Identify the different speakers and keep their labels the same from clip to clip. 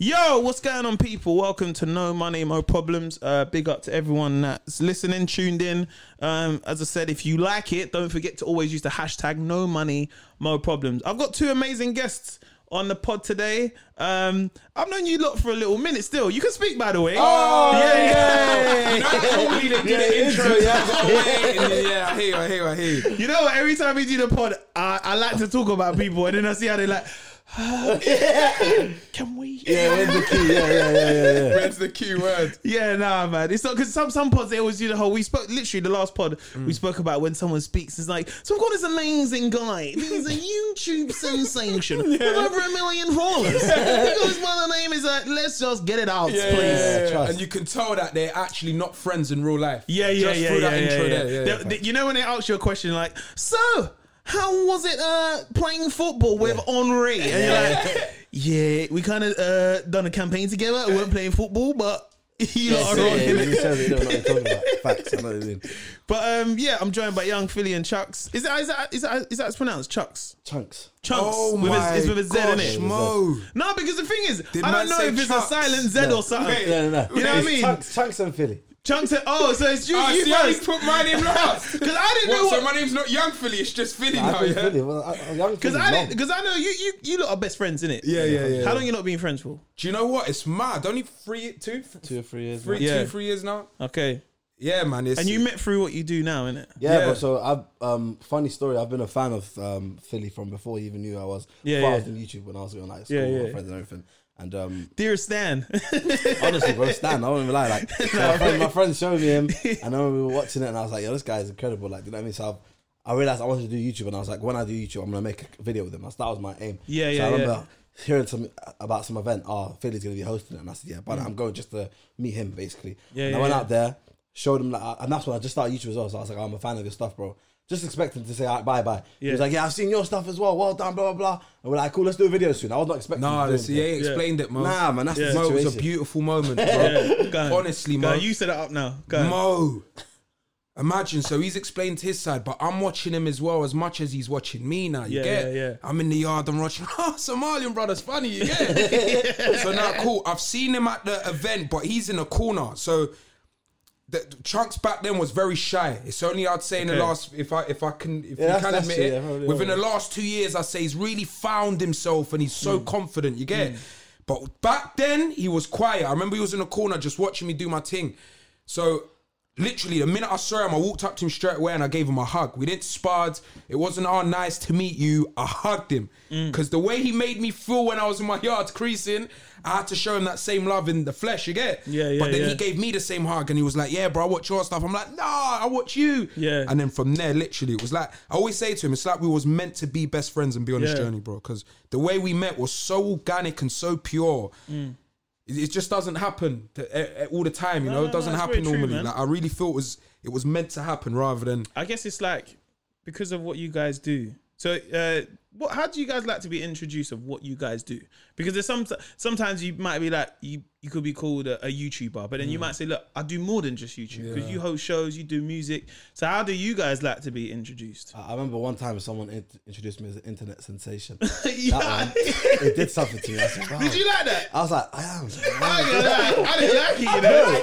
Speaker 1: Yo, what's going on, people? Welcome to No Money, No Problems. Uh, big up to everyone that's listening, tuned in. Um, as I said, if you like it, don't forget to always use the hashtag No Money, No Problems. I've got two amazing guests on the pod today. Um, I've known you lot for a little minute still. You can speak, by the way.
Speaker 2: Oh,
Speaker 1: yeah,
Speaker 2: You know,
Speaker 1: yeah.
Speaker 2: normally they do
Speaker 1: Yeah,
Speaker 2: the
Speaker 1: it's
Speaker 2: intro, yeah. and then, yeah, I hear you, I hear you, I hear you.
Speaker 1: You know, what? every time we do the pod, I, I like to talk about people, and then I see how they like. Can we?
Speaker 3: Yeah, where's the key? Yeah, yeah, yeah, yeah, yeah.
Speaker 2: Where's the key word?
Speaker 1: Yeah, nah, man. It's not because some some pods they always do the whole. We spoke literally the last pod we spoke about when someone speaks is like, so I've got this amazing guy. He's a YouTube sensation with over a million followers. Because my name is like, let's just get it out, please.
Speaker 3: yeah, yeah.
Speaker 2: And you can tell that they're actually not friends in real life.
Speaker 1: Yeah, yeah,
Speaker 2: Just
Speaker 1: yeah,
Speaker 2: through
Speaker 1: yeah,
Speaker 2: that
Speaker 1: yeah,
Speaker 2: intro
Speaker 1: yeah.
Speaker 2: there. Yeah,
Speaker 1: They- they- you know when they ask you a question like, "So, how was it uh, playing football with Henri?" And you're like, "Yeah, we kind of uh, done a campaign together. We weren't playing football, but you lot are on
Speaker 3: yeah,
Speaker 1: it."
Speaker 3: yeah, you sound like you don't know what you're talking about. Facts, I know what you mean.
Speaker 1: But um, yeah, I'm joined by Young Philly and Chucks. Is that is that is that is that it's pronounced Chucks?
Speaker 3: Chunks.
Speaker 1: Chunks.
Speaker 2: Oh
Speaker 1: with
Speaker 2: my
Speaker 1: a, it's with a Z in
Speaker 2: gosh,
Speaker 1: it.
Speaker 2: Mo.
Speaker 1: No, because the thing is, I
Speaker 2: man
Speaker 1: don't know
Speaker 2: say
Speaker 1: if it's
Speaker 2: Chucks?
Speaker 1: a silent Z or something.
Speaker 3: No, no, no.
Speaker 1: You know what I
Speaker 3: It's
Speaker 1: mean?
Speaker 3: Chunks, chunks and Philly.
Speaker 1: Chunks. said- Oh, so it's you,
Speaker 2: Oh,
Speaker 1: you
Speaker 2: see, I just
Speaker 1: first.
Speaker 2: put my name last.
Speaker 1: Because I didn't
Speaker 2: What,
Speaker 1: know
Speaker 2: so
Speaker 1: what.
Speaker 2: my name's not Young Philly, it's just Philly
Speaker 3: I
Speaker 2: now,
Speaker 3: think
Speaker 2: yeah?
Speaker 3: Philly. Well, I, I, young
Speaker 1: Because
Speaker 3: Philly.
Speaker 1: I didn't. Because I know you you you lot are best friends, innit?
Speaker 2: Yeah, yeah, yeah.
Speaker 1: How long you not been friends for?
Speaker 2: Do you know what? It's mad. Only three, two,
Speaker 3: Two or three years.
Speaker 2: three,
Speaker 3: Three.
Speaker 1: Yeah.
Speaker 2: two, three years now.
Speaker 1: Okay.
Speaker 2: Yeah, man. It's,
Speaker 1: And you met through what you do now, innit?
Speaker 3: Yeah,
Speaker 2: Yeah.
Speaker 3: but so I've um funny story. I've been a fan of um Philly from before you even knew who I was.
Speaker 1: Yeah,
Speaker 3: before
Speaker 1: yeah.
Speaker 3: I was on YouTube when I was on like school
Speaker 1: Yeah,
Speaker 3: with
Speaker 1: yeah.
Speaker 3: my friends and everything. And um
Speaker 1: Dearest Stan.
Speaker 3: honestly, bro, Stan, I won't even lie. Like so my, friend, my friend showed me him, and I remember we were watching it, and I was like, "Yo, this guy is incredible!" Like, do you know what I mean? So I, I realized I wanted to do YouTube, and I was like, "When I do YouTube, I'm gonna make a video with him." That's, that was my aim.
Speaker 1: Yeah,
Speaker 3: so
Speaker 1: yeah,
Speaker 3: I remember hearing some about some event. Oh, Philly's gonna be hosting it, and I said, "Yeah, but I'm going just to meet him, basically."
Speaker 1: Mm. Yeah,
Speaker 3: and
Speaker 1: yeah,
Speaker 3: I went
Speaker 1: yeah.
Speaker 3: out there, showed him, like, and that's when I just started YouTube as well. So I was like, oh, "I'm a fan of your stuff, bro." Just expecting to say all right, bye bye. He was
Speaker 1: Yeah.
Speaker 3: like, "Yeah, I've seen your stuff as well. Well done, blah blah blah." And we're like, "Cool, let's do a video soon." I was not expecting.
Speaker 2: Nah,
Speaker 3: to do
Speaker 2: this,
Speaker 3: anything.
Speaker 2: yeah, he explained it, Mo.
Speaker 3: Nah, man, that's the
Speaker 2: Mo, it was a
Speaker 3: situation.
Speaker 2: beautiful moment, bro.
Speaker 1: Yeah, go on.
Speaker 2: Honestly,
Speaker 1: Go on,
Speaker 2: Mo.
Speaker 1: You set it up now. Go on.
Speaker 2: Mo. Imagine, so he's explained his side, but I'm watching him as well as much as he's watching me now. You
Speaker 1: Yeah,
Speaker 2: get? it?
Speaker 1: yeah, yeah.
Speaker 2: I'm in the yard, I'm watching, oh, Somalian brother's funny, you get? it? so now, cool. I've seen him at the event, but he's in a corner. So the Chunks back then was very shy. It's only I'd say in
Speaker 1: Okay.
Speaker 2: the last, if I if I can, if
Speaker 3: that's-
Speaker 2: you can
Speaker 3: that's
Speaker 2: admit
Speaker 3: true,
Speaker 2: it,
Speaker 3: yeah, probably
Speaker 2: within the
Speaker 3: always.
Speaker 2: last two years, I say he's really found himself and he's so
Speaker 1: Mm.
Speaker 2: confident. You get, it? but back then he was quiet. I remember he was in a corner just watching me do my thing. So literally, the minute I saw him, I walked up to him straight away and I gave him a hug. We didn't sparred. It wasn't all nice to meet you. I hugged him
Speaker 1: Mm.
Speaker 2: because the way he made me feel when I was in my yard creasing, I had to show him that same love in the flesh. You get, it?
Speaker 1: Yeah, yeah,
Speaker 2: But then
Speaker 1: yeah.
Speaker 2: he gave me the same hug and he was like, "Yeah, bro, I watch your stuff." I'm like, "Nah, I watch you."
Speaker 1: Yeah.
Speaker 2: And then from there, literally, it was like I always say to him, it's like we was meant to be best friends and be on this
Speaker 1: Yeah.
Speaker 2: journey, bro. Because the way we met was so organic and so pure.
Speaker 1: Mm.
Speaker 2: It, it just doesn't happen to, eh, eh, all the time, you
Speaker 1: No,
Speaker 2: know.
Speaker 1: no, no,
Speaker 2: it doesn't
Speaker 1: it's very
Speaker 2: happen
Speaker 1: true,
Speaker 2: normally.
Speaker 1: man.
Speaker 2: like I really feel it was it was meant to happen rather than
Speaker 1: I guess it's like because of what you guys do. So, uh, what? How do you guys like to be introduced of what you guys do? Because there's some sometimes you might be like you you could be called a, a YouTuber, but then you might say, look, I do more than just YouTube because you host shows, you do music. So, how do you guys like to be introduced?
Speaker 3: I I remember one time someone int- introduced me as an internet sensation.
Speaker 1: Yeah.
Speaker 3: it did something to me. I, said, wow.
Speaker 1: Did you like that?
Speaker 3: I was like, I am.
Speaker 1: I, ain't gonna lie, I didn't like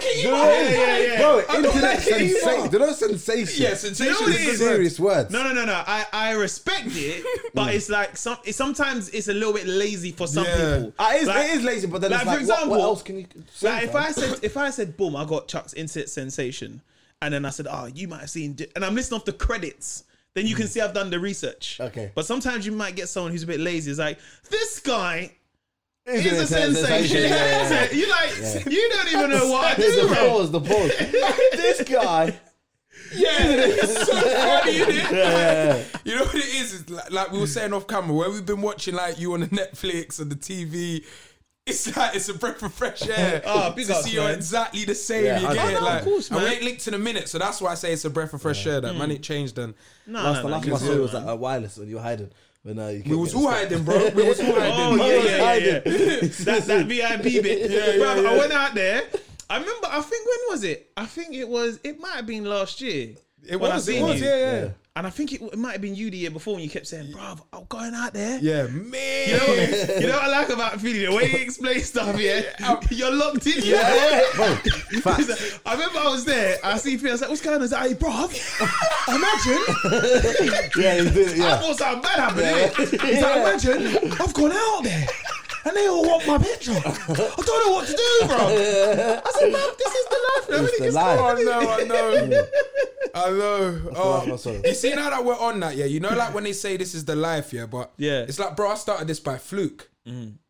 Speaker 1: it. You know?
Speaker 3: Bro,
Speaker 1: Yeah, yeah, yeah.
Speaker 3: Bro, internet sensation. Do you know sensation?
Speaker 2: Yeah, sensation
Speaker 1: You know what
Speaker 2: is
Speaker 1: it
Speaker 2: a
Speaker 1: is?
Speaker 2: good word.
Speaker 3: Serious words.
Speaker 1: No, no, no, no. I, I respect it, but it's like some. It's, sometimes it's a little bit lazy for some
Speaker 2: Yeah.
Speaker 1: people.
Speaker 3: Ah, it, is,
Speaker 1: Like-
Speaker 3: it is lazy, but then
Speaker 1: like,
Speaker 3: it's
Speaker 1: for
Speaker 3: like,
Speaker 1: example,
Speaker 3: what, what else can you say?
Speaker 1: Like if
Speaker 3: fam?
Speaker 1: I said if I said boom, I got Chuck's instant sensation, and then I said, oh, you might have seen, di-" and I'm listing off the credits. Then you can see I've done the research.
Speaker 3: Mm. Okay.
Speaker 1: But sometimes you might get someone who's a bit lazy. It's like this guy
Speaker 3: It's
Speaker 1: is a
Speaker 3: internet
Speaker 1: sensation.
Speaker 3: yeah, yeah, yeah.
Speaker 1: you like you don't even know what I
Speaker 3: There's
Speaker 1: do,
Speaker 3: the
Speaker 1: bro.
Speaker 3: pause, the pause. this guy.
Speaker 2: yeah, it's so funny, is
Speaker 3: yeah, yeah.
Speaker 2: You know what it is? It's like, like we were saying off camera, where we've been watching like you on the Netflix and the TV. It's like it's a breath of fresh air
Speaker 1: Ah, big
Speaker 2: to
Speaker 1: ups,
Speaker 2: see you're
Speaker 1: man.
Speaker 2: exactly the same.
Speaker 3: Yeah,
Speaker 2: you
Speaker 3: I-
Speaker 2: get
Speaker 3: I
Speaker 2: it?
Speaker 1: know, of
Speaker 2: like,
Speaker 1: course,
Speaker 2: and we
Speaker 1: man. Mm.
Speaker 2: ain't linked in a minute, so that's why I say it's a breath of fresh air. That man, it changed then.
Speaker 1: No,
Speaker 3: Last, the
Speaker 1: no, no,
Speaker 3: last
Speaker 1: you
Speaker 3: one I saw
Speaker 1: do,
Speaker 3: was
Speaker 1: man.
Speaker 3: at a wireless when you were hiding. When, uh, you
Speaker 2: We was all hiding, bro. We was all
Speaker 1: Oh
Speaker 2: hiding.
Speaker 1: yeah,
Speaker 3: was
Speaker 1: yeah, yeah,
Speaker 3: hiding.
Speaker 1: yeah. that, that VIP bit.
Speaker 3: Yeah, yeah,
Speaker 1: Bruv, I
Speaker 3: yeah.
Speaker 1: went out there. I remember. I think when was it? I think it was. It might have been last year.
Speaker 2: It
Speaker 1: when I
Speaker 2: was, it
Speaker 1: seen
Speaker 2: was,
Speaker 1: you.
Speaker 2: yeah, yeah.
Speaker 1: And I think it, it might have been you the year before, and you kept saying, "Bruv, I'm going out there."
Speaker 2: Yeah, man.
Speaker 1: You know, what- you know what I like about Philly? The way he explains stuff, yeah, you're locked in. Yeah.
Speaker 3: Bro,
Speaker 1: He's
Speaker 3: facts.
Speaker 1: like- I remember I was there. I see Philly. I was like, "What's going on?" He's like, "Hey, bruv, imagine."
Speaker 3: Yeah, he's doing it,
Speaker 1: I
Speaker 3: yeah.
Speaker 1: thought something bad happened. innit? He's like, imagine I've gone out there. And they all want my picture. I don't know what to do, bro. I said, Mum, this is the life. Nobody
Speaker 3: the
Speaker 1: gets
Speaker 3: life.
Speaker 1: caught.
Speaker 2: I know, Oh, I know. I know.
Speaker 3: why I'm
Speaker 2: Oh,
Speaker 3: sorry.
Speaker 2: you see now that we're on that, yeah. You know, like when they say this is the life, yeah. But
Speaker 1: Yeah. Mm-hmm.
Speaker 2: it's like, bro, I started this by fluke.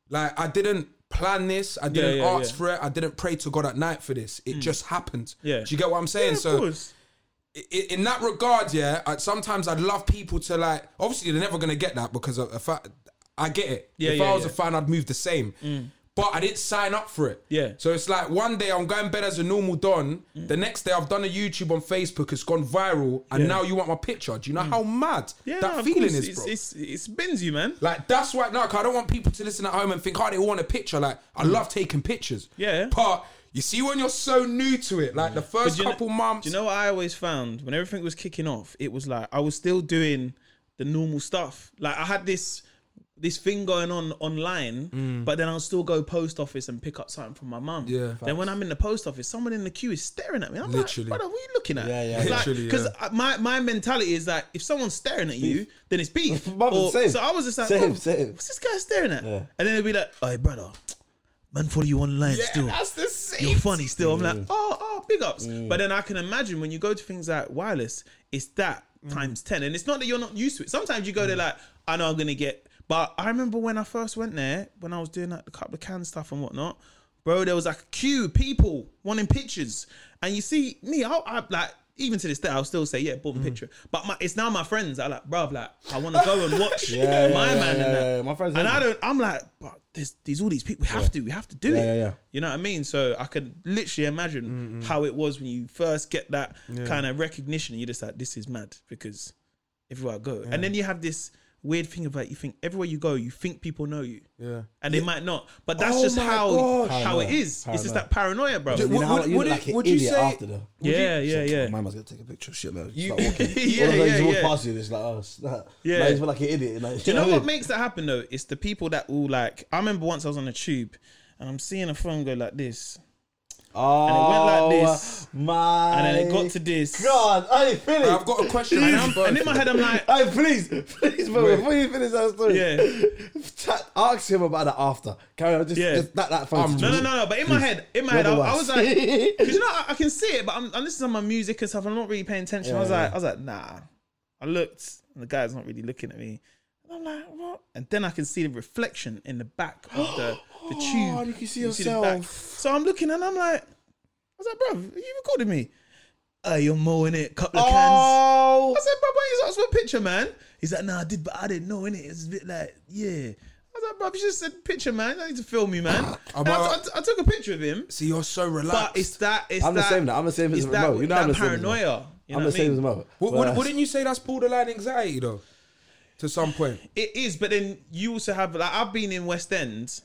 Speaker 2: Like I didn't plan this. I didn't
Speaker 1: yeah,
Speaker 2: ask
Speaker 1: yeah. Mm.
Speaker 2: for it. I didn't pray to God at night for this. It just happened.
Speaker 1: Yeah.
Speaker 2: Do you get what I'm saying? so i- in that regard, yeah, I, sometimes I'd love people to like. Obviously, they're never gonna get that because of- if I, I get it.
Speaker 1: Yeah,
Speaker 2: if
Speaker 1: yeah,
Speaker 2: I was
Speaker 1: yeah. Mm.
Speaker 2: a fan, I'd move the same. But I didn't sign up for it.
Speaker 1: Yeah.
Speaker 2: So it's like one day I'm going bed as a normal don. The next day I've done a YouTube on Facebook. It's gone viral, and now you want my picture. Do you
Speaker 1: Mm.
Speaker 2: know how mad that feeling is, bro?
Speaker 1: It's, it's, it spins you, man.
Speaker 2: Like that's why no, 'cause I don't want people to listen at home and think, oh, they want a picture. Like I love taking pictures.
Speaker 1: Mm. Yeah.
Speaker 2: But you see, when you're so new to it, like the first
Speaker 1: Do you kn-
Speaker 2: couple months,
Speaker 1: Do you know what I always found when everything was kicking off? It was like I was still doing the normal stuff. Like I had this this thing going on online,
Speaker 3: Mm.
Speaker 1: but then I'll still go post office and pick up something from my mum.
Speaker 2: Yeah.
Speaker 1: Then when I'm in the post office, someone in the queue is staring at me. I'm
Speaker 2: Literally.
Speaker 1: like, what are we looking at?
Speaker 3: Yeah, yeah.
Speaker 2: Literally,
Speaker 1: Because
Speaker 2: yeah.
Speaker 1: my my mentality is that if someone's staring at you, then it's beef.
Speaker 3: Mum, same.
Speaker 1: So I was just like,
Speaker 3: Same,
Speaker 1: "Mum,
Speaker 3: same.
Speaker 1: what's this guy staring at?
Speaker 3: Yeah.
Speaker 1: And then they'd be like, hey brother, man, follow you online
Speaker 2: yeah,
Speaker 1: still
Speaker 2: that's the same.
Speaker 1: you're funny still. I'm like, oh, oh, big ups. But then I can imagine when you go to things like wireless, it's that
Speaker 2: Mm.
Speaker 1: times 10. And it's not that you're not used to it. Sometimes you go
Speaker 3: Mm.
Speaker 1: there like, I know I'm going to get. But I remember when I first went there, when I was doing like a couple of can stuff and whatnot, bro, there was like a queue, people wanting pictures. And you see me, I, I like, even to this day, I'll still say, yeah, bought a
Speaker 3: Mm.
Speaker 1: picture. But my, it's now my friends are like, bruv, like, I want to go and watch
Speaker 3: Yeah, yeah,
Speaker 1: my
Speaker 3: yeah,
Speaker 1: man
Speaker 3: yeah,
Speaker 1: and
Speaker 3: yeah,
Speaker 1: that.
Speaker 3: yeah. My friends
Speaker 1: and
Speaker 3: love
Speaker 1: I
Speaker 3: it.
Speaker 1: don't, I'm like, but there's, there's all these people, we have to, we have to do it.
Speaker 3: yeah, yeah.
Speaker 1: You know what I mean? So I could literally imagine how it was when you first get that kind of recognition. You're just like, this is mad because everywhere I go. And then you have this weird thing about you think everywhere you go, you think people know you.
Speaker 2: Yeah.
Speaker 1: And they might not. But that's
Speaker 2: Oh
Speaker 1: just
Speaker 2: my
Speaker 1: how
Speaker 2: gosh.
Speaker 1: how it
Speaker 3: Paranoia.
Speaker 1: is. It's just
Speaker 3: Paranoia.
Speaker 1: that paranoia, bro.
Speaker 2: Ju-
Speaker 3: You
Speaker 2: Would-
Speaker 3: know how
Speaker 2: would-
Speaker 3: you
Speaker 2: would
Speaker 3: look
Speaker 2: it-
Speaker 3: like an
Speaker 2: would you
Speaker 3: idiot
Speaker 2: say-
Speaker 3: after though.
Speaker 1: yeah, yeah, yeah.
Speaker 3: My man's gonna take a picture. Shit, man.
Speaker 2: You-
Speaker 3: You, like walking.
Speaker 1: Yeah,
Speaker 3: All of a sudden
Speaker 1: yeah,
Speaker 3: you walk
Speaker 1: yeah.
Speaker 3: past you, it's like, oh, snap.
Speaker 1: Yeah.
Speaker 3: Like, he's like an idiot. Like,
Speaker 1: Do you know
Speaker 3: I
Speaker 1: what
Speaker 3: mean?
Speaker 1: makes that happen though? It's the people that will like. I remember once I was on a tube, and I'm seeing a phone go like this,
Speaker 3: Oh,
Speaker 1: went like this.
Speaker 3: My
Speaker 1: and then it got to this,
Speaker 3: God, hey, Philip.
Speaker 2: I've got a question.
Speaker 1: and,
Speaker 2: for you
Speaker 1: I'm,
Speaker 2: both.
Speaker 1: and in my head I'm like,
Speaker 3: Hey, please, please, bro,
Speaker 2: Wait.
Speaker 3: before you finish that story,
Speaker 1: Yeah.
Speaker 3: ta- ask him about it after. Carry on, just,
Speaker 1: Yeah.
Speaker 3: just that, that phone.
Speaker 2: Um,
Speaker 1: No, no, no, no. But in my head, in my head, I, I was like,
Speaker 3: Otherwise.
Speaker 1: because you know, I, I can see it, but I'm, I'm listening to my music and stuff. I'm not really paying attention. I was like, I was like, nah. I looked, and the guy's not really looking at me. And I'm like, what? And then I can see the reflection in the back of the the tube.
Speaker 3: Oh, you can see yourself.
Speaker 1: So I'm looking, and I'm like, I was like, bro, are you recording me? Oh, you're mowing it, couple of cans.
Speaker 3: Oh,
Speaker 1: I said, bro, why you asked for a picture, man? He's like, no, I did, but I didn't know, innit? It's a bit like, yeah. I was like, bro, you just said picture, man. I need to film you, man. And I
Speaker 2: About-
Speaker 1: t- I t- I took a picture of him,
Speaker 2: See, you're so relaxed.
Speaker 1: but it's that, it's
Speaker 3: I'm the
Speaker 1: that,
Speaker 3: same now, I'm the same as
Speaker 1: it's that,
Speaker 3: Mo. You know
Speaker 1: that
Speaker 3: I'm the same as Mo.
Speaker 1: paranoia. You know what
Speaker 3: I'm the
Speaker 1: I
Speaker 3: same
Speaker 1: mean?
Speaker 3: as Mo.
Speaker 2: Wo-
Speaker 3: Well,
Speaker 2: wo- wouldn't you say that's borderline anxiety though? To some point,
Speaker 1: It is, but then you also have like I've been in West End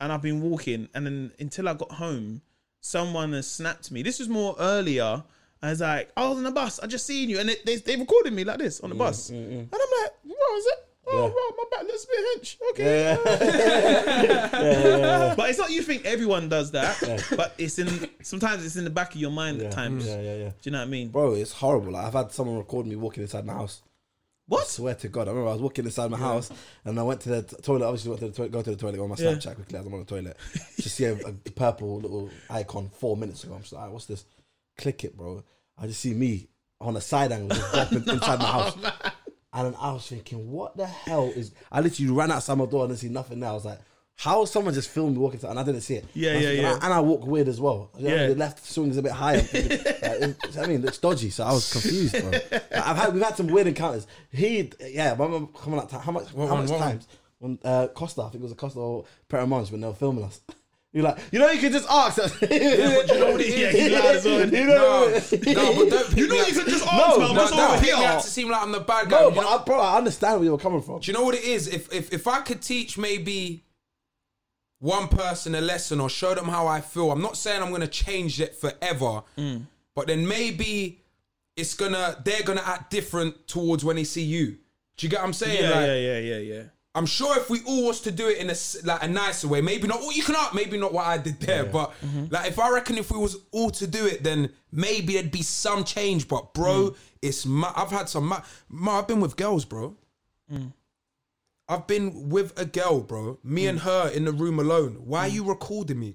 Speaker 1: and I've been walking, and then until I got home, someone has snapped me. This was more earlier. I was like, I was on the bus. I just seen you, and they they, they recorded me like this on the bus, and I'm like, what is it? Oh,
Speaker 3: Mm, Yeah.
Speaker 1: right, my back looks a bit hunched. Okay,
Speaker 3: Yeah, yeah, yeah, yeah.
Speaker 1: but it's not. You think everyone does that, but it's in. Sometimes it's in the back of your mind
Speaker 3: Yeah,
Speaker 1: at times.
Speaker 3: yeah, yeah, yeah.
Speaker 1: Do you know what I mean?
Speaker 3: Bro, it's horrible. Like, I've had someone record me walking inside my house. I
Speaker 1: What?
Speaker 3: swear to God, I remember I was walking inside my house and I went to the t- toilet. Obviously, went to the toilet, go to the toilet on my
Speaker 1: Yeah.
Speaker 3: Snapchat quickly as I'm on the toilet. to see a, a purple little icon four minutes ago. I'm just like, "Ah, what's this? Click it, bro. I just see me on a side angle just bopping inside
Speaker 1: Oh,
Speaker 3: my house. And then I was thinking, what the hell is. I literally ran outside my door and didn't see nothing there. I was like, how has someone just filmed me walking to, and I didn't see it?
Speaker 1: Yeah,
Speaker 3: And I was
Speaker 1: yeah,
Speaker 3: thinking,
Speaker 1: yeah.
Speaker 3: "Ah, And I walk weird as well. You know,
Speaker 1: Yeah.
Speaker 3: The left swing is a bit higher. Like, it's- I mean, it's dodgy, so I was confused, bro. I've had, we've had some weird encounters. He, yeah, my mum, come on, that time. How much, how
Speaker 2: one,
Speaker 3: much
Speaker 2: what one?
Speaker 3: times? When, uh, Costa, I think it was a Costa or Peramonge when they were filming us. You're like, you know, you can just ask. us.
Speaker 2: you know what it
Speaker 1: Yeah,
Speaker 2: is.
Speaker 1: he's loud as well, isn't he?
Speaker 3: You
Speaker 2: no,
Speaker 3: know
Speaker 2: no,
Speaker 3: what it
Speaker 2: but
Speaker 3: is?
Speaker 2: don't.
Speaker 1: You know you can just ask, man. What's
Speaker 3: no,
Speaker 2: That's
Speaker 1: over
Speaker 2: not
Speaker 1: here?
Speaker 2: here. Have to seem like I'm the bad guy.
Speaker 3: No,
Speaker 2: you
Speaker 3: but
Speaker 2: know?
Speaker 3: I, bro, I understand where you're coming from.
Speaker 2: Do you know what it is? If if if I could teach maybe one person a lesson or show
Speaker 1: Mm.
Speaker 2: them how I feel, I'm not saying I'm gonna change it forever, but then maybe it's gonna they're gonna act different towards when they see you. Do you get what I'm saying?
Speaker 1: Yeah,
Speaker 2: Like,
Speaker 1: yeah, yeah, yeah, yeah.
Speaker 2: I'm sure if we all was to do it in a s- like a nicer way, maybe not. Well, you can art, maybe not what I did there, but like if I reckon if we was all to do it, then maybe there'd be some change. But bro, it's ma- I've had some. Ma- ma, I've been with girls, bro. I've been with a girl, bro. Me and her in the room alone. Why are you recording me?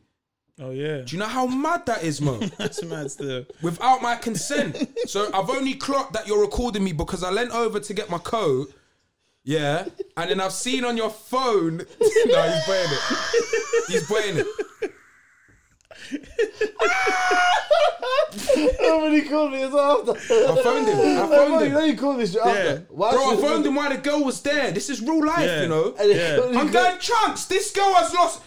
Speaker 1: Oh yeah.
Speaker 2: Do you know how mad that is, mo?
Speaker 1: That's mad still.
Speaker 2: without my consent. so I've only clocked that you're recording me because I leant over to get my coat. Yeah, and then I've seen on your phone. no, he's playing it. He's playing it.
Speaker 3: Nobody called me as after. I
Speaker 2: I phoned him. I phoned
Speaker 3: You know
Speaker 2: him.
Speaker 3: you called me straight
Speaker 1: Yeah.
Speaker 3: after. Why
Speaker 2: Bro, I
Speaker 3: should-
Speaker 2: phoned him while the girl was there. This is real life,
Speaker 1: Yeah.
Speaker 2: you know.
Speaker 3: And they
Speaker 1: Yeah.
Speaker 3: called you
Speaker 2: I'm
Speaker 3: back.
Speaker 2: going chunks. This girl has lost.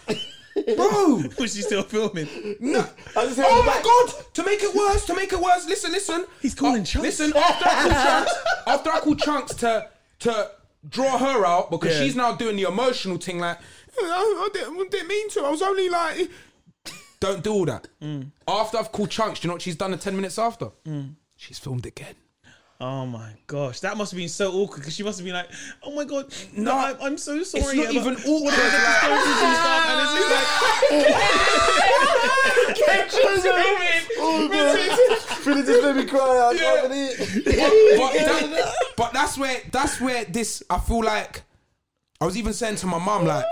Speaker 2: Bro,
Speaker 1: Was she still filming?
Speaker 2: no.
Speaker 3: I just heard
Speaker 2: Oh
Speaker 3: him
Speaker 2: my
Speaker 3: back.
Speaker 2: god! To make it worse, to make it worse, listen, listen.
Speaker 1: He's calling
Speaker 2: Uh,
Speaker 1: Chunks.
Speaker 2: Listen, after I call chunks, after I call chunks to to draw her out because
Speaker 1: Yeah.
Speaker 2: she's now doing the emotional thing, like I, I didn't, I didn't mean to. I was only like, don't do all that.
Speaker 1: Mm.
Speaker 2: After I've called chunks, do you know what she's done? The ten minutes after, she's filmed again.
Speaker 1: Oh my gosh, that must have been so awkward because she must have been like, "Oh my god, no,
Speaker 2: No,
Speaker 1: I'm, I'm so sorry."
Speaker 2: It's not
Speaker 1: yeah,
Speaker 2: even
Speaker 1: but- What
Speaker 2: awkward.
Speaker 1: about the
Speaker 2: like-
Speaker 1: disclosures and stuff? And it's just like,
Speaker 3: Oh, man. Philly just made me cry. I
Speaker 2: Yeah.
Speaker 3: can't believe it.
Speaker 2: but, that- but that's where that's where this I feel like I was even saying to my mum like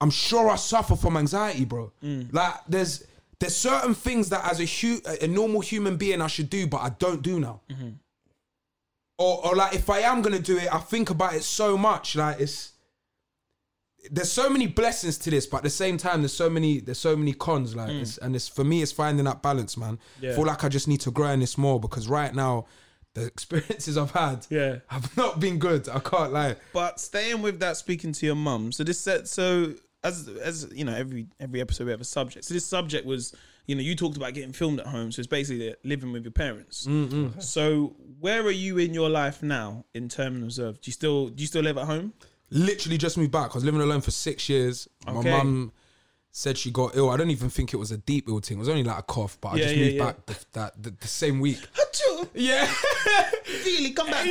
Speaker 2: I'm sure I suffer from anxiety, bro. Like there's there's certain things that as a hu- a normal human being I should do, but I don't do now. Or, or like if I am gonna do it, I think about it so much. Like it's there's so many blessings to this, but at the same time, there's so many there's so many cons. Like, it's, and it's for me, it's finding that balance, man.
Speaker 1: Hmm. Yeah.
Speaker 2: I feel like I just need to grow in this more because right now, the experiences I've had
Speaker 1: Yeah.
Speaker 2: have not been good. I can't lie.
Speaker 1: But staying with that, speaking to your mum. So this set. So as as you know, every every episode we have a subject. So this subject was, you know, you talked about getting filmed at home. So it's basically living with your parents. So where are you in your life now in terms of? Do you still do you still live at home?
Speaker 2: Literally just moved back. I was living alone for six years. My
Speaker 1: Okay.
Speaker 2: mum said she got ill. I don't even think it was a deep ill thing. It was only like a cough, but I
Speaker 1: Yeah,
Speaker 2: just
Speaker 1: yeah,
Speaker 2: moved
Speaker 1: yeah.
Speaker 2: back the, that the, the same week. Yeah.
Speaker 1: Really, come back.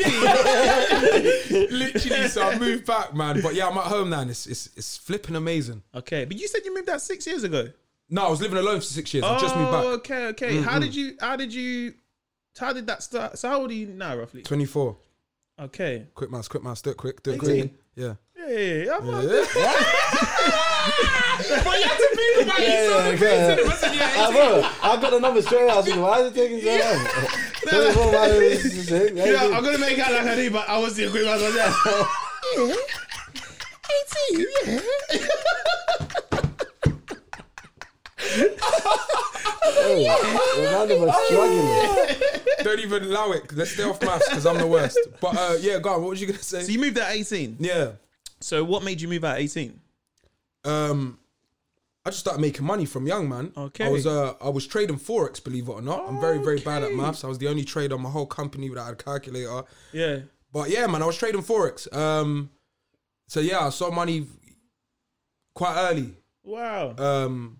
Speaker 2: Literally, so I moved back, man. But yeah, I'm at home now, and it's it's, it's flipping amazing.
Speaker 1: Okay, but you said you moved out six years ago.
Speaker 2: No, I was living alone for six years. I just moved
Speaker 1: Oh,
Speaker 2: back.
Speaker 1: okay, okay. How did you? How did you? How did that start? So how old are you now, roughly?
Speaker 2: 24.
Speaker 1: Okay.
Speaker 2: Quick mouse, quick mouse, do it quick, do it quick.
Speaker 3: 18.
Speaker 2: Yeah.
Speaker 1: Yeah, yeah, yeah. I'm like,
Speaker 2: But you have to think about
Speaker 3: Yeah, yeah,
Speaker 2: yourself.
Speaker 3: yeah.
Speaker 2: Yeah,
Speaker 3: I know. I got the number straight. I was like, why is it taking so long? Tell me more about this shit. How you
Speaker 1: Yeah,
Speaker 3: doing?
Speaker 1: I'm gonna make out like I did, but I was the equivalent of that. Yeah. 18, yeah.
Speaker 3: Hey, Ronaldo was struggling.
Speaker 1: oh.
Speaker 2: Don't even allow it. Let's stay off maths because I'm the worst. But uh, yeah, go on. What was you gonna say?
Speaker 1: So you moved at 18.
Speaker 2: yeah.
Speaker 1: So what made you move at 18?
Speaker 2: Um, I just started making money from young man.
Speaker 1: Okay.
Speaker 2: I was uh, I was trading forex, believe it or not. I'm very very bad at
Speaker 1: Okay.
Speaker 2: maths. I was the only trader on my whole company without a calculator.
Speaker 1: Yeah.
Speaker 2: But yeah, man, I was trading forex. Um, so yeah, I saw money quite early.
Speaker 1: Wow.
Speaker 2: Um,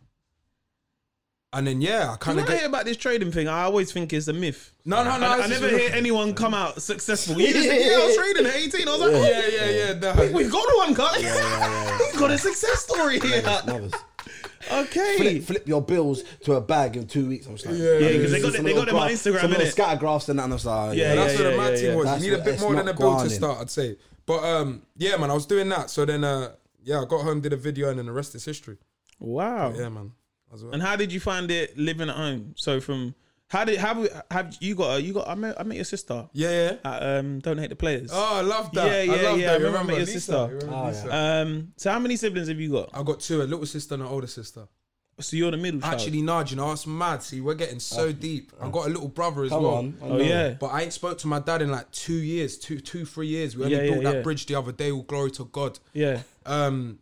Speaker 2: and then yeah, I kind
Speaker 1: when
Speaker 2: of
Speaker 1: I
Speaker 2: get
Speaker 1: hear about this trading thing, I always think it's a myth.
Speaker 2: no no no.
Speaker 1: I, I
Speaker 2: this is
Speaker 1: never
Speaker 2: real.
Speaker 1: hear anyone come out successful. You just think, yeah, I was trading at 18. I was like, oh,
Speaker 2: Yeah yeah yeah. no.
Speaker 1: we've got one, guy. we've got a success story here.
Speaker 3: Numbers.
Speaker 1: Okay.
Speaker 3: Flip, flip your bills to a bag in two weeks. I'm just like,
Speaker 2: Yeah,
Speaker 1: Yeah, because they
Speaker 3: Some
Speaker 1: got, it, they
Speaker 3: little
Speaker 1: got them on
Speaker 3: graph-
Speaker 1: Instagram,
Speaker 3: Some little
Speaker 1: innit?
Speaker 3: scatter graphs and that, and I was like,
Speaker 1: Yeah,
Speaker 3: yeah,
Speaker 1: yeah,
Speaker 2: That's what
Speaker 1: yeah,
Speaker 2: the mad
Speaker 1: yeah,
Speaker 2: thing
Speaker 1: yeah.
Speaker 2: was.
Speaker 3: That's
Speaker 2: you need a
Speaker 3: what-
Speaker 2: bit
Speaker 3: it's
Speaker 2: more than a
Speaker 3: not
Speaker 2: bill to
Speaker 3: grinding.
Speaker 2: start, I'd say. But um, yeah, man, I was doing that. So then, uh, yeah, I got home, did a video, and then the rest is history.
Speaker 1: Wow.
Speaker 2: Yeah, man. As well.
Speaker 1: And how did you find it living at home? So from how did have have you got a, you got I met I met your sister
Speaker 2: yeah, yeah.
Speaker 1: at um Don't Hate the Players.
Speaker 2: Oh, I love that.
Speaker 1: Yeah,
Speaker 2: I
Speaker 1: yeah,
Speaker 2: love
Speaker 1: yeah, I
Speaker 2: that. You
Speaker 1: remember your
Speaker 2: Lisa?
Speaker 1: sister.
Speaker 2: You remember
Speaker 3: Oh,
Speaker 2: Lisa?
Speaker 1: Um, so how many siblings have you got?
Speaker 2: I got two, a little sister and an older sister.
Speaker 1: So you're the middle child.
Speaker 2: Actually, nah, do you know, that's mad. See, we're getting so deep. I got a little brother as
Speaker 3: come
Speaker 2: well.
Speaker 3: on.
Speaker 1: oh yeah.
Speaker 2: But I ain't spoke to my dad in like two years, two, two, three years. We only
Speaker 1: Yeah, yeah,
Speaker 2: built that
Speaker 1: yeah.
Speaker 2: bridge the other day. All glory to God.
Speaker 1: Yeah.
Speaker 2: Um,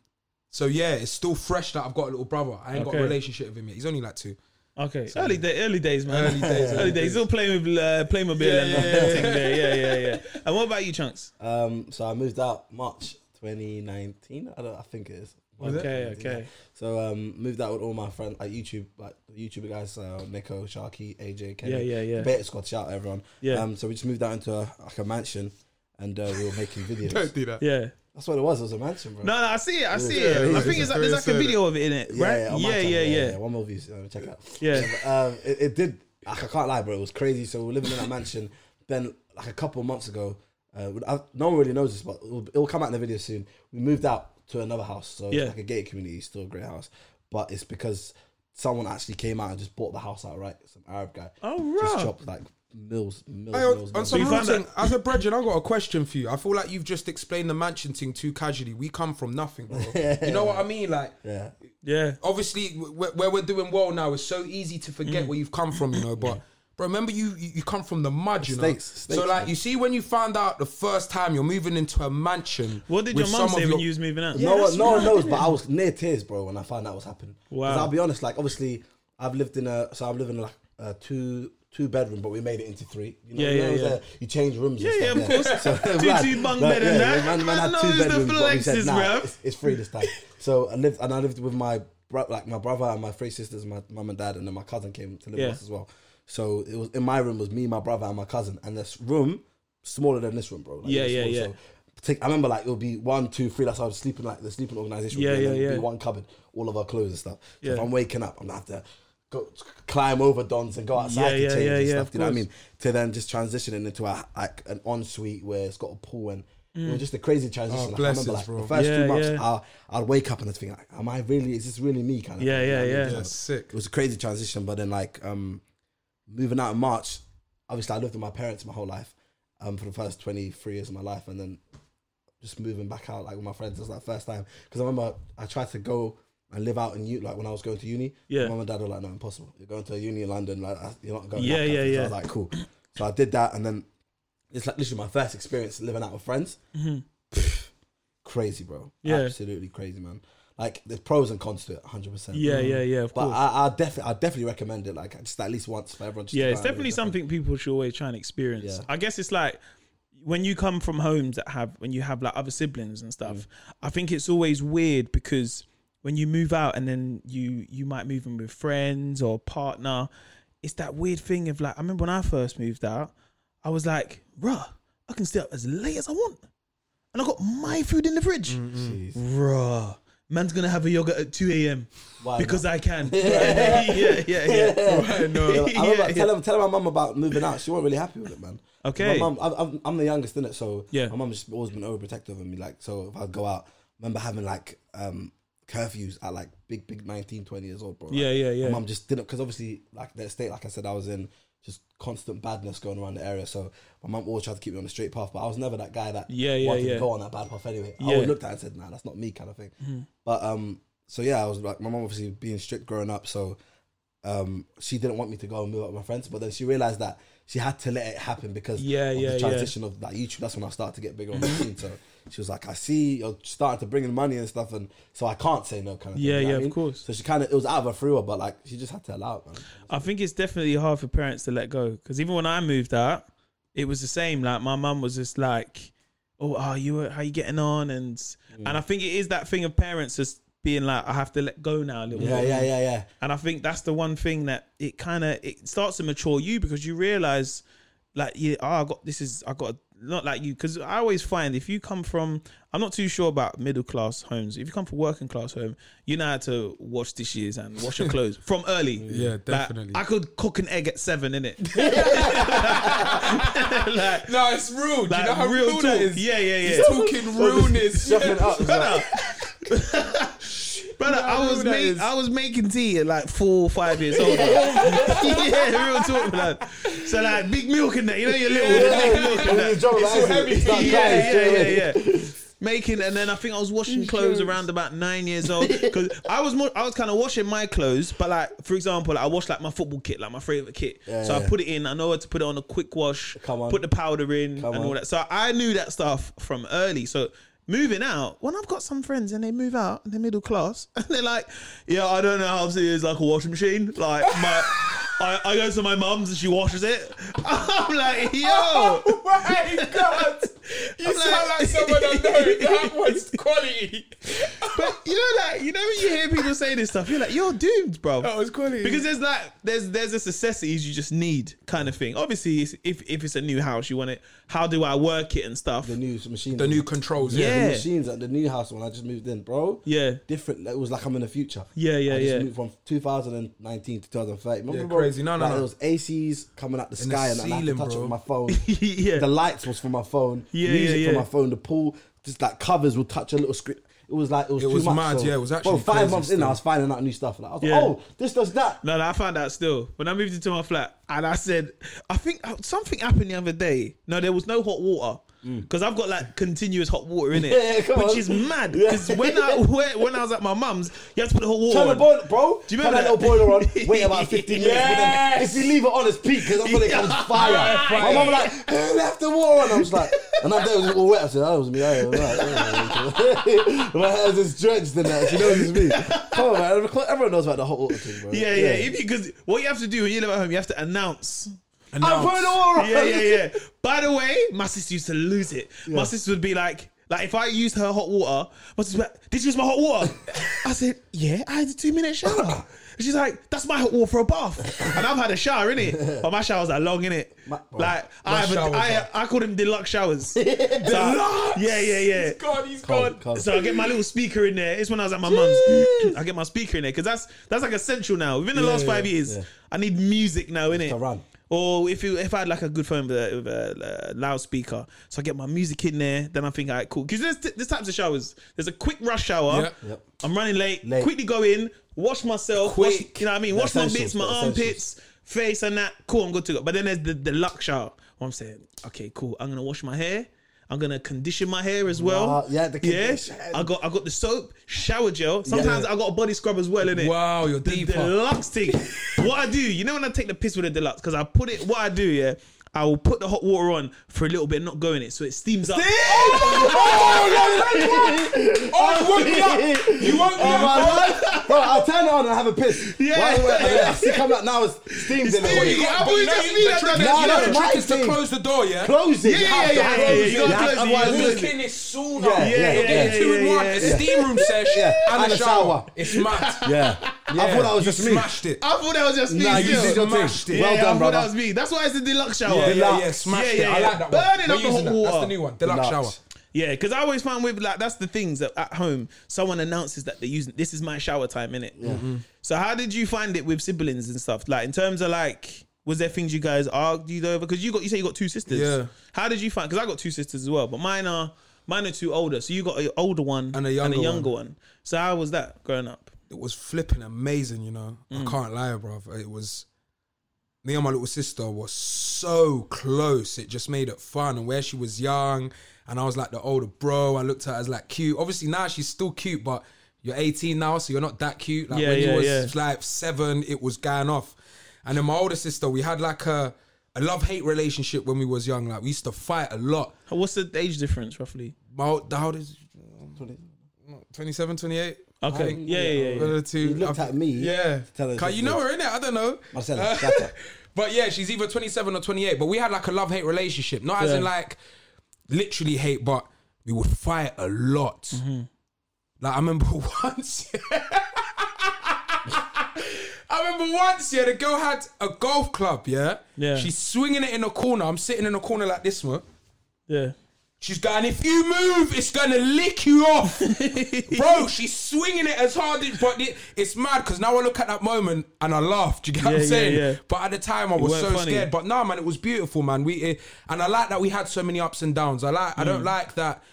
Speaker 2: so yeah, it's still fresh that I've got a little brother. I ain't got
Speaker 1: Okay.
Speaker 2: a relationship with him yet. He's only like two.
Speaker 1: Okay. early day, early days, man.
Speaker 2: Early days,
Speaker 1: Early
Speaker 2: early
Speaker 1: days.
Speaker 2: days.
Speaker 1: Still playing with uh, Playmobil
Speaker 2: Yeah,
Speaker 1: and
Speaker 2: yeah,
Speaker 1: yeah,
Speaker 2: yeah,
Speaker 1: yeah, yeah, yeah, yeah. And what about you, Chunks?
Speaker 3: Um, so I moved out March 2019. I don't. I think it is.
Speaker 1: Okay, okay.
Speaker 3: So um, moved out with all my friends at YouTube, like the YouTuber guys, uh, Nico, Sharky, AJ, Kevin,
Speaker 1: Yeah, yeah, yeah.
Speaker 3: Beta Squad, shout out everyone.
Speaker 1: Yeah.
Speaker 3: Um, so we just moved out into a, like a mansion, and uh, we were making videos.
Speaker 2: Don't do that.
Speaker 1: Yeah.
Speaker 3: That's what it was. It was a mansion, bro.
Speaker 1: No, no, I see it. I see
Speaker 2: Yeah,
Speaker 1: it. I
Speaker 2: he's-
Speaker 1: think
Speaker 2: he's
Speaker 1: it's like, there's like a
Speaker 2: very
Speaker 1: video of it in it, right?
Speaker 3: on my
Speaker 1: Yeah,
Speaker 3: channel,
Speaker 1: yeah, yeah.
Speaker 3: One more views. Um, check out.
Speaker 1: Yeah.
Speaker 3: but, um, it, it did. Like, I can't lie, bro. It was crazy. So we were living in that mansion. Then, like a couple of months ago, uh, we- I, no one really knows this, but it'll, it'll come out in the video soon. We moved out to another house. So
Speaker 1: Yeah.
Speaker 3: it's like a gated community, still a great house, but it's because someone actually came out and just bought the house outright. Some Arab guy.
Speaker 1: Oh,
Speaker 3: Just
Speaker 1: right.
Speaker 3: chopped like mills, mills,
Speaker 2: Hey,
Speaker 3: mills.
Speaker 2: on, on
Speaker 3: mills.
Speaker 2: some
Speaker 1: you
Speaker 2: real
Speaker 1: find
Speaker 2: thing, as a brethren, I've got a question for you. I feel like you've just explained the mansion thing too casually. We come from nothing, bro. You know what I mean? Like,
Speaker 3: yeah.
Speaker 1: Yeah.
Speaker 2: obviously, where, where we're doing well now, it's so easy to forget
Speaker 1: Mm.
Speaker 2: where you've come from, you know. But, bro, remember you you you come from the mud, you
Speaker 3: States,
Speaker 2: know.
Speaker 3: states,
Speaker 2: so, like,
Speaker 3: man.
Speaker 2: you see, when you found out the first time you're moving into a mansion,
Speaker 1: What did
Speaker 2: with
Speaker 1: your mum
Speaker 2: some of
Speaker 1: say
Speaker 2: your-
Speaker 1: when you was moving out?
Speaker 3: no one, no one knows, but I was near tears, bro, when I found out what's happened.
Speaker 1: Wow.
Speaker 3: Wow. I'll be honest, like obviously I've lived in a, so I've lived in like a two two bedroom, but we made it into three. You know,
Speaker 1: Yeah,
Speaker 3: you,
Speaker 1: yeah,
Speaker 3: know, it was,
Speaker 1: yeah.
Speaker 3: uh, you change rooms.
Speaker 1: Yeah, yeah,
Speaker 3: and
Speaker 1: of
Speaker 3: stuff,
Speaker 1: course. Two-
Speaker 3: So, man,
Speaker 1: two bunk
Speaker 3: man,
Speaker 1: bed and that.
Speaker 3: Man, man
Speaker 1: Man
Speaker 3: had two
Speaker 1: knows the
Speaker 3: bedrooms, but we
Speaker 1: flexes,
Speaker 3: said, nah,
Speaker 1: bruv.
Speaker 3: it's, it's free this time. so I lived, and I lived with my bro, like my brother and my three sisters, my mum and dad, and then my cousin came to live
Speaker 1: Yeah.
Speaker 3: with us as well. So it was in my room was me, my brother, and my cousin, and this room smaller than this room, bro. Like,
Speaker 1: Yeah,
Speaker 3: it was
Speaker 1: yeah,
Speaker 3: small,
Speaker 1: yeah.
Speaker 3: so Take, I remember like it would be one, two, three. That's how I was sleeping, like the sleeping organization. would
Speaker 1: Yeah,
Speaker 3: be, and
Speaker 1: yeah,
Speaker 3: then it'd
Speaker 1: yeah.
Speaker 3: Be one cupboard, all of our clothes and stuff. So if
Speaker 1: Yeah.
Speaker 3: I'm waking up, I'm gonna have to go climb over Don's and go outside
Speaker 1: Yeah, yeah,
Speaker 3: to change
Speaker 1: yeah,
Speaker 3: and
Speaker 1: yeah,
Speaker 3: stuff.
Speaker 1: of
Speaker 3: Do you know what I
Speaker 1: course.
Speaker 3: mean? To then just transitioning into a like an ensuite where it's got a pool and it
Speaker 1: Mm.
Speaker 3: was just a crazy
Speaker 1: Oh,
Speaker 3: transition. Like, I
Speaker 2: bless
Speaker 3: remember
Speaker 2: us,
Speaker 3: like
Speaker 2: bro.
Speaker 3: the first
Speaker 1: Yeah,
Speaker 3: two months,
Speaker 1: yeah.
Speaker 3: I'll, I'll wake up and I'd think like, am I really? Is this really me? Kind of.
Speaker 1: Yeah,
Speaker 3: thing, you know
Speaker 1: yeah,
Speaker 3: what I mean?
Speaker 1: yeah.
Speaker 3: So
Speaker 2: That's sick.
Speaker 3: It was a crazy transition, but then like um, moving out in March, obviously I lived with my parents my whole life, um, for the first twenty three years of my life, and then just moving back out like with my friends. It was like first time because I remember I tried to go and live out in you like when I was going to uni.
Speaker 1: Yeah.
Speaker 3: mum and dad were like, "No, impossible. You're going to uni in London. Like uh, you're not going."
Speaker 1: Yeah,
Speaker 3: that kind of
Speaker 1: yeah,
Speaker 3: thing." So
Speaker 1: yeah.
Speaker 3: I was like, "Cool." So I did that, and then it's like literally my first experience living out with friends. crazy, bro.
Speaker 1: Mm-hmm. Yeah.
Speaker 3: absolutely crazy, man. Like there's pros and cons to it, hundred percent.
Speaker 1: Yeah, yeah, yeah, of
Speaker 3: But
Speaker 1: course.
Speaker 3: I, I definitely, I definitely recommend it. Like just at least once for everyone. Just to
Speaker 1: yeah,
Speaker 3: try
Speaker 1: it's
Speaker 3: it.
Speaker 1: definitely something people should always try and experience.
Speaker 3: Yeah.
Speaker 1: I guess it's like when you come from homes that have when you have like other siblings and stuff. I think it's always weird because when you move out and then you you might move in with friends or partner, it's that weird thing of like I remember when I first moved out, I was like, "Bruh, I can stay up as late as I want, and I got my food in the fridge."
Speaker 3: Jeez.
Speaker 1: Bruh, man's gonna have a yogurt at two a.m.
Speaker 3: Why
Speaker 1: because
Speaker 3: not?
Speaker 1: I can. yeah, yeah, yeah.
Speaker 3: Yeah. Yeah, I remember
Speaker 1: yeah.
Speaker 3: telling telling my mum about moving out. She wasn't really happy with it, man.
Speaker 1: Okay.
Speaker 3: My mum, I- I'm, I'm the youngest in it, so
Speaker 1: Yeah.
Speaker 3: my mum's just always been overprotective of me. Like, so if I go out, I remember having like um curfews at like big, big 19, 20 years old, bro. Like,
Speaker 1: Yeah, yeah, yeah.
Speaker 3: My mum just didn't because obviously, like the estate, like I said, I was in just constant badness going around the area. So my mum always tried to keep me on the straight path, but I was never that guy that
Speaker 1: Yeah, yeah,
Speaker 3: wanted
Speaker 1: yeah.
Speaker 3: to go on that bad path anyway. I
Speaker 1: Yeah. Mm-hmm.
Speaker 3: always looked at it and said, "Nah, that's not me," kind of thing. But um, so yeah, I was like, my mum obviously being strict growing up, so um, she didn't want me to go and move out with my friends, but then she realized that she had to let it happen because
Speaker 1: Yeah,
Speaker 3: of
Speaker 1: yeah, yeah.
Speaker 3: the transition of like YouTube. That's when I started to get bigger on the scene. So she was like, I see you're starting to bring in money and stuff, and so I can't say no kind of thing.
Speaker 1: Yeah,
Speaker 3: you know
Speaker 1: yeah,
Speaker 3: what I
Speaker 1: of
Speaker 3: mean?
Speaker 1: course.
Speaker 3: So she kind of it was out of her through her, but like she just had to allow it, man.
Speaker 1: I think it's definitely hard for parents to let go because even when I moved out, it was the same. Like my mum was just like, "Oh, are you? How you getting on?" And and I think it is that thing of parents just being like, "I have to let go now a little
Speaker 3: Yeah,
Speaker 1: bit."
Speaker 3: yeah, yeah, yeah.
Speaker 1: And I think that's the one thing that it kind of it starts to mature you because you realize, like, yeah, oh, I got this is I got not like you because I always find if you come from I'm not too sure about middle class homes. If you come from working class home, you know how to wash dishes and wash your clothes from early.
Speaker 2: Yeah, definitely.
Speaker 1: I could cook an egg at seven, innit? like,
Speaker 2: No, it's rude. you
Speaker 1: like
Speaker 2: know how
Speaker 1: real
Speaker 2: rude
Speaker 1: talk.
Speaker 2: that is?
Speaker 1: Yeah, yeah, yeah. Oh,
Speaker 2: He's talking rudeness.
Speaker 3: Shuffling
Speaker 2: Yeah.
Speaker 3: up, it's like,
Speaker 1: Brother,
Speaker 2: Yeah,
Speaker 1: I
Speaker 2: I
Speaker 1: was
Speaker 2: know that
Speaker 1: make,
Speaker 2: is.
Speaker 1: I was making tea at like four, five years old. bro. yeah, real talk, blood. So like big milk in there, you know, your little big milk in
Speaker 3: when
Speaker 1: there.
Speaker 3: you drop
Speaker 2: It's
Speaker 3: like
Speaker 2: so
Speaker 3: this, it's
Speaker 2: heavy.
Speaker 3: like
Speaker 1: Yeah,
Speaker 3: crying straight
Speaker 1: yeah,
Speaker 3: away.
Speaker 1: yeah, yeah. Making and then I think I was washing clothes around about nine years old because I was more, I was kind of washing my clothes, but like for example, like, I washed like my football kit, like my favorite kit. so I
Speaker 3: yeah.
Speaker 1: put it in. I know how to put it on a quick wash.
Speaker 3: Come on.
Speaker 1: Put the powder in
Speaker 3: Come
Speaker 1: and all
Speaker 3: on.
Speaker 1: that. So I knew that stuff from early. So moving out, when I've got some friends and they move out and they're middle class and they're like, yeah, I don't know how to use like a washing machine. Like my. I, I go to my mum's and she washes it. I'm like, yo,
Speaker 2: Oh my god! You sound like someone I know. That was quality.
Speaker 1: But you know that you know when you hear people say this stuff, you're like, you're doomed, bro.
Speaker 2: That was quality.
Speaker 1: Because there's that there's there's this necessities you just need kind of thing. Obviously, it's, if if it's a new house, you want it. How do I work it and stuff?
Speaker 3: the new machine.
Speaker 2: the new controls.
Speaker 1: Yeah.
Speaker 3: the machines at the new house when I just moved in, bro.
Speaker 1: Yeah.
Speaker 3: Different. It was like I'm in the future.
Speaker 1: Yeah, yeah,
Speaker 3: I just
Speaker 1: yeah.
Speaker 3: moved from 2019 to 2030. Remember,
Speaker 2: Yeah,
Speaker 3: bro?
Speaker 2: crazy. No, no,
Speaker 3: Like,
Speaker 2: no.
Speaker 3: There was ACs coming out the
Speaker 2: the
Speaker 3: sky and I had to
Speaker 2: ceiling,
Speaker 3: touch it
Speaker 2: bro.
Speaker 3: with my phone.
Speaker 1: yeah.
Speaker 3: The lights was from my phone.
Speaker 1: Yeah,
Speaker 3: Music
Speaker 1: yeah,
Speaker 3: from
Speaker 1: yeah.
Speaker 3: my phone. The pool, just like covers would touch a little screen. It was like it was
Speaker 2: It
Speaker 3: too
Speaker 2: was
Speaker 3: much.
Speaker 2: mad,
Speaker 3: so-
Speaker 2: yeah, it was
Speaker 3: Bro,
Speaker 2: actually
Speaker 3: five
Speaker 2: crazy
Speaker 3: months in,
Speaker 2: still.
Speaker 3: I was finding out new stuff. Like, I was
Speaker 1: Yeah.
Speaker 3: like, oh, this does that.
Speaker 1: No, no, I found out still. When I moved into my flat and I said, I think uh, something happened the other day. No, there was no hot water. Because I've got like continuous hot water in it,
Speaker 3: Yeah, come
Speaker 1: which
Speaker 3: on.
Speaker 1: is mad.
Speaker 3: Yeah.
Speaker 1: Because when I where, when I was at my mum's, you had to put the hot water
Speaker 3: Turn the
Speaker 1: on.
Speaker 3: boiler, bro.
Speaker 1: Do you remember
Speaker 3: Turn that
Speaker 1: that?
Speaker 3: little boiler on? Wait about 15 minutes. but then
Speaker 2: Yes.
Speaker 3: If you leave it on, it's peak because that's when it comes fire.
Speaker 1: Yeah,
Speaker 3: My mum like, who left the water on? I was like, and I'm there, it was all wet. I said, that was me. I was like, my hair's just drenched in that. She knows it's me. Come on, man. Everyone knows about the hot water thing, bro.
Speaker 1: Yeah, yeah. If you because what you have to do when you live at home, you have to announce.
Speaker 2: And
Speaker 3: I'm
Speaker 2: now-
Speaker 3: putting the water on.
Speaker 1: Yeah, yeah, yeah. By the way, my sister used to lose it. My sister would be like, like if I used her hot water, my sister would be like, did you use my hot water? I said, yeah, I had a two minute shower. And She's like, that's my hot water for a bath, and I've had a shower in it, but my showers are long in it.
Speaker 3: My-
Speaker 1: Like I have, a,
Speaker 2: showers
Speaker 1: I,
Speaker 2: are-
Speaker 1: I call them deluxe showers. deluxe. Yeah, yeah, yeah.
Speaker 2: God, he's
Speaker 3: Calm,
Speaker 2: gone.
Speaker 3: calm.
Speaker 1: So I get my little speaker in there. It's when I was at my mum's. I get my speaker in there because that's that's like essential now. Within the
Speaker 3: Yeah,
Speaker 1: last
Speaker 3: yeah,
Speaker 1: five years,
Speaker 3: yeah.
Speaker 1: I need music now in it.
Speaker 3: to run.
Speaker 1: Or if you, if I had like a good phone with a, with a uh, loudspeaker, so I get my music in there. Then I think, all right, cool. Because there's, there's types of showers. There's a quick rush shower.
Speaker 2: Yep.
Speaker 3: Yep.
Speaker 1: I'm running late.
Speaker 3: Late.
Speaker 1: Quickly go in, wash myself.
Speaker 2: Quick.
Speaker 1: wash- you know what I mean?
Speaker 3: The
Speaker 1: Wash my
Speaker 3: essentials,
Speaker 1: bits, my
Speaker 3: the
Speaker 1: armpits, face, and that. Cool, I'm good to go. But then there's the deluxe shower. What I'm saying, okay, cool. I'm gonna wash my hair. I'm gonna condition my hair as well.
Speaker 3: Wow, Uh, yeah, the
Speaker 1: yeah.
Speaker 3: condition.
Speaker 1: I got I got the soap, shower gel. Sometimes
Speaker 3: Yeah.
Speaker 1: I got a body scrub as well in it.
Speaker 2: Wow, you're
Speaker 1: The
Speaker 2: deeper.
Speaker 1: deluxe thing. what I do, you know, when I take the piss with the deluxe, because I put it. What I do, yeah, I will put the hot water on for a little bit, not go in it, so it steams up.
Speaker 2: Oh, you won't be up. You won't be
Speaker 3: Oh my
Speaker 2: up.
Speaker 3: life, bro! I'll turn it on and have a piss.
Speaker 1: Yeah.
Speaker 3: Why would I, I see come out now? It's steamed in
Speaker 1: steamed.
Speaker 3: it.
Speaker 1: Yeah, I
Speaker 2: But
Speaker 1: would
Speaker 2: you know
Speaker 1: just
Speaker 2: the
Speaker 1: be
Speaker 2: trick
Speaker 1: like that.
Speaker 2: is- you know
Speaker 3: No,
Speaker 2: the
Speaker 3: no,
Speaker 2: trick
Speaker 3: my
Speaker 2: is to
Speaker 3: thing.
Speaker 2: close the door, yeah?
Speaker 3: Close it.
Speaker 1: Yeah,
Speaker 3: you have
Speaker 1: yeah,
Speaker 3: to
Speaker 1: yeah,
Speaker 3: have
Speaker 1: yeah,
Speaker 3: it.
Speaker 1: yeah, you gotta
Speaker 3: have-
Speaker 1: close it, you
Speaker 3: otherwise
Speaker 1: gotta
Speaker 3: it's-
Speaker 1: close it.
Speaker 2: Walking is sooner.
Speaker 3: Yeah, yeah,
Speaker 2: You're getting
Speaker 1: yeah,
Speaker 2: two in
Speaker 1: yeah,
Speaker 2: one.
Speaker 1: yeah,
Speaker 2: A
Speaker 1: yeah.
Speaker 2: steam room session
Speaker 3: Yeah,
Speaker 2: and
Speaker 3: and
Speaker 2: a
Speaker 3: a
Speaker 2: shower.
Speaker 3: shower.
Speaker 2: It's mad.
Speaker 3: Yeah. I thought that was
Speaker 2: you
Speaker 3: just me.
Speaker 2: smashed it.
Speaker 1: I thought that was just me.
Speaker 3: Nah, you
Speaker 1: still.
Speaker 3: did your thing.
Speaker 2: Smashed it.
Speaker 1: yeah,
Speaker 3: Well
Speaker 1: yeah, I
Speaker 3: done,
Speaker 1: thought
Speaker 3: brother.
Speaker 1: that was me. That's why it's the deluxe shower.
Speaker 2: Yeah, yeah, yeah,
Speaker 3: Deluxe.
Speaker 2: smashed
Speaker 1: Yeah,
Speaker 2: it. I
Speaker 1: yeah.
Speaker 2: like that one.
Speaker 1: Burning
Speaker 2: We're
Speaker 1: up the
Speaker 2: using
Speaker 1: hot
Speaker 2: that. That's
Speaker 1: water.
Speaker 2: the new one. Deluxe shower.
Speaker 3: Deluxe.
Speaker 1: Yeah, because I always find with like that's the things that at home someone announces that they're using this is my shower time innit.
Speaker 2: Mm-hmm.
Speaker 1: So how did you find it with siblings and stuff? Like in terms of like was there things you guys argued over? Because you got you say you got two sisters.
Speaker 2: Yeah.
Speaker 1: How did you find? Because I got two sisters as well, but mine are mine are two older. So you got an older one
Speaker 2: And a younger
Speaker 1: one. So how was that growing up?
Speaker 2: It was flipping amazing, you know.
Speaker 1: Mm.
Speaker 2: I can't lie, bro. It was. Me and my little sister were so close. It just made it fun. And where she was young, and I was like the older bro, I looked at her as like cute. Obviously now she's still cute, but you're 18 now, so you're not that cute. Like
Speaker 1: Yeah,
Speaker 2: when
Speaker 1: yeah,
Speaker 2: you was
Speaker 1: yeah.
Speaker 2: like seven, it was going off. And then my older sister, we had like a, a love hate relationship when we was young. Like we used to fight a lot.
Speaker 1: What's the age difference roughly?
Speaker 2: My old, how old is 27, 28?
Speaker 1: Okay. Yeah, yeah, Oh, yeah, yeah.
Speaker 2: One of the two.
Speaker 3: You looked
Speaker 2: I've-
Speaker 3: at me
Speaker 2: Yeah.
Speaker 3: to tell us
Speaker 2: Can't-
Speaker 3: this
Speaker 2: you know
Speaker 3: is-
Speaker 2: her, innit? I don't know.
Speaker 3: Marcella, shut up.
Speaker 2: But yeah, she's either 27 or 28. But we had like a love hate relationship. Not as
Speaker 1: Yeah.
Speaker 2: in like literally hate, but we would fight a lot.
Speaker 1: Mm-hmm.
Speaker 2: Like I remember once. I remember once, yeah, the girl had a golf club, yeah?
Speaker 1: Yeah.
Speaker 2: She's swinging it in a corner. I'm sitting in a corner like this, man.
Speaker 1: Yeah.
Speaker 2: She's going, if you move, it's going to lick you off. Bro, she's swinging it as hard as, but it, it's mad because now I look at that moment and I laugh. Do you get what
Speaker 1: Yeah,
Speaker 2: I'm
Speaker 1: yeah,
Speaker 2: saying?
Speaker 1: yeah.
Speaker 2: But at the time, I was
Speaker 1: weren't
Speaker 2: so
Speaker 1: funny.
Speaker 2: scared. But nah, man, it was beautiful, man. We eh, And I like that we had so many ups and downs. I like, I don't
Speaker 1: Mm.
Speaker 2: like that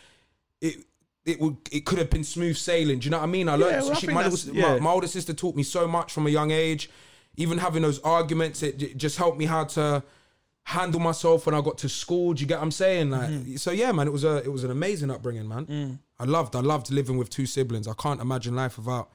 Speaker 2: it it would it could have been smooth sailing. Do you know what I mean? I learned
Speaker 1: well, I
Speaker 2: she,
Speaker 1: think
Speaker 2: my,
Speaker 1: that's-
Speaker 2: little,
Speaker 1: yeah.
Speaker 2: my, my older sister taught me so much from a young age. Even having those arguments, it, it just helped me how to handle myself when I got to school. Do you get what I'm saying? Like,
Speaker 1: Mm-hmm.
Speaker 2: so yeah, man, it was a it was an amazing upbringing, man.
Speaker 1: Mm.
Speaker 2: I loved I loved living with two siblings. I can't imagine life without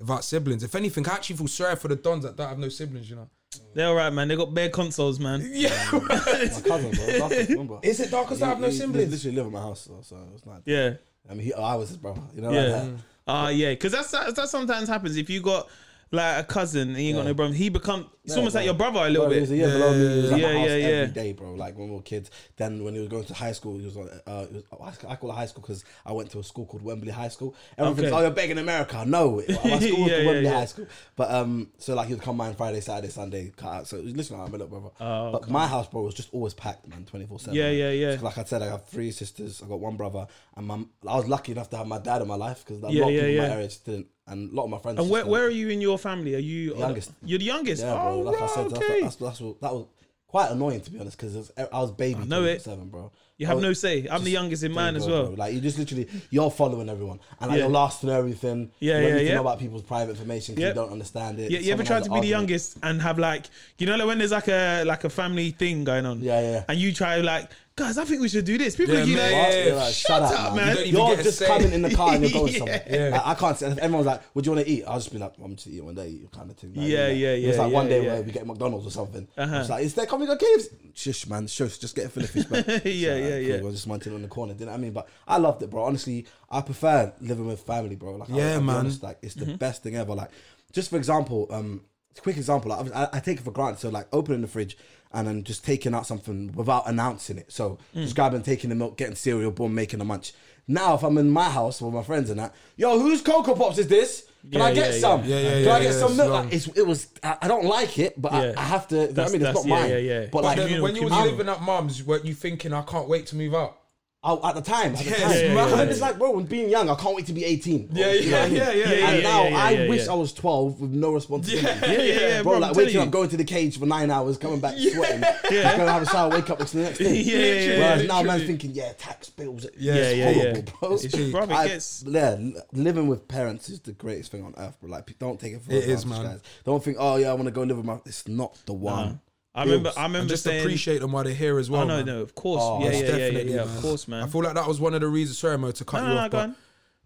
Speaker 2: without siblings. If anything, I actually feel sorry for the dons that don't have no siblings. You know?
Speaker 1: They're all right, man. They got bare consoles, man.
Speaker 2: Yeah.
Speaker 3: My cousin, bro. Darkest, remember?
Speaker 2: Is it dark as I have no
Speaker 3: He- he
Speaker 2: siblings?
Speaker 3: Literally live in my house, so, so it was not.
Speaker 1: Yeah.
Speaker 3: I mean, he, I was his brother. You know,
Speaker 1: Yeah.
Speaker 2: Mm.
Speaker 3: like that.
Speaker 1: Ah, yeah, because that's that, that sometimes happens if you got like a cousin and you got no brother. He become it's almost like your brother a little
Speaker 3: Bro, he
Speaker 1: bit.
Speaker 3: was a year below me. He was at
Speaker 1: Yeah,
Speaker 3: my house
Speaker 1: yeah, yeah.
Speaker 3: every day, bro. Like when we were kids. Then when he was going to high school, he was on. Uh, it was, I call it high school because I went to a school called Wembley High School. Everyone thinks,
Speaker 1: Okay.
Speaker 3: oh, you're big in America. No, my school was
Speaker 1: Yeah,
Speaker 3: called
Speaker 1: yeah,
Speaker 3: Wembley
Speaker 1: yeah.
Speaker 3: High School. But um, so like he would come mine Friday, Saturday, Sunday, cut out. So it was literally like my little brother. but my house, bro, was just always packed, man, twenty four seven.
Speaker 1: Oh, Yeah, yeah, yeah.
Speaker 3: Like I said, I have three sisters. I got one brother, and my, I was lucky enough to have my dad in my life because like,
Speaker 1: Yeah,
Speaker 3: a lot of
Speaker 1: yeah,
Speaker 3: people in
Speaker 1: yeah.
Speaker 3: my area just didn't, and a lot of my friends.
Speaker 1: And
Speaker 3: just
Speaker 1: where,
Speaker 3: didn't.
Speaker 1: where are you in your family? Are you uh,
Speaker 3: Youngest.
Speaker 1: You're the youngest.
Speaker 3: Yeah, bro.
Speaker 1: oh,
Speaker 3: like I
Speaker 1: right,
Speaker 3: said,
Speaker 1: okay.
Speaker 3: that's, that's, that's what, that was quite annoying to be honest because I was baby. I
Speaker 1: know it.
Speaker 3: Seven, bro.
Speaker 1: you
Speaker 3: I
Speaker 1: have
Speaker 3: was-
Speaker 1: no say. I'm the youngest in mine
Speaker 3: there
Speaker 1: as
Speaker 3: you go,
Speaker 1: well.
Speaker 3: bro. Like you just literally you're following everyone, and like,
Speaker 1: Yeah.
Speaker 3: you're last to know everything.
Speaker 1: Yeah,
Speaker 3: you don't
Speaker 1: yeah,
Speaker 3: need to
Speaker 1: yeah.
Speaker 3: know about people's private information 'cause
Speaker 1: Yeah.
Speaker 3: you don't understand it.
Speaker 1: Yeah, you ever
Speaker 3: Someone
Speaker 1: tried
Speaker 3: has
Speaker 1: to
Speaker 3: an
Speaker 1: be the
Speaker 3: argument.
Speaker 1: youngest and have like you know like when there's like a like a family thing going on.
Speaker 3: Yeah, yeah.
Speaker 1: And you try like, guys, I think we should do this. People
Speaker 2: Yeah,
Speaker 1: are you
Speaker 2: man.
Speaker 1: like,
Speaker 3: What?
Speaker 2: Yeah,
Speaker 3: You're like, shut, up, man.
Speaker 1: man.
Speaker 2: You don't even
Speaker 3: You're
Speaker 2: get a
Speaker 3: just
Speaker 2: say.
Speaker 3: coming in the car and you're going somewhere.
Speaker 2: Yeah.
Speaker 3: Like, I can't say. If everyone's like, "What do you want to eat?" I'll just be like, "I'm just eating when they eat," kind of thing. Like,
Speaker 1: Yeah,
Speaker 3: you know?
Speaker 1: yeah,
Speaker 3: It's
Speaker 1: yeah,
Speaker 3: like one
Speaker 1: yeah,
Speaker 3: day
Speaker 1: yeah. Uh-huh.
Speaker 3: where we get McDonald's or something. It's like, "Is there coming to caves?" Shush, man. Shush. Just get a fillet fish, man. So, like,
Speaker 1: Yeah, yeah, yeah.
Speaker 3: cool, We're just munching on the corner. Do you know what I mean? But I loved it, bro. Honestly, I prefer living with family, bro. Like, I-
Speaker 2: Yeah,
Speaker 3: I'll be
Speaker 2: man.
Speaker 3: honest, like, it's
Speaker 1: Mm-hmm.
Speaker 3: the best thing ever. Like, just for example, um, quick example. Like, I, I take it for granted. So, like, opening the fridge and then just taking out something without announcing it. So,
Speaker 1: Mm.
Speaker 3: just grabbing, taking the milk, getting cereal, boom, making a munch. Now, if I'm in my house with my friends and that, yo, whose Cocoa Pops is this? Can
Speaker 1: Yeah,
Speaker 3: I get
Speaker 1: yeah,
Speaker 3: some?
Speaker 2: yeah. Yeah, yeah,
Speaker 3: Can
Speaker 2: yeah,
Speaker 3: I get
Speaker 2: yeah,
Speaker 3: some
Speaker 2: it's
Speaker 3: milk?
Speaker 2: long.
Speaker 3: Like, it's, it was. I, I don't like it, but
Speaker 1: Yeah.
Speaker 3: I, I have to. you know what
Speaker 1: That's-
Speaker 3: I mean, it's
Speaker 1: that's-
Speaker 3: not
Speaker 1: yeah,
Speaker 3: mine.
Speaker 1: yeah, yeah.
Speaker 3: But
Speaker 1: But
Speaker 3: like,
Speaker 2: Then
Speaker 1: communal-
Speaker 2: when you was
Speaker 1: communal.
Speaker 2: living at mum's, were you thinking, I can't wait to move out?
Speaker 3: Oh, at the time, at the
Speaker 2: Yes,
Speaker 3: time.
Speaker 2: Yeah, yeah,
Speaker 3: But then
Speaker 2: yeah.
Speaker 3: it's like, bro, when being young, I can't wait to be 18.
Speaker 2: Yeah,
Speaker 3: You know what I mean?
Speaker 2: yeah, yeah, yeah,
Speaker 1: yeah,
Speaker 3: And now
Speaker 1: yeah, yeah,
Speaker 3: I
Speaker 1: yeah,
Speaker 3: wish
Speaker 1: yeah.
Speaker 3: I was 12 with no responsibility.
Speaker 2: Yeah,
Speaker 1: yeah, yeah, yeah,
Speaker 3: bro,
Speaker 1: bro, I'm
Speaker 3: like
Speaker 1: telling
Speaker 3: waking
Speaker 1: you.
Speaker 3: up, going to the cage for nine hours, coming back sweating,
Speaker 1: Yeah.
Speaker 3: yeah. going to have a shower, wake up next the next day.
Speaker 1: Yeah, yeah, yeah,
Speaker 3: Whereas now
Speaker 2: literally.
Speaker 3: man's thinking, yeah, tax bills. Yeah,
Speaker 1: Yeah,
Speaker 3: it's
Speaker 1: yeah,
Speaker 3: horrible,
Speaker 1: yeah.
Speaker 3: bro.
Speaker 1: It's true. Bro, it
Speaker 3: I-
Speaker 1: gets-
Speaker 3: yeah, l- living with parents is the greatest thing on earth, bro. Like, don't take it for
Speaker 2: It is,
Speaker 3: granted,
Speaker 2: man.
Speaker 3: guys. Don't think, oh yeah, I want to go and live with my. It's not the one.
Speaker 1: I remember
Speaker 3: Bills.
Speaker 1: I
Speaker 2: And
Speaker 1: remember
Speaker 2: just
Speaker 1: saying
Speaker 2: appreciate them while they're here as well.
Speaker 1: Oh no,
Speaker 2: man.
Speaker 1: no, of course.
Speaker 3: Oh,
Speaker 1: yeah,
Speaker 3: most
Speaker 1: yeah, yeah, yeah,
Speaker 2: definitely,
Speaker 1: yeah, of
Speaker 2: man.
Speaker 1: course, man.
Speaker 2: I feel like that was one of the reasons. Sorry, Mo, to cut
Speaker 1: No,
Speaker 2: you
Speaker 1: no,
Speaker 2: off,
Speaker 1: no, go
Speaker 2: but
Speaker 1: on.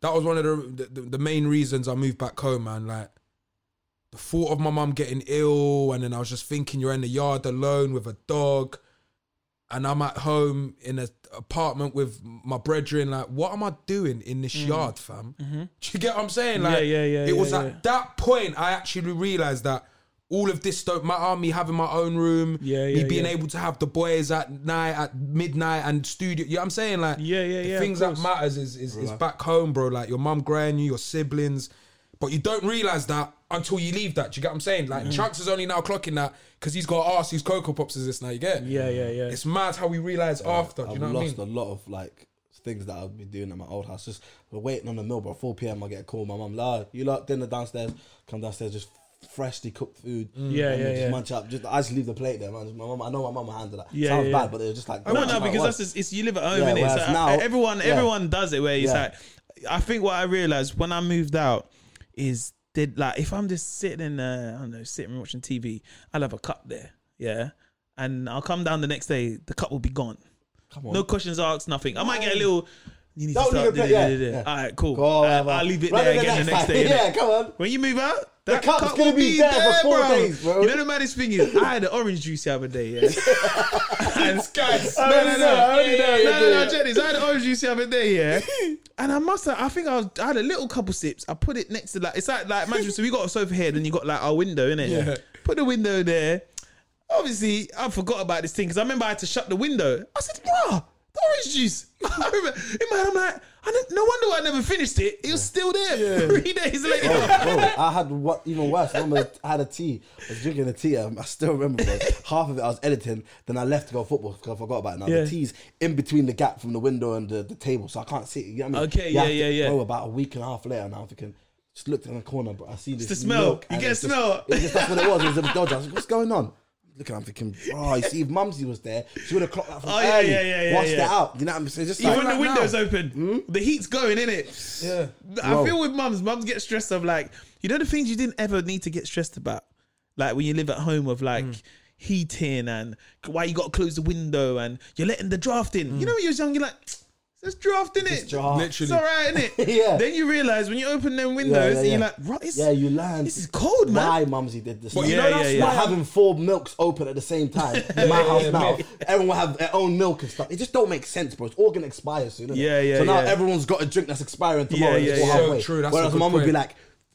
Speaker 2: that was one of the, the the main reasons I moved back home, man. Like the thought of my mum getting ill, and then I was just thinking, you're in the yard alone with a dog, and I'm at home in an apartment with my brethren. Like, what am I doing in this yard, fam? Do you get what I'm saying?
Speaker 1: Mm.
Speaker 2: Like,
Speaker 1: Mm-hmm. yeah, yeah,
Speaker 2: It
Speaker 1: yeah,
Speaker 2: was
Speaker 1: yeah.
Speaker 2: at that point I actually realized that. All of this don't matter. Me having my own room,
Speaker 1: Yeah,
Speaker 2: me
Speaker 1: yeah,
Speaker 2: being
Speaker 1: yeah.
Speaker 2: able to have the boys at night, at midnight, and studio. You know what I'm saying? Like,
Speaker 1: Yeah, yeah,
Speaker 2: the
Speaker 1: yeah, of
Speaker 2: Things that
Speaker 1: course.
Speaker 2: matters is is, is back home, bro. Like your mum, grand you, your siblings, but you don't realize that until you leave. That do you get what I'm saying? Like
Speaker 1: Mm.
Speaker 2: Chucks is only now clocking that because he's got asked whose cocoa pops is this now. You get? it?
Speaker 1: Yeah, yeah, yeah.
Speaker 2: It's mad how we realize after. Do you
Speaker 3: I've
Speaker 2: know what I mean?
Speaker 3: lost a lot of like things that I'd be doing at my old house. Just we're waiting on the meal, bro. 4 p.m. I get a call. My mum, la, you lot dinner downstairs. Come downstairs, just freshly cooked food.
Speaker 2: Mm.
Speaker 1: Yeah,
Speaker 3: and
Speaker 1: yeah,
Speaker 3: then just
Speaker 1: yeah.
Speaker 3: munch up. Just I just leave the plate there, man. My mum, I know my mum will handle that.
Speaker 1: Yeah,
Speaker 3: Sounds
Speaker 1: yeah, yeah.
Speaker 3: bad, but they're just like
Speaker 1: no, no, because that's just, it's you live at home,
Speaker 3: Yeah,
Speaker 1: innit?
Speaker 3: whereas
Speaker 1: So I-
Speaker 3: now-
Speaker 1: everyone,
Speaker 3: yeah.
Speaker 1: everyone does it. Where it's
Speaker 3: Yeah.
Speaker 1: like, I think what I realized when I moved out is did like if I'm just sitting in, uh, I don't know, sitting and watching TV, I'll have a cup there, yeah, and I'll come down the next day, the cup will be gone.
Speaker 3: come on.
Speaker 1: No questions asked, nothing. I might get a little. You need
Speaker 3: Don't
Speaker 1: to start.
Speaker 3: leave it
Speaker 1: da-
Speaker 3: there,
Speaker 1: da- da-
Speaker 3: yeah,
Speaker 1: da-
Speaker 3: yeah.
Speaker 1: All right, cool.
Speaker 3: Go on,
Speaker 1: Uh,
Speaker 3: whatever.
Speaker 1: I'll leave it
Speaker 3: Run
Speaker 1: there
Speaker 3: the
Speaker 1: again the next
Speaker 3: time.
Speaker 1: day. innit?
Speaker 3: yeah, come on.
Speaker 1: When you move out, that
Speaker 3: cup's
Speaker 1: cup
Speaker 3: gonna
Speaker 1: will
Speaker 3: be there for four days, bro.
Speaker 1: You know the maddest thing is, I had an orange juice the other day. Yeah. And-
Speaker 2: Guys,
Speaker 1: no,
Speaker 3: Only
Speaker 1: no, no,
Speaker 3: there,
Speaker 1: no,
Speaker 3: only there,
Speaker 1: no,
Speaker 3: yeah,
Speaker 1: no, no,
Speaker 3: yeah.
Speaker 1: check this. I had an orange juice the other day, yeah, and I must have. I think I was. I had a little couple sips. I put it next to like it's like like imagine. So we got a sofa here, then you got like our window in it.
Speaker 2: Yeah.
Speaker 1: Put the window there. Obviously, I forgot about this thing because I remember I had to shut the window. I said, "Bruh, the orange juice." I remember in my head, I'm like, I don't, no wonder I never finished it. It was still there three days later.
Speaker 3: Oh, bro, I had what even worse. I remember I had a tea. I was drinking a tea. um, I still remember bro. half of it. I was editing. Then I left to go football because I forgot about it. Now
Speaker 1: Yeah.
Speaker 3: the tea's in between the gap from the window and the, the table, so I can't see it. You know what I mean?
Speaker 1: Okay,
Speaker 3: You
Speaker 1: yeah,
Speaker 3: have to-
Speaker 1: yeah, yeah.
Speaker 3: Bro, about a week and a half later, now I'm thinking. Just looked in the corner, but I see this
Speaker 1: the smell.
Speaker 3: milk,
Speaker 1: You
Speaker 3: and
Speaker 1: get
Speaker 3: it's
Speaker 1: a
Speaker 3: just-
Speaker 1: smell.
Speaker 3: It's just that's what it was. It was a dodge. I was like, "What's going on?" Looking, I'm thinking, bro. You see, if Mumsy was there, she would have clocked that from
Speaker 1: Oh, yeah,
Speaker 3: early.
Speaker 1: yeah, yeah, yeah,
Speaker 3: washed it
Speaker 1: yeah.
Speaker 3: out. You know what I'm saying? Just
Speaker 1: Even
Speaker 3: like, Hmm?
Speaker 1: when the
Speaker 2: right now.
Speaker 1: window's open, the heat's going in it.
Speaker 2: Yeah.
Speaker 1: I
Speaker 3: Bro.
Speaker 1: feel with mums, mums get stressed of like, you know, the things you didn't ever need to get stressed about. Like when you live at home of
Speaker 3: Hmm.
Speaker 1: like heating and why you got to close the window and you're letting the draft in. You know, when you was young, you're like, there's draft in it.
Speaker 3: Hmm. draft.
Speaker 1: It's
Speaker 2: Literally.
Speaker 1: all right, isn't it?
Speaker 3: Yeah.
Speaker 1: Then you realize when you open them windows,
Speaker 3: Yeah, yeah,
Speaker 1: and you're
Speaker 3: yeah.
Speaker 1: like, right, it's,
Speaker 3: yeah, you learn.
Speaker 1: this is cold, man.
Speaker 3: Why Mumsy did this?
Speaker 2: But you
Speaker 1: Yeah,
Speaker 2: know
Speaker 1: yeah,
Speaker 2: that's
Speaker 1: yeah.
Speaker 2: why
Speaker 3: Like having four milks open at the same time in my house
Speaker 2: yeah,
Speaker 3: now.
Speaker 2: mate.
Speaker 3: Everyone have their own milk and stuff. It just don't make sense, bro. It's all gonna expire soon. Isn't
Speaker 1: Yeah,
Speaker 3: it?
Speaker 1: yeah,
Speaker 3: So now
Speaker 1: yeah.
Speaker 3: everyone's got a drink that's expiring tomorrow.
Speaker 1: Yeah,
Speaker 3: and it's
Speaker 1: yeah,
Speaker 3: all
Speaker 1: yeah.
Speaker 3: halfway.
Speaker 2: So true, that's a
Speaker 3: Whereas
Speaker 2: good
Speaker 3: mum would be
Speaker 2: point.
Speaker 3: like,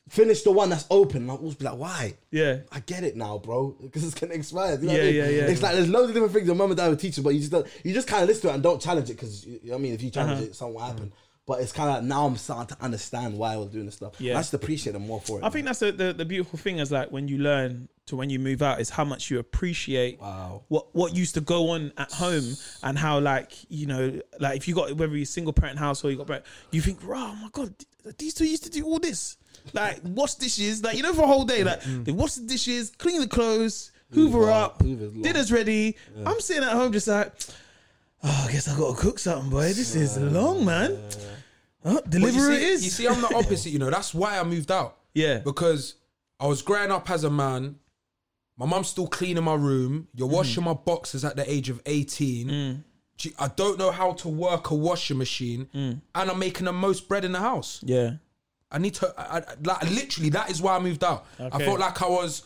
Speaker 3: finish the one that's open. And I'll always be like, why?
Speaker 1: Yeah.
Speaker 3: I get it now, bro. Because it's gonna expire. You know what I
Speaker 1: Yeah,
Speaker 3: mean?
Speaker 1: yeah, yeah,
Speaker 3: It's
Speaker 1: yeah.
Speaker 3: like there's loads of different things your mum and dad would teach you, but you just don't, you just kind of listen to it and don't challenge it because you know what I mean. If you
Speaker 1: Uh-huh.
Speaker 3: challenge it, something will happen. But it's kind of like now I'm starting to understand why I was doing this stuff.
Speaker 1: Yeah.
Speaker 3: I just appreciate them more for it.
Speaker 1: I think that's the, the the beautiful thing is like when you learn to when you move out is how much you appreciate
Speaker 3: Wow.
Speaker 1: what what used to go on at home and how like you know like if you got whether you're single parent house or you got parent, you think oh my god th- these two used to do all this like wash dishes like you know for a whole day like
Speaker 2: Mm.
Speaker 1: they wash the dishes clean the clothes hoover
Speaker 3: Hoover up,
Speaker 1: up
Speaker 3: hoover's long.
Speaker 1: dinner's ready I'm sitting at home just like oh I guess I gotta cook something boy this is long man oh,
Speaker 2: But you
Speaker 1: deliver it
Speaker 2: see-
Speaker 1: is
Speaker 2: You see, I'm the opposite. You know, that's why I moved out.
Speaker 1: Yeah.
Speaker 2: because I was growing up as a man. My mum's still cleaning my room. You're washing my boxes at the age of 18. Gee, I don't know how to work a washing machine, and I'm making the most bread in the house.
Speaker 1: yeah
Speaker 2: I need to, I, I- like, literally, that is why I moved out.
Speaker 1: Okay.
Speaker 2: I felt like I was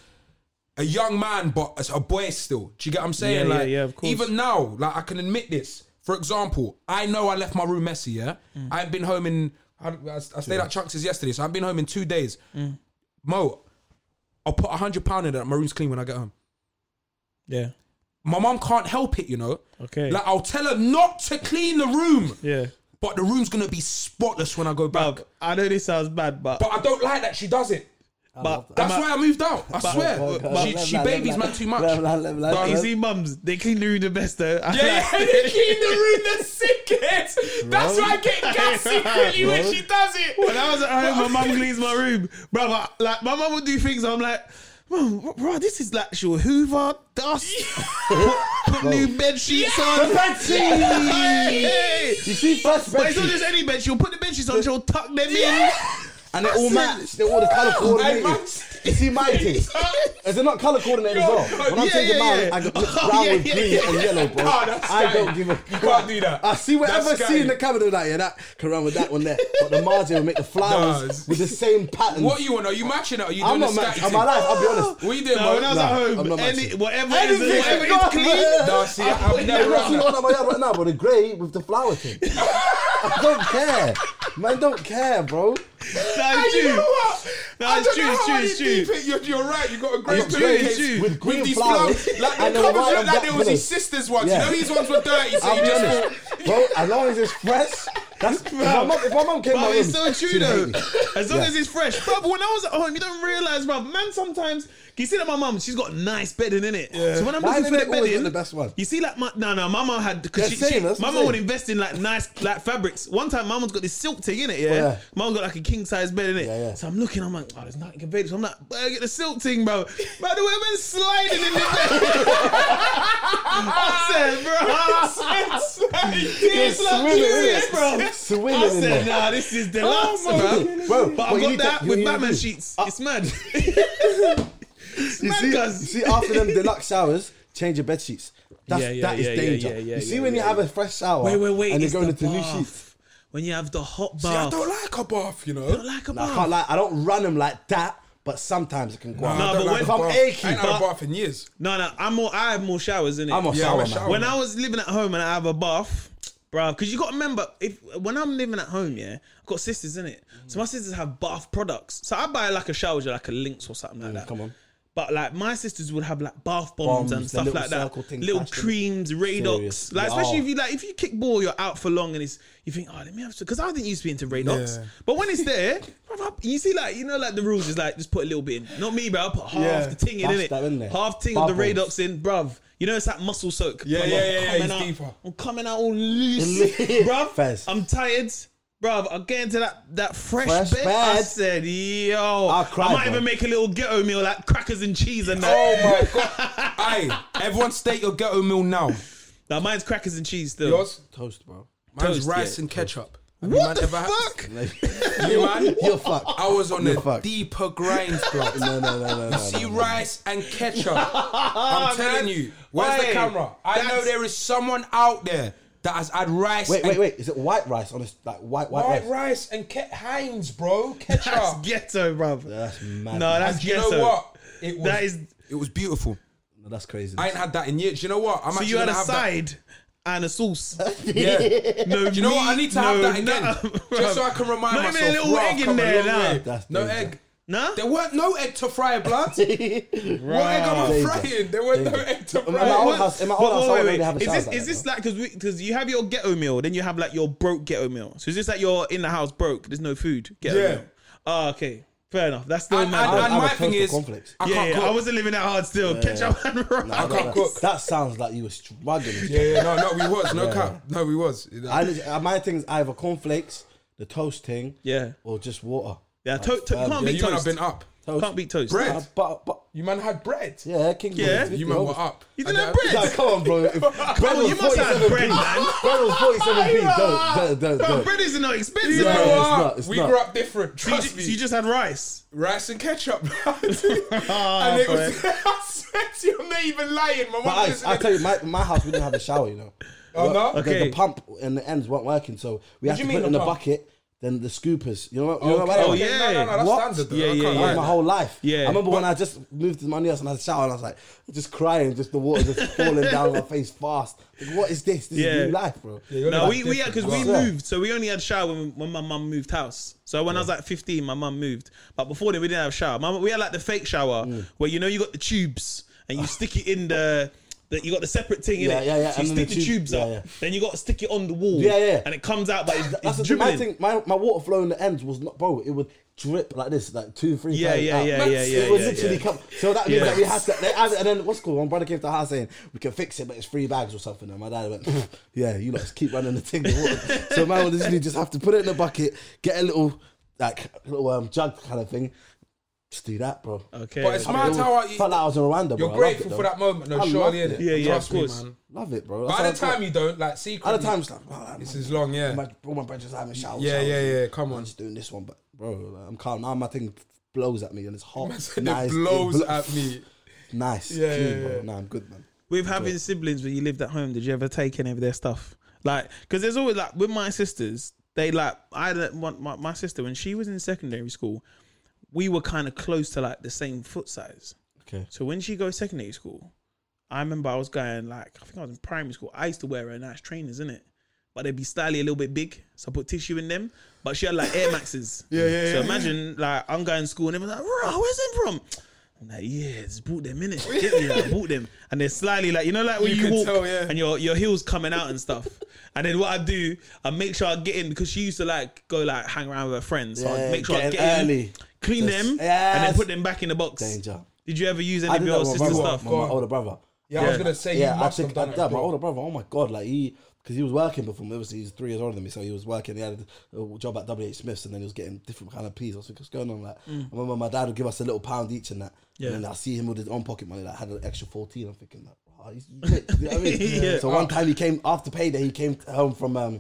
Speaker 2: a young man, but as a boy still. Do you get what I'm saying?
Speaker 1: Yeah, yeah,
Speaker 2: like,
Speaker 1: yeah, of course.
Speaker 2: Even now, like, I can admit this. For example, I know I left my room messy, yeah?
Speaker 1: Mm.
Speaker 2: I ain't been home in, I, I stayed at Chunks' yesterday, so I've been home in two days.
Speaker 1: Mm.
Speaker 2: Mo, I'll put a hundred pound in that my room's clean when I get home.
Speaker 1: yeah
Speaker 2: My mom can't help it, you know?
Speaker 1: okay
Speaker 2: Like, I'll tell her not to clean the room,
Speaker 1: yeah.
Speaker 2: but the room's gonna be spotless when I go back.
Speaker 1: Bruv, I know this sounds bad, but
Speaker 2: But I don't like that she does it.
Speaker 1: but,
Speaker 2: That's
Speaker 1: I'm
Speaker 2: why I moved out. I swear.
Speaker 3: Well, well,
Speaker 2: she
Speaker 3: well,
Speaker 2: she
Speaker 3: well,
Speaker 2: babies
Speaker 3: well,
Speaker 2: man
Speaker 3: well,
Speaker 2: too much.
Speaker 3: well, well, well, well,
Speaker 1: a- you
Speaker 3: well.
Speaker 1: see, mums, they clean the room the best though. I
Speaker 2: Yeah, yeah,
Speaker 1: like-
Speaker 2: they clean the room the sickest. That's
Speaker 3: Bro.
Speaker 2: why I get gas secretly when
Speaker 3: Bro.
Speaker 2: she does it.
Speaker 1: When I was at home, my mum cleans my room, brother. Like my mum would do things. I'm like, mum, bro, this is like she'll Hoover dust, put, put new bed sheets on.
Speaker 3: The bed sheets!
Speaker 1: Hey!
Speaker 3: You see, first
Speaker 1: But it's not
Speaker 3: bedroom-
Speaker 1: just any bed. She'll put the bed sheets on. She'll tuck them in.
Speaker 3: and they're all match. They're all the color coordinated.
Speaker 2: man.
Speaker 3: You see my thing. Is it not color coordinated as well? When I'm
Speaker 1: yeah,
Speaker 3: taking
Speaker 1: yeah,
Speaker 3: mine,
Speaker 1: yeah.
Speaker 3: I can put
Speaker 1: Oh,
Speaker 3: brown
Speaker 1: yeah,
Speaker 3: with
Speaker 1: yeah,
Speaker 3: green
Speaker 1: yeah.
Speaker 3: and yellow, bro.
Speaker 2: Nah, that's
Speaker 3: I
Speaker 2: scary.
Speaker 3: don't give a.
Speaker 2: You can't do that.
Speaker 3: I see whatever I
Speaker 2: That's
Speaker 3: see in
Speaker 2: scary.
Speaker 3: the camera, they're like yeah, that can run with that one there, but the margin will make the flowers
Speaker 2: Nah,
Speaker 3: with the same pattern.
Speaker 2: What you want? Are you matching it? Are you doing
Speaker 3: I'm
Speaker 2: the
Speaker 3: not mad.
Speaker 2: scatty
Speaker 3: I'm
Speaker 2: thing?
Speaker 3: alive. I'll be honest.
Speaker 2: What you doing,
Speaker 1: No,
Speaker 2: bro?
Speaker 1: when I was
Speaker 3: Nah,
Speaker 1: at
Speaker 3: I'm
Speaker 1: home,
Speaker 3: not
Speaker 1: any,
Speaker 3: matching.
Speaker 1: whatever is
Speaker 3: Anything
Speaker 1: whatever
Speaker 3: can go.
Speaker 1: is clean.
Speaker 2: Nah, see,
Speaker 1: I'll
Speaker 2: I've
Speaker 1: put
Speaker 2: never
Speaker 1: it
Speaker 3: That's
Speaker 2: run
Speaker 3: the
Speaker 2: that.
Speaker 3: one on my yard right now, but the grey with the flower thing. I don't care, man. Don't care, bro.
Speaker 1: Nah,
Speaker 2: Hey,
Speaker 1: it's
Speaker 2: you know
Speaker 1: true.
Speaker 2: what?
Speaker 1: Nah,
Speaker 2: I
Speaker 1: it's
Speaker 2: don't
Speaker 1: true,
Speaker 2: know
Speaker 1: it's
Speaker 2: how
Speaker 1: true,
Speaker 2: I
Speaker 1: it's
Speaker 2: didn't
Speaker 1: true.
Speaker 2: peep it. You're, you're right. You got a great
Speaker 1: It's true,
Speaker 2: pillowcase
Speaker 1: it's true.
Speaker 3: With green
Speaker 2: these
Speaker 3: flowers
Speaker 2: Like
Speaker 3: and
Speaker 2: the
Speaker 3: the
Speaker 2: covers
Speaker 3: white
Speaker 2: looked like
Speaker 3: and black
Speaker 2: they was his
Speaker 3: pillars.
Speaker 2: sister's ones.
Speaker 3: Yeah.
Speaker 2: You know these ones were dirty, so
Speaker 3: I'll
Speaker 2: you
Speaker 3: be
Speaker 2: just
Speaker 3: honest.
Speaker 2: thought,
Speaker 3: Bro, as long as it's fresh, that's if my mum, if my mum came
Speaker 1: But
Speaker 3: out,
Speaker 1: it's so true though. As long
Speaker 3: Yeah.
Speaker 1: as it's fresh, bro. When I was at home, you don't realize, bro. Man, sometimes you see that my mum, she's got nice bedding in it. So when I'm
Speaker 3: Why
Speaker 1: looking
Speaker 3: do
Speaker 1: for
Speaker 3: they
Speaker 1: the
Speaker 3: always
Speaker 1: bedding,
Speaker 3: get the best one?
Speaker 1: You see, like my no, no, my mum had because
Speaker 3: They're
Speaker 1: she,
Speaker 3: saying,
Speaker 1: she my
Speaker 3: that's what I'm
Speaker 1: mum would
Speaker 3: saying.
Speaker 1: invest in like nice like fabrics. One time, my mum's got this silk thing in it. Yeah,
Speaker 3: Yeah.
Speaker 1: my mum got like a king size bed in it.
Speaker 3: Yeah, yeah.
Speaker 1: So I'm looking, I'm like, oh, there's nothing compared. So I'm like, but I get the silk thing, bro. Bro, the women sliding in the bed. I said, bro. It's
Speaker 3: Swimming in
Speaker 1: luxurious,
Speaker 3: it,
Speaker 1: bro.
Speaker 3: Swimming
Speaker 1: I
Speaker 3: in
Speaker 1: said,
Speaker 3: it.
Speaker 1: nah, this is deluxe,
Speaker 2: Oh my
Speaker 1: bro.
Speaker 3: Bro,
Speaker 1: But I
Speaker 3: you
Speaker 1: got
Speaker 3: need
Speaker 1: that
Speaker 3: to-
Speaker 1: with
Speaker 3: you-
Speaker 1: Batman
Speaker 3: you-
Speaker 1: sheets. it's mad.
Speaker 3: You
Speaker 1: mad,
Speaker 3: see, you
Speaker 1: cuz.
Speaker 3: see, after them deluxe showers, change your bed sheets. That's,
Speaker 1: Yeah, yeah,
Speaker 3: that is
Speaker 1: yeah, yeah,
Speaker 3: danger.
Speaker 1: yeah, yeah,
Speaker 3: you see,
Speaker 1: yeah,
Speaker 3: when you
Speaker 1: yeah,
Speaker 3: have a fresh shower
Speaker 1: wait, wait, wait.
Speaker 3: and you're
Speaker 1: it's
Speaker 3: going
Speaker 1: the
Speaker 3: into new
Speaker 1: bath.
Speaker 3: sheets,
Speaker 1: When you have the hot
Speaker 2: See, I
Speaker 1: bath.
Speaker 2: don't like a bath, you know.
Speaker 1: I don't like a
Speaker 3: Nah, I
Speaker 1: bath.
Speaker 3: can't lie, I don't run them like that, but sometimes it can go.
Speaker 2: Nah,
Speaker 1: No,
Speaker 2: I
Speaker 3: out.
Speaker 2: don't
Speaker 1: but
Speaker 2: like
Speaker 1: when-
Speaker 2: a
Speaker 3: if I'm
Speaker 2: bath. I
Speaker 3: achy,
Speaker 2: ain't had a
Speaker 1: but-
Speaker 2: bath in years.
Speaker 1: No, no, I'm more. I have more showers in it.
Speaker 3: I'm a
Speaker 2: Yeah,
Speaker 3: shower
Speaker 2: I'm a
Speaker 3: man.
Speaker 2: shower.
Speaker 1: When I was living at home and I have a bath, bro, because you got to remember, if when I'm living at home, yeah, I've got sisters in it, so my sisters have bath products. So I buy like a shower gel, like a Lynx or something like that.
Speaker 3: Mm, come on.
Speaker 1: But like my sisters would have like bath bombs,
Speaker 3: Bombs,
Speaker 1: and
Speaker 3: the
Speaker 1: stuff
Speaker 3: little
Speaker 1: like that,
Speaker 3: circle thing
Speaker 1: little
Speaker 3: crashed in it.
Speaker 1: creams, Radox.
Speaker 3: Serious.
Speaker 1: Like
Speaker 3: Yeah.
Speaker 1: especially if you like if you kick ball, you're out for long, and it's you think, oh, let me have because I didn't used to be into Radox,
Speaker 2: Yeah.
Speaker 1: but when it's there, bruv, I- you see like you know like the rules is like just put a little bit in. Not me, bro. I put half
Speaker 2: Yeah.
Speaker 1: the thing in,
Speaker 3: That's
Speaker 1: innit?
Speaker 3: that, isn't it?
Speaker 1: Half thing of
Speaker 3: Bath
Speaker 1: the
Speaker 3: bombs.
Speaker 1: Radox in, bruv. You know it's like muscle soak.
Speaker 2: Yeah,
Speaker 1: Bruv,
Speaker 2: yeah,
Speaker 1: I'm
Speaker 2: yeah, yeah,
Speaker 1: coming
Speaker 2: it's
Speaker 1: out-
Speaker 2: deeper.
Speaker 1: I'm coming out all loose, bruv.
Speaker 3: Fez.
Speaker 1: I'm tired. Bruv, I get into that that fresh,
Speaker 3: Fresh
Speaker 1: bed. I
Speaker 3: bed.
Speaker 1: said, yo,
Speaker 3: I'll cry,
Speaker 1: I might
Speaker 3: bruv.
Speaker 1: even make a little ghetto meal like crackers and cheese and that.
Speaker 2: Oh my god! Aye, everyone state your ghetto meal now.
Speaker 1: Now mine's crackers and cheese still.
Speaker 2: Yours?
Speaker 3: Toast, bro.
Speaker 2: Mine's
Speaker 1: Toast,
Speaker 2: rice
Speaker 1: yeah.
Speaker 2: and ketchup. Have you
Speaker 1: What
Speaker 2: man
Speaker 1: the
Speaker 2: ever had-
Speaker 1: fuck?
Speaker 2: You man?
Speaker 3: You're fucked.
Speaker 2: I was on
Speaker 3: You're
Speaker 2: a
Speaker 3: fucked.
Speaker 2: deeper grind, bro.
Speaker 3: No, no, no, no, no.
Speaker 2: See
Speaker 3: no.
Speaker 2: rice and ketchup. I'm telling you. Where's
Speaker 1: Hey,
Speaker 2: the camera? I know
Speaker 1: that's-
Speaker 2: there is someone out there that has had rice.
Speaker 3: Wait,
Speaker 2: and
Speaker 3: wait, wait. Is it white rice on a, like white, white,
Speaker 2: White
Speaker 3: rice?
Speaker 2: rice and ke- Heinz, bro.
Speaker 1: That's
Speaker 2: Ketchup.
Speaker 1: ghetto, bruv.
Speaker 3: That's
Speaker 1: no,
Speaker 3: mad.
Speaker 1: that's
Speaker 2: and do you
Speaker 1: ghetto.
Speaker 2: know what? It was,
Speaker 1: That is.
Speaker 2: it was beautiful.
Speaker 3: No, that's crazy.
Speaker 2: I ain't had that in years. Do you know what? I'm
Speaker 1: So
Speaker 2: actually
Speaker 1: you had
Speaker 2: gonna
Speaker 1: a
Speaker 2: have that.
Speaker 1: side and a sauce.
Speaker 2: Yeah.
Speaker 1: No,
Speaker 2: Do you know what? I need to have that again,
Speaker 1: nothing,
Speaker 2: just so
Speaker 1: bruv.
Speaker 2: I can remind
Speaker 1: Not
Speaker 2: myself.
Speaker 1: even a little
Speaker 2: "Rah, I've
Speaker 1: egg in
Speaker 2: come a
Speaker 1: there
Speaker 2: long
Speaker 1: now.
Speaker 2: way."
Speaker 3: That's
Speaker 2: no
Speaker 3: danger.
Speaker 2: egg.
Speaker 1: Nah?
Speaker 2: There weren't no egg to fry blood. what egg am I
Speaker 3: Danger.
Speaker 2: frying? There weren't no
Speaker 3: Danger.
Speaker 2: egg to
Speaker 3: In my old
Speaker 2: fry.
Speaker 3: house, in my
Speaker 1: But
Speaker 3: old house, I
Speaker 1: wait,
Speaker 3: would
Speaker 1: wait,
Speaker 3: already have a
Speaker 1: wait. Is
Speaker 3: shower
Speaker 1: this
Speaker 3: like
Speaker 1: is this
Speaker 3: that.
Speaker 1: like because because you have your ghetto meal, then you have like your broke ghetto meal. So is this like you're in the house broke? There's no food. Ghetto
Speaker 2: Yeah.
Speaker 1: meal. Oh, okay. Fair enough. That's still
Speaker 2: And, and,
Speaker 1: mad.
Speaker 3: would-
Speaker 2: and
Speaker 3: I would
Speaker 2: my
Speaker 3: toast
Speaker 2: thing
Speaker 3: the
Speaker 2: is,
Speaker 3: cornflakes.
Speaker 2: I
Speaker 1: yeah,
Speaker 2: can't
Speaker 1: yeah,
Speaker 2: cook.
Speaker 1: I wasn't living that hard still. Ketchup and rice.
Speaker 2: I can't
Speaker 3: that,
Speaker 2: cook.
Speaker 3: That sounds like you was tr- struggling.
Speaker 2: yeah, yeah, no, no, we was no cap, no, we was. You know.
Speaker 3: I, leg- uh, my thing is either cornflakes, the toast thing,
Speaker 1: Yeah.
Speaker 3: or just water.
Speaker 1: Yeah, to- to-
Speaker 3: Um,
Speaker 1: can't
Speaker 2: yeah,
Speaker 1: beat
Speaker 2: you man
Speaker 1: toast.
Speaker 2: have been up.
Speaker 3: Toast.
Speaker 1: Can't beat toast.
Speaker 2: Bread.
Speaker 3: Uh, but, but
Speaker 2: You man had bread.
Speaker 3: yeah, King.
Speaker 1: Yeah.
Speaker 3: James,
Speaker 2: You
Speaker 3: fifty
Speaker 2: man were
Speaker 3: over.
Speaker 2: up.
Speaker 1: You
Speaker 2: And
Speaker 1: didn't have
Speaker 2: that-
Speaker 1: bread.
Speaker 3: Nah, come on, bro. Bread was
Speaker 1: you must have
Speaker 3: 47p.
Speaker 1: bread, man.
Speaker 3: Bread was 47p. Don't, don't, don't,
Speaker 1: Bro,
Speaker 3: don't.
Speaker 1: bread is not
Speaker 2: You
Speaker 1: expensive.
Speaker 2: know
Speaker 3: No,
Speaker 1: bro.
Speaker 3: it's
Speaker 2: what?
Speaker 3: not, it's
Speaker 2: we
Speaker 3: not.
Speaker 2: grew up different.
Speaker 1: So you,
Speaker 2: Trust
Speaker 1: ju-
Speaker 2: me.
Speaker 1: so you just had rice.
Speaker 2: rice and ketchup.
Speaker 1: Ah,
Speaker 2: and it was. I said to you, I'm not even lying. My mum
Speaker 3: But I, I
Speaker 2: listening.
Speaker 3: tell you, my, my house we didn't have a shower, you know.
Speaker 2: Oh, no?
Speaker 3: The- The,
Speaker 1: Okay.
Speaker 3: pump and the ends weren't working, so we had
Speaker 2: do
Speaker 3: to
Speaker 2: you
Speaker 3: put
Speaker 2: mean
Speaker 3: it in
Speaker 2: the
Speaker 3: the
Speaker 2: pump?
Speaker 3: bucket. Then the scoopers, you know what? You know
Speaker 2: Okay, Oh,
Speaker 3: what I
Speaker 2: okay,
Speaker 3: mean?
Speaker 1: yeah.
Speaker 2: No, no, no, that's
Speaker 3: Oh, What?
Speaker 2: standard. Though.
Speaker 1: Yeah,
Speaker 2: I can't
Speaker 1: yeah,
Speaker 3: That
Speaker 2: lie.
Speaker 3: was my whole life.
Speaker 1: Yeah.
Speaker 3: I remember when I just moved to my new house and I had a shower and I was like, just crying, just the water just falling down my face fast. Like, what is this? This
Speaker 1: Yeah.
Speaker 3: is new life, bro.
Speaker 2: you're
Speaker 1: No,
Speaker 2: like
Speaker 1: we, we had because
Speaker 2: different
Speaker 1: we
Speaker 3: as well.
Speaker 1: moved, so we only had shower when, when my mum moved house. So when I was like 15, my mum moved, but before then we didn't have shower. My, mum- we had like the fake shower
Speaker 3: Mm.
Speaker 1: where you know you got the tubes and you stick it in the. That you got the separate thing in
Speaker 3: Yeah,
Speaker 1: it.
Speaker 3: yeah, yeah,
Speaker 1: So you
Speaker 3: and then
Speaker 1: stick the,
Speaker 3: the tube-
Speaker 1: tubes
Speaker 3: yeah,
Speaker 1: up,
Speaker 3: yeah.
Speaker 1: then you got to stick it on the wall.
Speaker 3: Yeah, yeah.
Speaker 1: And it comes out, but it's,
Speaker 3: That's
Speaker 1: it's
Speaker 3: the thing.
Speaker 1: dribbling.
Speaker 3: My, thing, my, my water flow in the ends was not, bro, it would drip like this, like two, three
Speaker 1: Yeah,
Speaker 3: times.
Speaker 1: yeah,
Speaker 3: out.
Speaker 1: yeah, yeah, yeah,
Speaker 3: It was
Speaker 1: yeah,
Speaker 3: literally
Speaker 1: yeah.
Speaker 3: come. So that means
Speaker 1: Yeah.
Speaker 3: that we had to, they had, and then what's cool, my brother came to the house saying, we can fix it, but it's three bags or something. And my dad went, "Pfft, yeah, you lot just keep running the thing. with water." so man would literally just have to put it in the bucket, get a little, like, little um, jug kind of thing. Just do that, bro.
Speaker 1: Okay.
Speaker 2: But it's
Speaker 1: okay.
Speaker 2: mad
Speaker 3: It was-
Speaker 2: how I,
Speaker 3: felt like I was in Rwanda.
Speaker 2: you're
Speaker 3: bro. I loved
Speaker 2: grateful
Speaker 3: it,
Speaker 2: for
Speaker 3: though.
Speaker 2: that moment. No,
Speaker 3: I
Speaker 2: surely,
Speaker 3: loved
Speaker 2: innit?
Speaker 3: it.
Speaker 1: Yeah, yeah,
Speaker 2: Trust
Speaker 1: of
Speaker 2: me,
Speaker 1: course.
Speaker 2: man.
Speaker 3: Love it, bro.
Speaker 2: By the
Speaker 3: That's how I
Speaker 2: time
Speaker 3: felt.
Speaker 2: you don't, like, secretly.
Speaker 3: By the time it's like, oh,
Speaker 2: This is long, yeah.
Speaker 3: my, all my brothers having showers.
Speaker 2: Yeah,
Speaker 3: showers.
Speaker 2: yeah, yeah, come on.
Speaker 3: I'm just doing this one, but bro, like, I'm calm now. My thing blows at me and it's hot.
Speaker 2: It blows at me.
Speaker 3: Nice.
Speaker 2: Yeah,
Speaker 3: clean,
Speaker 2: yeah,
Speaker 3: bro.
Speaker 2: yeah.
Speaker 3: Nah, I'm good, man.
Speaker 1: With having siblings when you lived at home, did you ever take any of their stuff? Like, because there's always like with my sisters, they like I had a- my, my my sister when she was in secondary school, we were kind of close to like the same foot size.
Speaker 3: Okay.
Speaker 1: So when she goes secondary school, I remember I was going like I think I was in primary school. I used to wear her nice trainers, innit? But they'd be stylish a little bit big, so I put tissue in them. But she had like Air Maxes. yeah, yeah. So imagine like I'm going to school and everyone's like, "Rah, where's it from?" I'm like, yeah, just bought them in it. Get me, like, bought them, and they're slightly like you know, like when
Speaker 2: You
Speaker 1: you,
Speaker 2: can
Speaker 1: walk
Speaker 2: tell, yeah.
Speaker 1: and your your heels coming out and stuff. and then what I do, I make sure I get in because she used to like go like hang around with her friends. So I
Speaker 3: Yeah,
Speaker 1: make sure I
Speaker 3: get in
Speaker 1: get in,
Speaker 3: early.
Speaker 1: clean
Speaker 3: Just-
Speaker 1: them, and then
Speaker 3: yes.
Speaker 1: put them back in the box.
Speaker 3: Danger.
Speaker 1: Did you ever use any
Speaker 3: I
Speaker 1: of
Speaker 3: did
Speaker 1: your
Speaker 3: that with my
Speaker 1: sister's
Speaker 3: brother,
Speaker 1: stuff?
Speaker 3: my- my older brother.
Speaker 2: Yeah, I was going to say,
Speaker 3: yeah,
Speaker 2: you
Speaker 3: I
Speaker 2: must have
Speaker 3: think I
Speaker 2: done it.
Speaker 3: did. My older brother. Oh my god, like he, because he was working before me. Obviously, he's three years older than me, so he was working. He had a job at WH Smiths, and then he was getting different kind of peas. I was like, what's going on? Like,
Speaker 2: Mm.
Speaker 3: I remember my dad would give us a little pound each and that.
Speaker 1: Yeah.
Speaker 3: And then I see him with his own pocket money, like had an extra fourteen. I'm thinking, like, wow, he's rich. You know what I mean?
Speaker 1: Yeah.
Speaker 3: So one time he came after payday. He came home from um,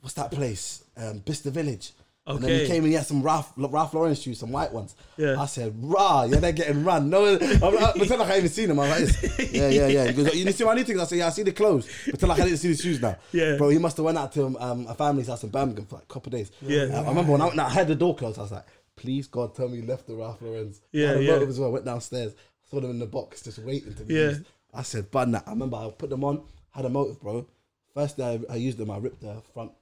Speaker 3: what's that place? Um, Bicester Village. And then
Speaker 1: Okay.
Speaker 3: he came and he had some Ralph, Ralph Lauren shoes, some white ones.
Speaker 1: Yeah.
Speaker 3: I said, rah, yeah, they're getting run. No, I'm like, pretend like I haven't seen them. I'm like, this. yeah, yeah, yeah. He goes, you see my new things? I said, yeah, I see the clothes. Pretend like I didn't see the shoes now.
Speaker 1: Yeah.
Speaker 3: Bro, he must have went out to um, a family's house in Birmingham for like a couple of days.
Speaker 1: Yeah.
Speaker 3: I, I remember when I, went, out, I heard the door close, I was like, please God, tell me you left the Ralph Lauren's.
Speaker 1: Yeah,
Speaker 3: I had a
Speaker 1: yeah.
Speaker 3: motive as well. I went downstairs, saw them in the box just waiting to be
Speaker 1: Yeah.
Speaker 3: used. I said, but nah. I remember I put them on, had a motive, bro. First day I, I used them, I ripped the front.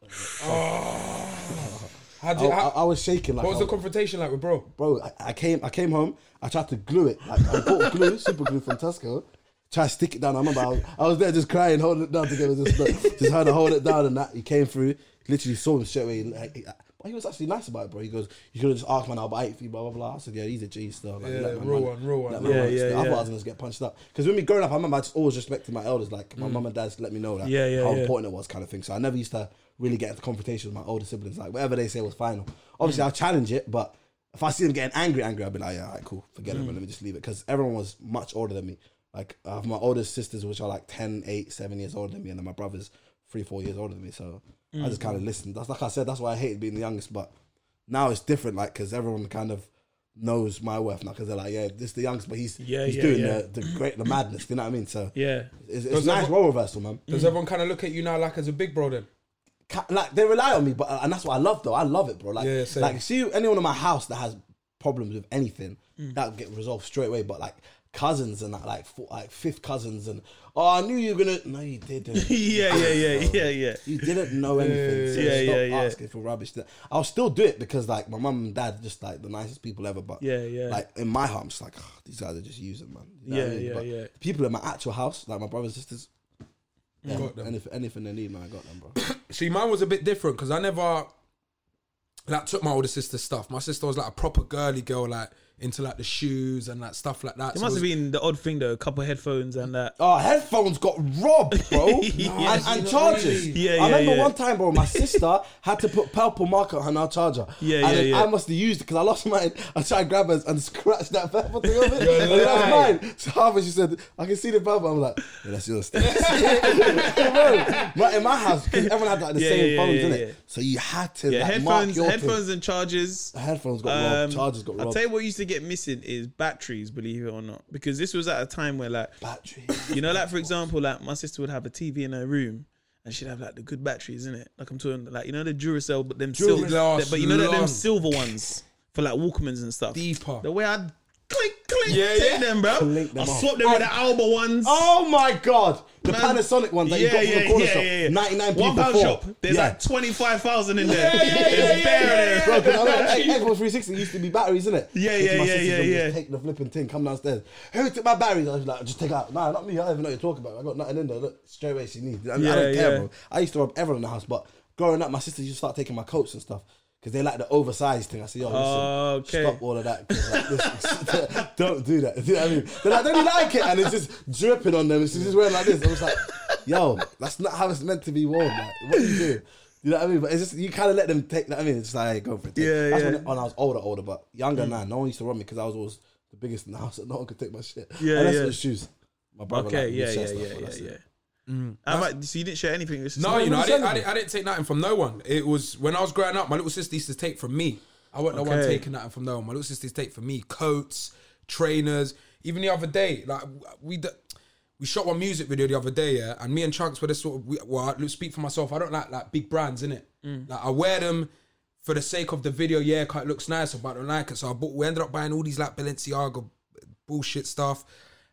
Speaker 2: How
Speaker 3: I,
Speaker 2: did,
Speaker 3: I,
Speaker 2: Ah. how,
Speaker 3: I was shaking like
Speaker 2: what was
Speaker 3: I
Speaker 2: the
Speaker 3: was-
Speaker 2: confrontation like with bro?
Speaker 3: bro. I, I came, I came home. I tried to glue it. Like I bought glue, super glue from Tesco. Try to stick it down. I remember I was, I was there just crying, holding it down together. Just, like, just had to hold it down, and that he came through. Literally saw him straight away. Like, he- but he was actually nice about it, bro. He goes, "You could have just asked man, I'll buy it for you." Blah blah blah. I said, "Yeah, he's a G still." Like,
Speaker 2: Yeah,
Speaker 3: let man
Speaker 2: raw
Speaker 3: run it.
Speaker 2: one, raw one,
Speaker 3: Let
Speaker 2: raw
Speaker 3: man run
Speaker 1: one.
Speaker 3: it
Speaker 1: Yeah,
Speaker 3: still. I
Speaker 1: yeah,
Speaker 3: thought I
Speaker 1: yeah.
Speaker 3: was gonna get punched up because when we growing up, I remember I just always respected my elders. Like my
Speaker 2: Mm.
Speaker 3: mum and dad just let me know that
Speaker 1: Yeah, yeah,
Speaker 3: how
Speaker 1: yeah.
Speaker 3: important it was, kind of thing. So I never used to really get into confrontations with my older siblings. Like whatever they say was final.
Speaker 1: Mm.
Speaker 3: Obviously, I'll challenge it, but if I see them getting angry, angry, I'll be like, yeah, all right, cool, forget
Speaker 1: Mm.
Speaker 3: it, but let me just leave it. Because everyone was much older than me. Like I have my older sisters, which are like 10, 8, 7 years older than me, and then my brothers three, four years older than me. So I
Speaker 1: Mm.
Speaker 3: just kind of listened. That's like I said, that's why I hated being the youngest. But now it's different, like because everyone kind of knows my worth now because they're like, yeah, this is the youngest, but he's
Speaker 1: Yeah,
Speaker 3: he's
Speaker 1: yeah,
Speaker 3: doing
Speaker 1: yeah.
Speaker 3: the the great the madness. You know what I mean? So
Speaker 1: Yeah.
Speaker 3: it's,
Speaker 2: Does
Speaker 3: it's nice
Speaker 2: everyone-
Speaker 3: role reversal, man.
Speaker 2: Does everyone kind of look at you now like as a big bro then?
Speaker 3: Ca- Like they rely on me, but uh, and that's what I love though. I love it, bro. Like
Speaker 2: Yeah, same.
Speaker 3: like see anyone in my house that has problems with anything that will get resolved straight away. But like cousins and that, like four, like fifth cousins, and oh, I knew you were gonna. No, you didn't.
Speaker 1: yeah, yeah, yeah, yeah, yeah.
Speaker 3: You didn't know anything. So
Speaker 1: Yeah,
Speaker 3: stop
Speaker 1: yeah, yeah.
Speaker 3: asking for rubbish. I'll still do it because like my mum and dad are just like the nicest people ever. But
Speaker 1: Yeah, yeah.
Speaker 3: Like in my heart, I'm just like "Ugh, these guys are just using man. You know what I
Speaker 1: Yeah,
Speaker 3: mean?
Speaker 1: yeah,
Speaker 3: But
Speaker 1: yeah. Mm.
Speaker 3: the People in my actual house, like my brothers sisters. Yeah,
Speaker 2: Got them.
Speaker 3: Anything, anything they need, man, I got them, bro.
Speaker 2: See, mine was a bit different because I never like took my older sister's stuff. My sister was like a proper girly girl, like into like the shoes and like stuff like that.
Speaker 1: It
Speaker 2: So
Speaker 1: must
Speaker 2: it
Speaker 1: have
Speaker 2: was-
Speaker 1: been the odd thing though, a couple of headphones and that.
Speaker 3: Oh, headphones got robbed, bro.
Speaker 1: Yeah.
Speaker 3: and, and chargers.
Speaker 1: Yeah, yeah,
Speaker 3: I remember
Speaker 1: yeah.
Speaker 3: one time, bro, my sister had to put purple marker on our charger.
Speaker 1: Yeah,
Speaker 3: and
Speaker 1: yeah,
Speaker 3: then
Speaker 1: yeah.
Speaker 3: I must have used it because I lost mine. I tried to grab hers and scratched that purple thing off it.
Speaker 2: You're
Speaker 3: and that's
Speaker 2: lying.
Speaker 3: mine. So Harvey, she said, I can see the purple. I'm like, yeah, that's yours. bro, but in my house, 'cause everyone had like the
Speaker 1: Yeah,
Speaker 3: same
Speaker 1: yeah,
Speaker 3: phones,
Speaker 1: yeah,
Speaker 3: didn't
Speaker 1: yeah.
Speaker 3: it? So you had to
Speaker 1: Yeah,
Speaker 3: like, mark
Speaker 1: headphones,
Speaker 3: your
Speaker 1: headphones and chargers.
Speaker 3: Thing. Headphones got robbed.
Speaker 1: Um,
Speaker 3: chargers got
Speaker 1: I'll
Speaker 3: robbed.
Speaker 1: tell you what used to get missing is batteries, believe it or not, because this was at a time where like
Speaker 3: Battery.
Speaker 1: you know, like for example, like my sister would have a TV in her room. And she'd have like the good batteries in it. Like I'm talking, like you know the Duracell, but them silver,
Speaker 2: lasts
Speaker 1: but you know that them
Speaker 2: long.
Speaker 1: silver ones for like Walkmans and stuff.
Speaker 2: Deeper.
Speaker 1: The way I'd click, click,
Speaker 2: Yeah,
Speaker 1: take
Speaker 2: yeah.
Speaker 1: them, bro.
Speaker 3: Click them
Speaker 1: I
Speaker 3: off.
Speaker 1: swap them with the Alba ones.
Speaker 3: Oh my god! The
Speaker 1: Man.
Speaker 3: Panasonic one that you got from the corner shop, ninety nine
Speaker 1: One pound shop. There's like twenty five thousand in there.
Speaker 2: Yeah, yeah,
Speaker 1: There's bare
Speaker 2: yeah, yeah,
Speaker 1: there.
Speaker 2: yeah,
Speaker 3: Bro, 'cause I know like, Xbox 360 used to be batteries, innit?
Speaker 1: Yeah,
Speaker 3: Go to
Speaker 1: yeah,
Speaker 3: my
Speaker 1: yeah,
Speaker 3: sister's
Speaker 1: yeah,
Speaker 3: and
Speaker 1: yeah.
Speaker 3: Just take the flipping thing, come downstairs. Who took my batteries? I was like, just take it out. Nah, not me. I don't even know what you're talking about. I got nothing in there. Look, straight away she needs. I, mean, I
Speaker 1: Yeah,
Speaker 3: don't care,
Speaker 1: yeah.
Speaker 3: bro. I used to rob everyone in the house, but growing up, my sister used to start taking my coats and stuff. Cause they like the oversized thing. I say, yo, listen,
Speaker 1: Oh, Okay.
Speaker 3: stop all of that. 'cause, Like, this, don't do that. Do you know what I mean? They're like, don't you like it? And it's just dripping on them. And she's just wearing like this. I was like, yo, that's not how it's meant to be worn. Like, what are you doing? You know what I mean? But it's just you kind of let them take. Know what I mean, it's just like go for it. Take-
Speaker 1: Yeah,
Speaker 3: that's
Speaker 1: yeah. Mm.
Speaker 3: When, when I was older, older, but younger now, no one used to rob me because I was always the biggest in the house, and no one could take my shit.
Speaker 1: Yeah,
Speaker 3: Unless
Speaker 1: yeah.
Speaker 3: it was shoes. My brother.
Speaker 1: Okay,
Speaker 3: like,
Speaker 1: yeah, yeah,
Speaker 3: would share stuff,
Speaker 1: yeah,
Speaker 3: but
Speaker 1: yeah,
Speaker 3: that's
Speaker 1: yeah.
Speaker 3: it.
Speaker 1: How about- so you didn't share anything. with your
Speaker 2: no,
Speaker 1: sister?
Speaker 2: you know, I didn't, I
Speaker 3: understandable.
Speaker 2: didn't, I didn't take nothing from no one. It was when I was growing up, my little sister used to take from me. I wasn't the one
Speaker 1: Okay.
Speaker 2: taking nothing from no one. My little sister used to take from me coats, trainers. Even the other day, like we. d- we shot one music video the other day, yeah, and me and Chunks were the sort of we, well, I speak for myself. I don't like like big brands, innit?
Speaker 1: Mm.
Speaker 2: Like I wear them for the sake of the video, yeah, 'cause it looks nice, but I don't like it. So I bought, we ended up buying all these like Balenciaga bullshit stuff,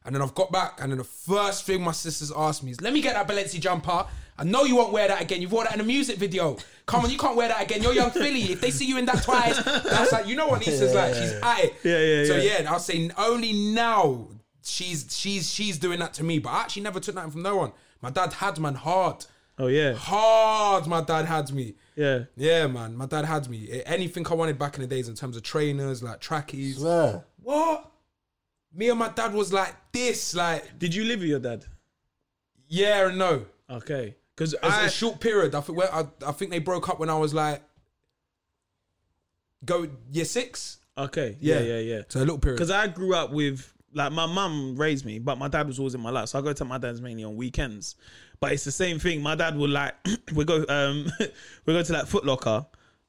Speaker 2: and then I've got back, and then the first thing my sisters asked me is, "Let me get that Balenci jumper." I know you won't wear that again. You've wore that in a music video. Come on, you can't wear that again. You're young Philly. If they see you in that twice, that's like you know what Issa's like. She's at it.
Speaker 1: Yeah, yeah,
Speaker 2: So
Speaker 1: yeah.
Speaker 2: yeah, and I'll say only now she's she's she's doing that to me, but I actually never took nothing from no one. My dad had man hard,
Speaker 1: Oh yeah,
Speaker 2: hard. My dad had me.
Speaker 1: yeah.
Speaker 2: Yeah, man, my dad had me. Eh, Anything I wanted back in the days in terms of trainers, like trackies.
Speaker 3: Swear.
Speaker 2: What? Me and my dad was like this, like
Speaker 1: Did you live with your dad?
Speaker 2: yeah and no.
Speaker 1: Okay, because
Speaker 2: It's a
Speaker 1: I
Speaker 2: short period. I think where I, I think they broke up when I was like go year six.
Speaker 1: okay, yeah, yeah,
Speaker 2: Yeah.
Speaker 1: yeah.
Speaker 2: So a little period.
Speaker 1: Because I grew up with like my mum raised me, but my dad was always in my life. So I go to my dad's mainly on weekends. But it's the same thing. My dad would like we go um we go to like Foot Locker.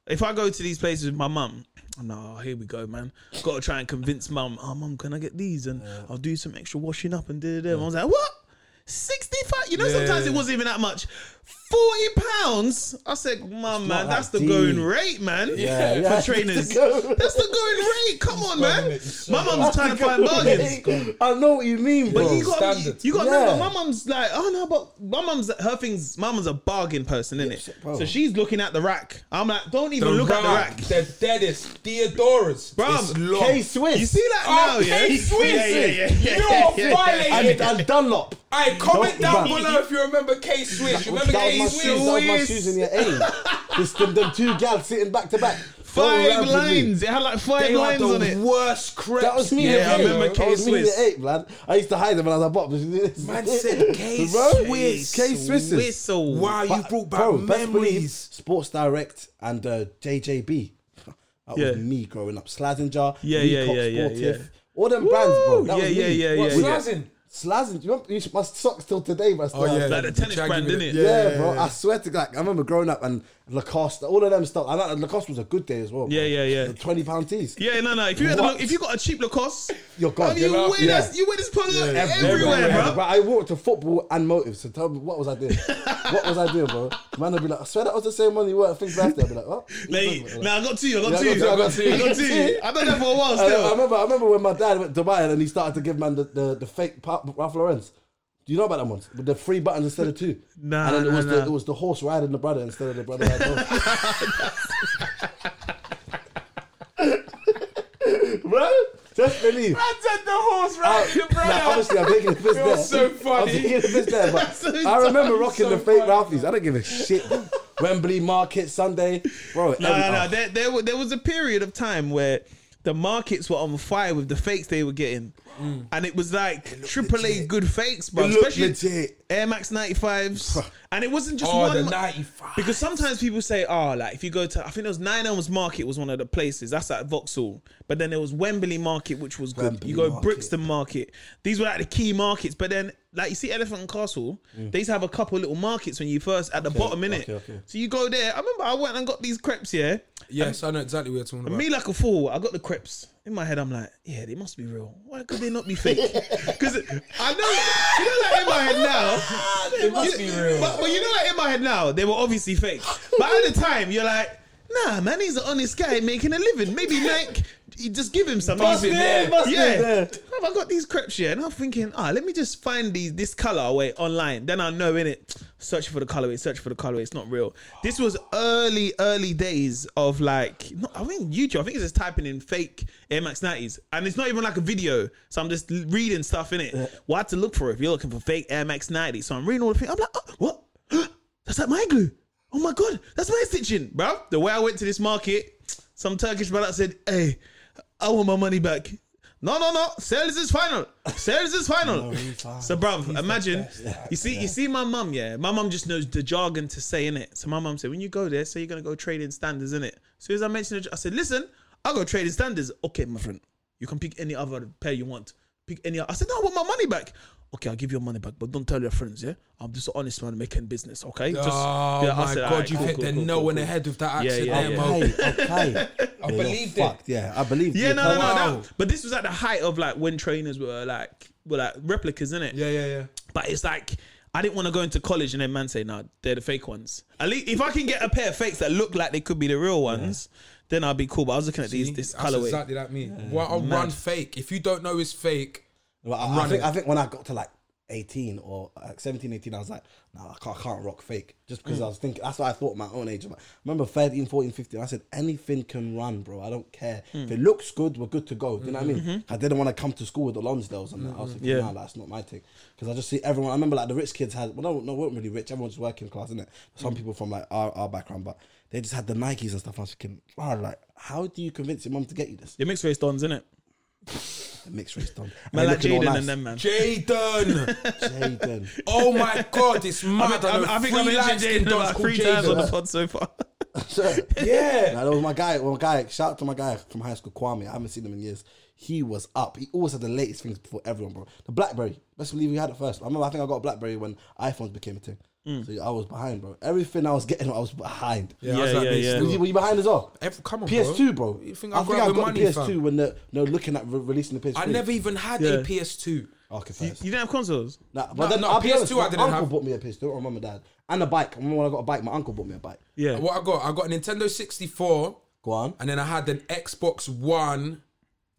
Speaker 1: If I go to these places with my mum, I'm like, oh, here we go, man. Got to try and convince mum. Oh, mum, can I get these? And I'll do some extra washing up and da da da. And I was like, what? Sixty-five. You know, sometimes it wasn't even that much. Forty pounds. I said, mum, man,
Speaker 3: that
Speaker 1: that's the
Speaker 3: deep.
Speaker 1: going rate, man.
Speaker 3: Yeah,
Speaker 1: for
Speaker 3: yeah.
Speaker 1: trainers.
Speaker 3: It's the going
Speaker 1: That's the going rate. Come on, man.
Speaker 2: it. He's
Speaker 1: My mum's trying to find bargains.
Speaker 3: I know what you mean, bro.
Speaker 1: But you got to
Speaker 2: standard.
Speaker 1: you got to
Speaker 3: Yeah.
Speaker 1: remember, my mum's like, oh no, but my mum's her things. My mum's a bargain person, isn't it?
Speaker 3: bro.
Speaker 1: So she's looking at the rack. I'm like, don't even look at the
Speaker 2: rack,
Speaker 1: rack.
Speaker 2: the deadest Theodora's.
Speaker 1: Bruh,
Speaker 2: It's long.
Speaker 3: K Swiss.
Speaker 1: You see that
Speaker 2: Oh,
Speaker 1: now, yeah?
Speaker 2: Kate Swiss.
Speaker 1: Yeah, yeah, yeah, yeah,
Speaker 2: You
Speaker 1: yeah,
Speaker 2: are
Speaker 1: yeah.
Speaker 2: violating.
Speaker 3: and, and Dunlop.
Speaker 2: Hey, comment
Speaker 3: Don't-
Speaker 2: down
Speaker 3: bruh.
Speaker 2: below if you remember K Swiss. You remember
Speaker 3: that was
Speaker 2: K
Speaker 3: my
Speaker 2: Swiss?
Speaker 3: shoes. That was my shoes in your aim. Just them, them two gals sitting back to back. Don't
Speaker 1: Five
Speaker 3: ramble me.
Speaker 1: lines. It had like five
Speaker 2: They are
Speaker 1: lines on
Speaker 2: the
Speaker 1: it.
Speaker 2: worst crap.
Speaker 3: That was me.
Speaker 1: Yeah,
Speaker 3: in the
Speaker 1: I
Speaker 3: ape.
Speaker 1: remember
Speaker 3: That was me in
Speaker 1: K-Swiss.
Speaker 3: the ape, lad. I used to hide them when I was a bob.
Speaker 2: Man said K Swiss.
Speaker 3: K Swiss.
Speaker 1: Whistle.
Speaker 2: Wow, you brought back memories.
Speaker 3: Sports Direct and uh, JJB. That
Speaker 1: Yeah.
Speaker 3: was me growing up. Slazenger,
Speaker 1: Yeah, yeah,
Speaker 3: Leacock,
Speaker 1: yeah, yeah,
Speaker 3: Sportif.
Speaker 1: yeah.
Speaker 3: All them brands, bro. That
Speaker 1: Yeah,
Speaker 3: was
Speaker 1: yeah,
Speaker 3: me.
Speaker 1: yeah,
Speaker 2: What's
Speaker 1: yeah, yeah.
Speaker 2: Slazen?
Speaker 3: Slazzing, you remember, you should- my socks till today, but I still
Speaker 2: Oh,
Speaker 3: have
Speaker 2: yeah.
Speaker 3: them.
Speaker 1: Like the tennis
Speaker 2: Shaggy
Speaker 1: brand,
Speaker 2: with
Speaker 1: didn't it?
Speaker 2: it.
Speaker 3: Yeah, bro. I swear to God, I remember growing up and Lacoste, all of them stuff. I like, Lacoste was a good day as well. bro.
Speaker 1: Yeah, yeah, yeah.
Speaker 3: The twenty pound tees.
Speaker 1: Yeah, no, no. If you had a
Speaker 3: What?
Speaker 1: look, if you got a cheap Lacoste,
Speaker 3: You're gone.
Speaker 1: man, You
Speaker 3: You're
Speaker 1: wear
Speaker 3: out.
Speaker 1: this,
Speaker 3: Yeah.
Speaker 1: you wear this polo everywhere,
Speaker 2: everywhere,
Speaker 1: bro.
Speaker 3: But I walked to football and motive. So tell me, what was I doing? what was I doing, bro? Man, I'd be like, I swear that was the same one you were at Things Birthday. I'd be like, what?
Speaker 1: Like,
Speaker 3: Like,
Speaker 1: nah, I got two. I got
Speaker 3: Yeah, I
Speaker 1: two.
Speaker 3: got two,
Speaker 1: I got two. I've done that for a while
Speaker 3: I, I
Speaker 1: still.
Speaker 3: remember, I remember when my dad went to Dubai and he started to give man the, the, the fake pa- Ralph Lauren's. Do you know about that one? With the three buttons instead of two.
Speaker 1: Nah,
Speaker 3: and then it
Speaker 1: nah,
Speaker 3: was
Speaker 1: nah.
Speaker 3: the it was the horse riding the brother instead of the brother riding the horse. Bro, just believe.
Speaker 2: I said the horse
Speaker 3: I,
Speaker 2: riding the brother.
Speaker 3: nah, obviously, I'm taking the piss
Speaker 2: You're
Speaker 3: there.
Speaker 2: so
Speaker 3: I'm
Speaker 2: funny.
Speaker 3: taking the piss there, but
Speaker 1: so
Speaker 3: I remember
Speaker 2: funny,
Speaker 3: rocking
Speaker 2: so
Speaker 3: the fake
Speaker 2: funny.
Speaker 3: Ralphies. I don't give a shit. bro. Wembley Market Sunday, bro.
Speaker 1: No,
Speaker 3: every-
Speaker 1: no, no.
Speaker 3: oh,
Speaker 1: There, there, wa- there was a period of time where the markets were on fire with the fakes they were getting, and it was like triple A
Speaker 3: legit.
Speaker 1: good fakes, bro.
Speaker 3: It looked
Speaker 1: Especially
Speaker 3: legit.
Speaker 1: Air Max 95s, and it wasn't just
Speaker 2: Oh,
Speaker 1: one.
Speaker 2: the
Speaker 1: ma-
Speaker 2: 95.
Speaker 1: Because sometimes people say, oh, like if you go to, I think it was Nine Elms Market was one of the places. That's at Vauxhall. But then there was Wembley Market, which was good.
Speaker 3: Wembley
Speaker 1: you go
Speaker 3: Market.
Speaker 1: Brixton Market. These were like the key markets. But then, like you see Elephant and Castle, they used to have a couple little markets when you first at the bottom innit?
Speaker 3: Mm. okay, okay.
Speaker 1: So you go there. I remember I went and got these crepes here.
Speaker 2: Yes, I know exactly what you're talking about.
Speaker 1: Me like a fool, I got the crepes. In my head, I'm like, yeah, they must be real. Why could they not be fake? Because I know, you know, like in my head now,
Speaker 2: They must
Speaker 1: you-
Speaker 2: be real.
Speaker 1: But, but you know, like in my head now, they were obviously fake. But at the time, you're like, nah, man, he's an honest guy making a living. Maybe Nike, he just give him something.
Speaker 2: Must be there, must
Speaker 3: be
Speaker 1: yeah.
Speaker 3: there.
Speaker 1: Bruv, I got these crepes here, and I'm thinking, ah, let me just find these this color way online. Then I know in it, search for the colorway, search for the colorway. It's not real. This was early, early days of like, not, I think YouTube. I think it's just typing in fake Air Max 90s, and it's not even like a video. So I'm just l- reading stuff in it. Well, I had to look for it if you're looking for fake Air Max 90. So I'm reading all the things. I'm like, oh, what? That's like my glue. Oh my god, that's my stitching, bro. The way I went to this market, some Turkish brother said, "Hey, I want my money back." No, no, no. Sales is final. Sales is final. so, bruv, imagine. You see, you see, my mum. Yeah, my mum just knows the jargon to say in it. So my mum said, when you go there, say you're gonna go trade in standards in it. As soon as I mentioned it, I said, listen, I'll go trade in standards. Okay, my friend, you can pick any other pair you want. Pick any. I said, no, I want my money back. Okay, I'll give you your money back, but don't tell your friends. Yeah, I'm just an honest man making business. Okay. Just-
Speaker 2: oh
Speaker 1: yeah, I
Speaker 2: my
Speaker 1: said,
Speaker 2: god,
Speaker 1: "Alright,
Speaker 2: you've
Speaker 1: cool,
Speaker 2: hit
Speaker 1: cool,
Speaker 2: the
Speaker 1: cool,
Speaker 2: nail
Speaker 1: cool,
Speaker 2: on the
Speaker 1: cool."
Speaker 2: head with that
Speaker 1: Yeah,
Speaker 2: accent
Speaker 1: yeah,
Speaker 2: there,
Speaker 1: yeah.
Speaker 2: Mo.
Speaker 3: Okay, okay. I
Speaker 2: believed it.
Speaker 3: Yeah, I believed
Speaker 1: Yeah,
Speaker 3: you.
Speaker 1: no, no, no,
Speaker 3: Wow.
Speaker 2: Wow.
Speaker 1: no. But this was at the height of like when trainers were like were like replicas, innit?
Speaker 2: Yeah, yeah, yeah.
Speaker 1: But it's like I didn't want to go into college and then man say, nah, they're the fake ones. At least if I can get a pair of fakes that look like they could be the real ones, then I'll be cool. But I was looking at these this
Speaker 2: That's
Speaker 1: colorway.
Speaker 2: exactly like me. Well, I'll run fake. If you don't know it's fake,
Speaker 3: Well, I, I think, I think when I got to like 18 or like 17, 18, I was like, nah, I can't, I can't rock fake. Just
Speaker 1: Mm.
Speaker 3: because I was thinking, that's what I thought my own age. I'm like, remember 13, 14, 15, I said, anything can run, bro. I don't care.
Speaker 1: Mm.
Speaker 3: If it looks good, we're good to go. Do you know what I mean? I didn't want to come to school with the Lonsdales and that. I was thinking,
Speaker 1: Mm-hmm. Yeah.
Speaker 3: nah, that's not my thing. Because I just see everyone, I remember like the rich kids had, well, no, no, weren't really rich. Everyone's working class, innit?
Speaker 1: Mm.
Speaker 3: Some people from like our, our background, but they just had the Nikes and stuff. I was thinking, wow, like, how do you convince your mum to get you this?
Speaker 1: They're mixed race dons, innit?
Speaker 3: The mixed race done.
Speaker 1: Man, like Jaden and them, man.
Speaker 2: Jaden.
Speaker 3: Jaden.
Speaker 2: Oh my god, it's mad. I,
Speaker 1: I'm-
Speaker 2: know
Speaker 1: I think
Speaker 2: three
Speaker 1: I've mentioned
Speaker 2: light-skinned
Speaker 1: Jaden
Speaker 2: dogs
Speaker 1: about
Speaker 2: called
Speaker 1: three times on
Speaker 2: Jaden.
Speaker 1: the pod so far.
Speaker 2: Yeah.
Speaker 3: Nah, there was my guy, well, my guy, shout out to my guy from high school, Kwame. I haven't seen him in years. He was up. He always had the latest things before everyone, bro. The Blackberry. Let's believe we had it first. I remember, I think I got a Blackberry when iPhones became a thing. So I was behind, bro. Everything I was getting, I was behind.
Speaker 2: Mm. Yeah, that's
Speaker 1: Yeah,
Speaker 2: like
Speaker 1: yeah,
Speaker 2: me
Speaker 1: yeah.
Speaker 2: still.
Speaker 3: Were you, were you behind as well?
Speaker 2: Every- come on, bro.
Speaker 3: PS2, bro.
Speaker 2: You think
Speaker 3: I,
Speaker 2: I
Speaker 3: think
Speaker 2: grab
Speaker 3: I
Speaker 2: the
Speaker 3: got the
Speaker 2: money,
Speaker 3: PS2
Speaker 2: fam?
Speaker 3: when they're, they're looking at re- releasing the PS3.
Speaker 2: I never even had
Speaker 1: Yeah.
Speaker 2: a PS2.
Speaker 3: Okay,
Speaker 1: you,
Speaker 3: fair.
Speaker 1: you didn't have consoles?
Speaker 3: Nah, but
Speaker 2: No,
Speaker 3: then
Speaker 2: no,
Speaker 3: I'll be honest,
Speaker 2: PS2 I
Speaker 3: my
Speaker 2: didn't
Speaker 3: uncle
Speaker 2: have.
Speaker 3: bought me a PS2, or my mum and dad, and a bike. I remember when I got a bike, my uncle bought me a bike.
Speaker 1: Yeah.
Speaker 2: What I got, I got a Nintendo 64,
Speaker 3: Go on.
Speaker 2: and then I had an Xbox One.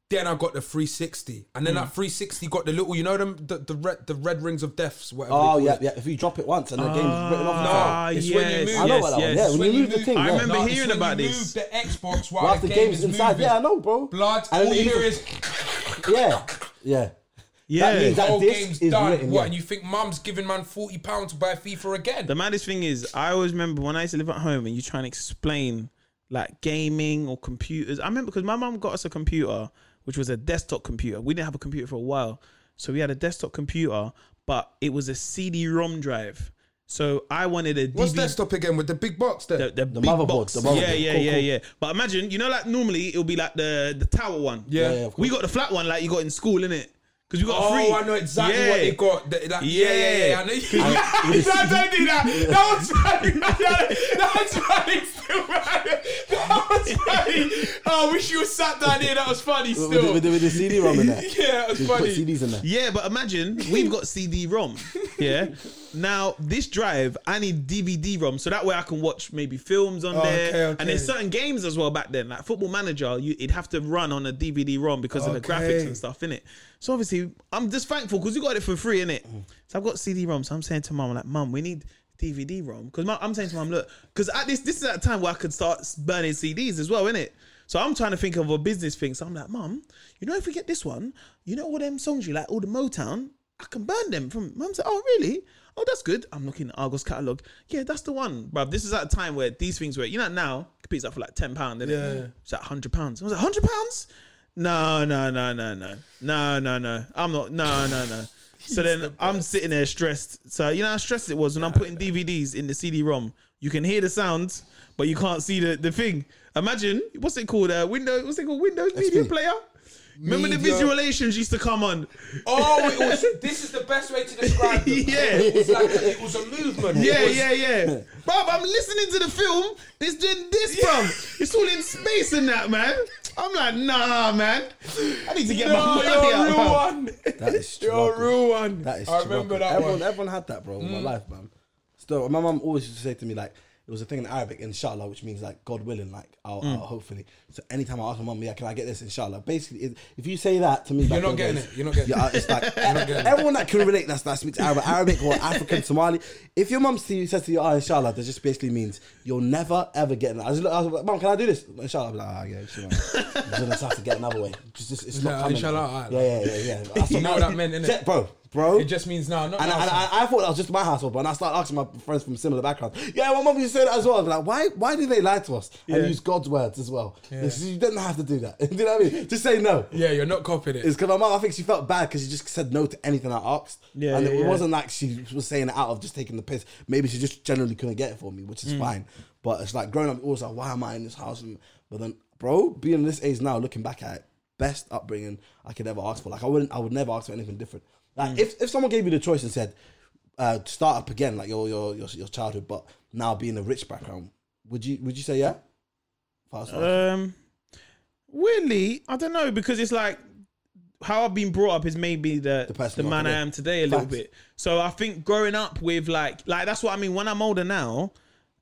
Speaker 2: Then I got the 360, and then
Speaker 1: Hmm.
Speaker 2: that 360 got the little, you know, them the the red the red rings of deaths. Whatever.
Speaker 3: Oh
Speaker 2: they call
Speaker 3: yeah,
Speaker 2: it.
Speaker 3: yeah. If you drop it once and the game's written off,
Speaker 1: Ah,
Speaker 2: No, it's when you
Speaker 1: yes,
Speaker 2: move.
Speaker 3: I know
Speaker 1: yes,
Speaker 3: about that
Speaker 1: yes.
Speaker 3: one. Yeah, when,
Speaker 2: When
Speaker 3: you
Speaker 2: you
Speaker 3: move the
Speaker 2: move-
Speaker 3: thing,
Speaker 1: I
Speaker 3: yeah.
Speaker 1: remember
Speaker 2: No, it's
Speaker 1: hearing
Speaker 2: when
Speaker 1: about
Speaker 2: you
Speaker 1: this.
Speaker 2: Move the Xbox while,
Speaker 3: Whilst
Speaker 2: the,
Speaker 3: the
Speaker 2: game
Speaker 3: game's
Speaker 2: is
Speaker 3: inside.
Speaker 2: moving.
Speaker 3: Yeah, I know, bro.
Speaker 2: Blood.
Speaker 3: And
Speaker 2: all
Speaker 3: then
Speaker 2: you
Speaker 3: you
Speaker 2: hear
Speaker 3: just-
Speaker 2: is
Speaker 3: Yeah, yeah.
Speaker 1: Yeah.
Speaker 3: That means
Speaker 2: the
Speaker 3: that
Speaker 2: whole
Speaker 3: this
Speaker 2: game's
Speaker 3: is
Speaker 2: done.
Speaker 3: written.
Speaker 2: what?
Speaker 3: yeah.
Speaker 2: And you think mum's giving man forty pounds to buy FIFA again?
Speaker 1: The maddest thing is, I always remember when I used to live at home and you try and explain like gaming or computers. I remember because my mum got us a computer, which was a desktop computer. We didn't have a computer for a while. So we had a desktop computer, but it was a CD ROM drive. So I wanted a
Speaker 2: What's
Speaker 1: DVD
Speaker 2: desktop again with the big box there?
Speaker 1: the, the, big
Speaker 3: motherboard,
Speaker 1: box.
Speaker 3: the motherboard.
Speaker 1: Yeah, yeah,
Speaker 3: Cool,
Speaker 1: yeah,
Speaker 3: cool.
Speaker 1: yeah. But imagine, you know, like normally it'll be like the the tower one.
Speaker 2: Yeah.
Speaker 3: Yeah, yeah, of course.
Speaker 1: we got the flat one, like you got in school, innit? because you got
Speaker 2: Oh,
Speaker 1: free.
Speaker 2: I know exactly
Speaker 1: Yeah.
Speaker 2: what they got. They- like, yeah, yeah, yeah,
Speaker 1: Yeah.
Speaker 2: I know. you no, don't do that. That was funny. That was funny. Still, man. That was funny. Oh, I wish you were sat down here. That was funny. Still.
Speaker 3: With, the- with, the, with the CD ROM in there.
Speaker 2: yeah, that was
Speaker 3: Just put
Speaker 2: funny.
Speaker 3: CDs in there.
Speaker 1: Yeah, but imagine we've got CD-ROM. Yeah. Now this drive, I need DVD-ROM, so that way I can watch maybe films on
Speaker 2: Oh,
Speaker 1: there,
Speaker 2: okay, okay.
Speaker 1: and there's certain games as well back then. Like Football Manager, you, it'd have to run on a DVD-ROM because of the graphics
Speaker 2: Okay.
Speaker 1: and stuff in it. So obviously, I'm just thankful because you got it for free in it. So I've got CD-ROM. So I'm saying to mum, I'm like, mum, we need. DVD ROM because I'm saying to mum, look, because at this this is at a time where I could start burning CDs as well, innit? So I'm trying to think of a business thing. So I'm like, Mum, you know, if we get this one, you know all them songs you like, all the Motown, I can burn them from. Mum said, Oh, really? Oh, that's good. I'm looking at Argos catalog. Yeah, that's the one, bruv. This is at a time where these things were, you know, now competes up for like ten pound, innit?
Speaker 2: Yeah.
Speaker 1: It's like hundred pounds. I was like, hundred pounds? No, no, no, no, no, no, no, no. I'm not. No, no, no. So then I'm sitting there stressed. So you know how stressed it was when I'm putting DVDs in the CD-ROM. You can hear the sounds, but you can't see the, the thing. Imagine what's it called? Uh, Windows. What's it called? Windows Media
Speaker 3: XP.
Speaker 1: Player. Remember the
Speaker 2: Media-
Speaker 1: visualizations used to come on.
Speaker 2: Oh, it was, this is the best way to describe them.
Speaker 1: Yeah.
Speaker 2: It was like it was a movement. It
Speaker 1: Yeah,
Speaker 2: was-
Speaker 1: yeah, yeah. Bruv, I'm listening to the film. It's doing this, bruv. It's all in space and that, man. I'm like, nah, man. I need to get
Speaker 2: No,
Speaker 1: my money
Speaker 2: you're a
Speaker 1: out.
Speaker 2: real
Speaker 1: bruv.
Speaker 2: one.
Speaker 3: That is
Speaker 2: You're a
Speaker 3: struggle.
Speaker 2: real one.
Speaker 3: That is. Mm.
Speaker 2: I remember
Speaker 3: Chewbacca.
Speaker 2: that
Speaker 3: everyone,
Speaker 2: one.
Speaker 3: Everyone had that, bro. In my life, man. Still, my mum always used to say to me like it was a thing in Arabic, inshallah, which means like God willing, like I'll, I'll hopefully. So anytime I ask my mum, yeah, can I get this, inshallah? Basically, it, if you say that to me, you're
Speaker 2: not getting it. You're not getting
Speaker 3: yeah, It's like everyone that can relate that that speaks Arabic, Arabic or African Somali. If your mum see you, says to you, oh, inshallah, that just basically means you'll never ever get it. I was, I was like, mum, can I do this? Inshallah, I'm like, ah, yeah, sure. I'm just gonna have to get another way. Just, just- it's not
Speaker 2: Nah,
Speaker 3: coming.
Speaker 2: inshallah, alright.
Speaker 3: yeah, yeah, yeah, yeah. That's
Speaker 2: You
Speaker 3: what-
Speaker 2: know what that meant, innit?
Speaker 3: Yeah, bro, bro.
Speaker 2: It just means no, not
Speaker 3: And, I, and
Speaker 2: now.
Speaker 3: I, I thought that was just my household, but and I started asking my friends from similar backgrounds. Yeah, my mum used to say that as well. I'd be like, why, why do they lie to us and use God's words as well? It's- You didn't have to do that. do you know what I mean? Just say no.
Speaker 2: Yeah, you're not copying it.
Speaker 3: It's because my mum, I think she felt bad because she just said no to anything I asked.
Speaker 1: Yeah,
Speaker 3: and
Speaker 1: yeah,
Speaker 3: it
Speaker 1: yeah.
Speaker 3: wasn't like she was saying it out of just taking the piss. Maybe she just generally couldn't get it for me, which is
Speaker 1: Mm.
Speaker 3: fine. But it's like growing up, it was like, why am I in this house? And- But then, bro, being this age now, looking back at it, best upbringing I could ever ask for. Like I wouldn't, I would never ask for anything different.
Speaker 1: Mm.
Speaker 3: Like if, if someone gave me the choice and said, uh, start up again, like your your your, your childhood, but now being a rich background, would you would you say yeah? Fast, fast.
Speaker 1: Um, weirdly, I don't know because it's like how I've been brought up is maybe the
Speaker 3: The
Speaker 1: the,
Speaker 3: person you are
Speaker 1: man I
Speaker 3: today.
Speaker 1: am today a little
Speaker 3: Facts.
Speaker 1: bit. So I think growing up with like like that's what I mean. When I'm older now,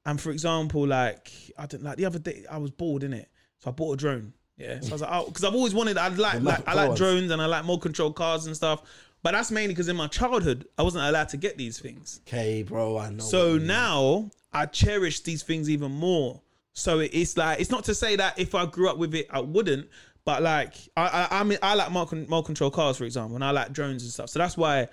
Speaker 1: and for example, like I don't like the other day I was bored in it, so I bought a drone. Yeah, so I was like, oh, because I've always wanted. I like, like I like
Speaker 3: powers.
Speaker 1: drones and I like more control cars and stuff. But that's mainly because in my childhood I wasn't allowed to get these things.
Speaker 3: okay, bro, I know.
Speaker 1: So now I cherish these things even more. So it- it's like it's not to say that if I grew up with it I wouldn't, but like I I, I mean I like more, con- more control cars for example, and I like drones and stuff. So that's why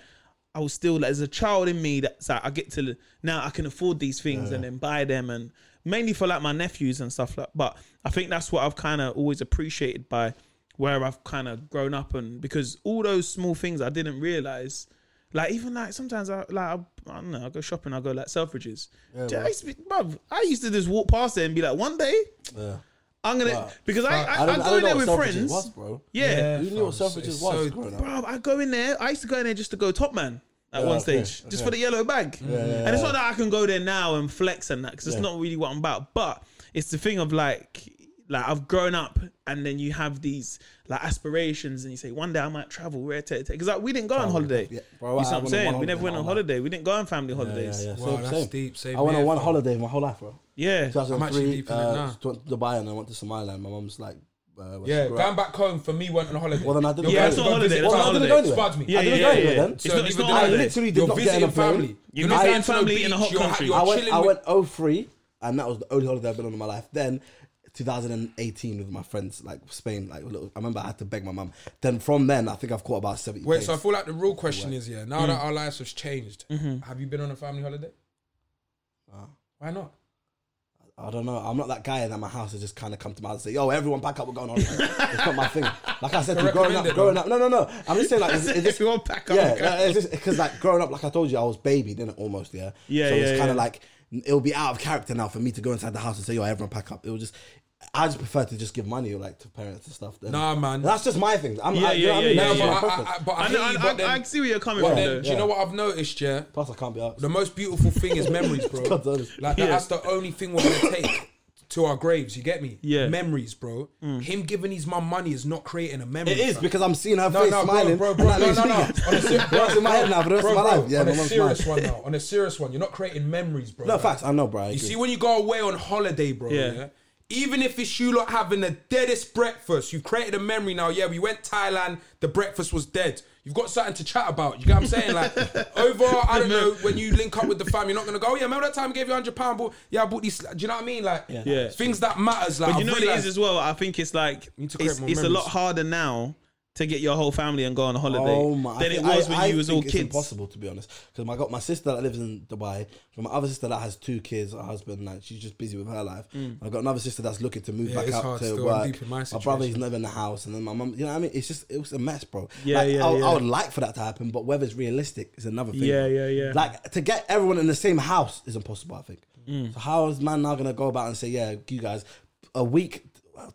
Speaker 1: I was still like, there's a child in me that's like I get to now I can afford these things and then buy them and mainly for like my nephews and stuff like. But I think that's what I've kind of always appreciated by where I've kind of grown up and because all those small things I didn't realize like even like sometimes I like I, I don't know I go shopping I go like Selfridges. Dude, I, used to be, bruv, I used to just walk past there and be like one day
Speaker 3: Yeah.
Speaker 1: I'm gonna
Speaker 3: Wow.
Speaker 1: because I I, I,
Speaker 3: uh, don't-
Speaker 1: go in
Speaker 3: know
Speaker 1: there
Speaker 3: what
Speaker 1: with
Speaker 3: selfridges
Speaker 1: friends.
Speaker 3: was, bro.
Speaker 1: yeah.
Speaker 3: You knew what
Speaker 2: fam,
Speaker 3: selfridges
Speaker 2: it's
Speaker 3: was
Speaker 2: so-
Speaker 3: growing up.
Speaker 1: Bruv, I go in there. I used to go in there just to go top man at
Speaker 3: Yeah,
Speaker 1: one
Speaker 3: okay,
Speaker 1: stage, just for the yellow bag. and it's not that I can go there now and flex and that because it's not really what I'm about. But it's the thing of like, like I've grown up, and then you have these like aspirations, and you say one day I might travel. Where to because like we didn't go on holiday.
Speaker 3: yeah. Bro,
Speaker 1: you
Speaker 3: I
Speaker 1: see what I'm
Speaker 3: went on
Speaker 1: saying?
Speaker 3: one
Speaker 1: We never
Speaker 3: holiday,
Speaker 1: went on
Speaker 3: man.
Speaker 1: holiday. We didn't go on family holidays. Yeah,
Speaker 3: Yeah, yeah,
Speaker 2: Wow,
Speaker 3: same,
Speaker 2: that's
Speaker 3: same.
Speaker 2: deep, same
Speaker 3: I went on
Speaker 2: here,
Speaker 3: one
Speaker 2: fam.
Speaker 3: holiday my whole life, bro.
Speaker 2: actually
Speaker 3: 2003,
Speaker 2: deep in it
Speaker 3: uh,
Speaker 2: now.
Speaker 3: just went to Dubai and I went to Somaliland. My mum's like, uh, when she
Speaker 2: Yeah,
Speaker 3: grew
Speaker 2: going
Speaker 3: up.
Speaker 2: back home for me went on holiday.
Speaker 3: Well, then I
Speaker 2: Your
Speaker 3: didn't go.
Speaker 2: parents
Speaker 1: that's not
Speaker 2: go
Speaker 1: a holiday.
Speaker 2: visit
Speaker 1: That's not
Speaker 3: Well,
Speaker 1: a
Speaker 3: I
Speaker 1: holiday.
Speaker 3: didn't go anywhere.
Speaker 2: Spuds me.
Speaker 1: Yeah,
Speaker 3: I
Speaker 1: yeah,
Speaker 3: didn't
Speaker 1: yeah.
Speaker 3: go anywhere
Speaker 1: yeah.
Speaker 3: then.
Speaker 1: It's
Speaker 2: So
Speaker 1: not-
Speaker 2: you
Speaker 1: it's
Speaker 2: were
Speaker 1: not holiday.
Speaker 2: doing
Speaker 3: I
Speaker 2: holiday.
Speaker 3: literally did
Speaker 2: You're
Speaker 3: not get
Speaker 2: visiting
Speaker 3: on a plane.
Speaker 2: family.
Speaker 1: You're
Speaker 2: You're not
Speaker 1: visiting
Speaker 2: going to the
Speaker 1: family
Speaker 2: beach.
Speaker 1: in a hot
Speaker 2: You're-
Speaker 1: country.
Speaker 2: you're
Speaker 3: I went,
Speaker 2: chilling
Speaker 3: I
Speaker 2: with-
Speaker 3: went '03, and that was the only holiday I've been on in my life. Then 2018 with my friends, like Spain, like a little, I remember I had to beg my mum. Then from then, I think I've caught about 70.
Speaker 2: Wait,
Speaker 3: planes.
Speaker 2: so I feel like the real question is, yeah, now that our lives have changed, have you been on a family holiday? Why not?
Speaker 3: I don't know. I'm not that guy that my house has just kind of come to my house and say, "Yo, everyone pack up, we're going on." holiday." it's not my thing. Like I said, to you, growing up,
Speaker 2: recommended,
Speaker 3: growing up. No, no, no. I'm just saying, like, it's, it's just
Speaker 1: Everyone pack up,
Speaker 3: Yeah,
Speaker 1: we're going
Speaker 3: like, it's just because like growing up, like I told you, I was babied in it almost. Yeah,
Speaker 1: Yeah,
Speaker 3: So it's
Speaker 1: yeah,
Speaker 3: kind of
Speaker 1: yeah.
Speaker 3: like it'll be out of character now for me to go inside the house and say, "Yo, everyone pack up." It will just. I just prefer to just give money like to parents and stuff. Then.
Speaker 2: Nah, man.
Speaker 3: That's just my thing. I'm,
Speaker 1: Yeah,
Speaker 3: I, you know
Speaker 1: yeah,
Speaker 3: what
Speaker 1: yeah,
Speaker 3: I
Speaker 1: yeah,
Speaker 3: mean? That's
Speaker 1: yeah.
Speaker 2: But
Speaker 3: my
Speaker 2: I-
Speaker 3: preference.
Speaker 2: I- but I
Speaker 1: I, know,
Speaker 2: hear you,
Speaker 1: I,
Speaker 2: but
Speaker 1: I, I
Speaker 2: then-
Speaker 1: see where you're coming
Speaker 2: but
Speaker 1: from.
Speaker 2: then,
Speaker 1: though.
Speaker 2: do you know what I've noticed, yeah?
Speaker 3: Plus, I can't be out.
Speaker 2: The most beautiful thing is memories, bro.
Speaker 3: God's honest.
Speaker 2: Like
Speaker 1: Yeah.
Speaker 2: that's the only thing we're gonna take to our graves. You get me?
Speaker 1: Yeah.
Speaker 2: Memories, bro. Him giving his mum money is not creating a memory.
Speaker 3: It is
Speaker 2: fam.
Speaker 3: because I'm seeing her
Speaker 2: No,
Speaker 3: face
Speaker 2: no, bro,
Speaker 3: smiling.
Speaker 2: bro, bro,
Speaker 3: and
Speaker 2: no,
Speaker 3: I'm
Speaker 2: no, no.
Speaker 3: thinking,
Speaker 2: On a ser-
Speaker 3: Bro, it's in my head now for the rest
Speaker 2: bro,
Speaker 3: of my
Speaker 2: bro,
Speaker 3: life. Yeah,
Speaker 2: on
Speaker 3: my
Speaker 2: a
Speaker 3: mom's
Speaker 2: serious
Speaker 3: mine.
Speaker 2: one now. On a serious one, you're not creating memories, bro.
Speaker 3: No
Speaker 2: Like,
Speaker 3: facts. I know, bro. I
Speaker 2: You
Speaker 3: agree.
Speaker 2: see, when you go away on holiday, bro,
Speaker 1: Yeah.
Speaker 2: yeah. Even if it's you lot having the deadest breakfast, you've created a memory now. Yeah, we went Thailand, the breakfast was dead. You've got something to chat about. You get what I'm saying? Like, over, I don't know, when you link up with the fam, you're not going to go, oh, yeah, remember that time I gave you £100? But yeah, I bought these. Do you know what I mean? Like,
Speaker 1: Yeah.
Speaker 2: things that matters.
Speaker 1: But
Speaker 2: Like,
Speaker 1: you
Speaker 2: I've
Speaker 1: know what it is
Speaker 2: realised-
Speaker 1: as well. I think it's like
Speaker 2: need to create
Speaker 1: it's,
Speaker 2: more
Speaker 1: it's a
Speaker 2: memories.
Speaker 1: lot harder now to get your whole family and go on a holiday
Speaker 3: Oh my!
Speaker 1: than
Speaker 3: I
Speaker 1: it
Speaker 3: think-
Speaker 1: was
Speaker 3: I-
Speaker 1: when
Speaker 3: I
Speaker 1: you was all
Speaker 3: think
Speaker 1: kids.
Speaker 3: It's impossible to be honest, because I got my sister that lives in Dubai, and my other sister that has two kids, a husband, like she's just busy with her life.
Speaker 1: Mm.
Speaker 3: I've got another sister that's looking to move
Speaker 2: Yeah,
Speaker 3: back
Speaker 2: it's
Speaker 3: out
Speaker 2: hard
Speaker 3: to
Speaker 2: still. I'm
Speaker 3: work.
Speaker 2: deep in my
Speaker 3: my brother he's
Speaker 2: situation.
Speaker 3: not in the house, and then my mum. You know what I mean? It's just it was a mess, bro.
Speaker 1: Yeah,
Speaker 3: Like,
Speaker 1: yeah,
Speaker 3: I, would- I
Speaker 1: yeah.
Speaker 3: would like for that to happen, but whether it's realistic is another thing.
Speaker 1: Yeah,
Speaker 3: bro.
Speaker 1: yeah, yeah.
Speaker 3: Like to get everyone in the same house is impossible. I think.
Speaker 1: Mm.
Speaker 3: So how is man now gonna go about and say, yeah, you guys, a week,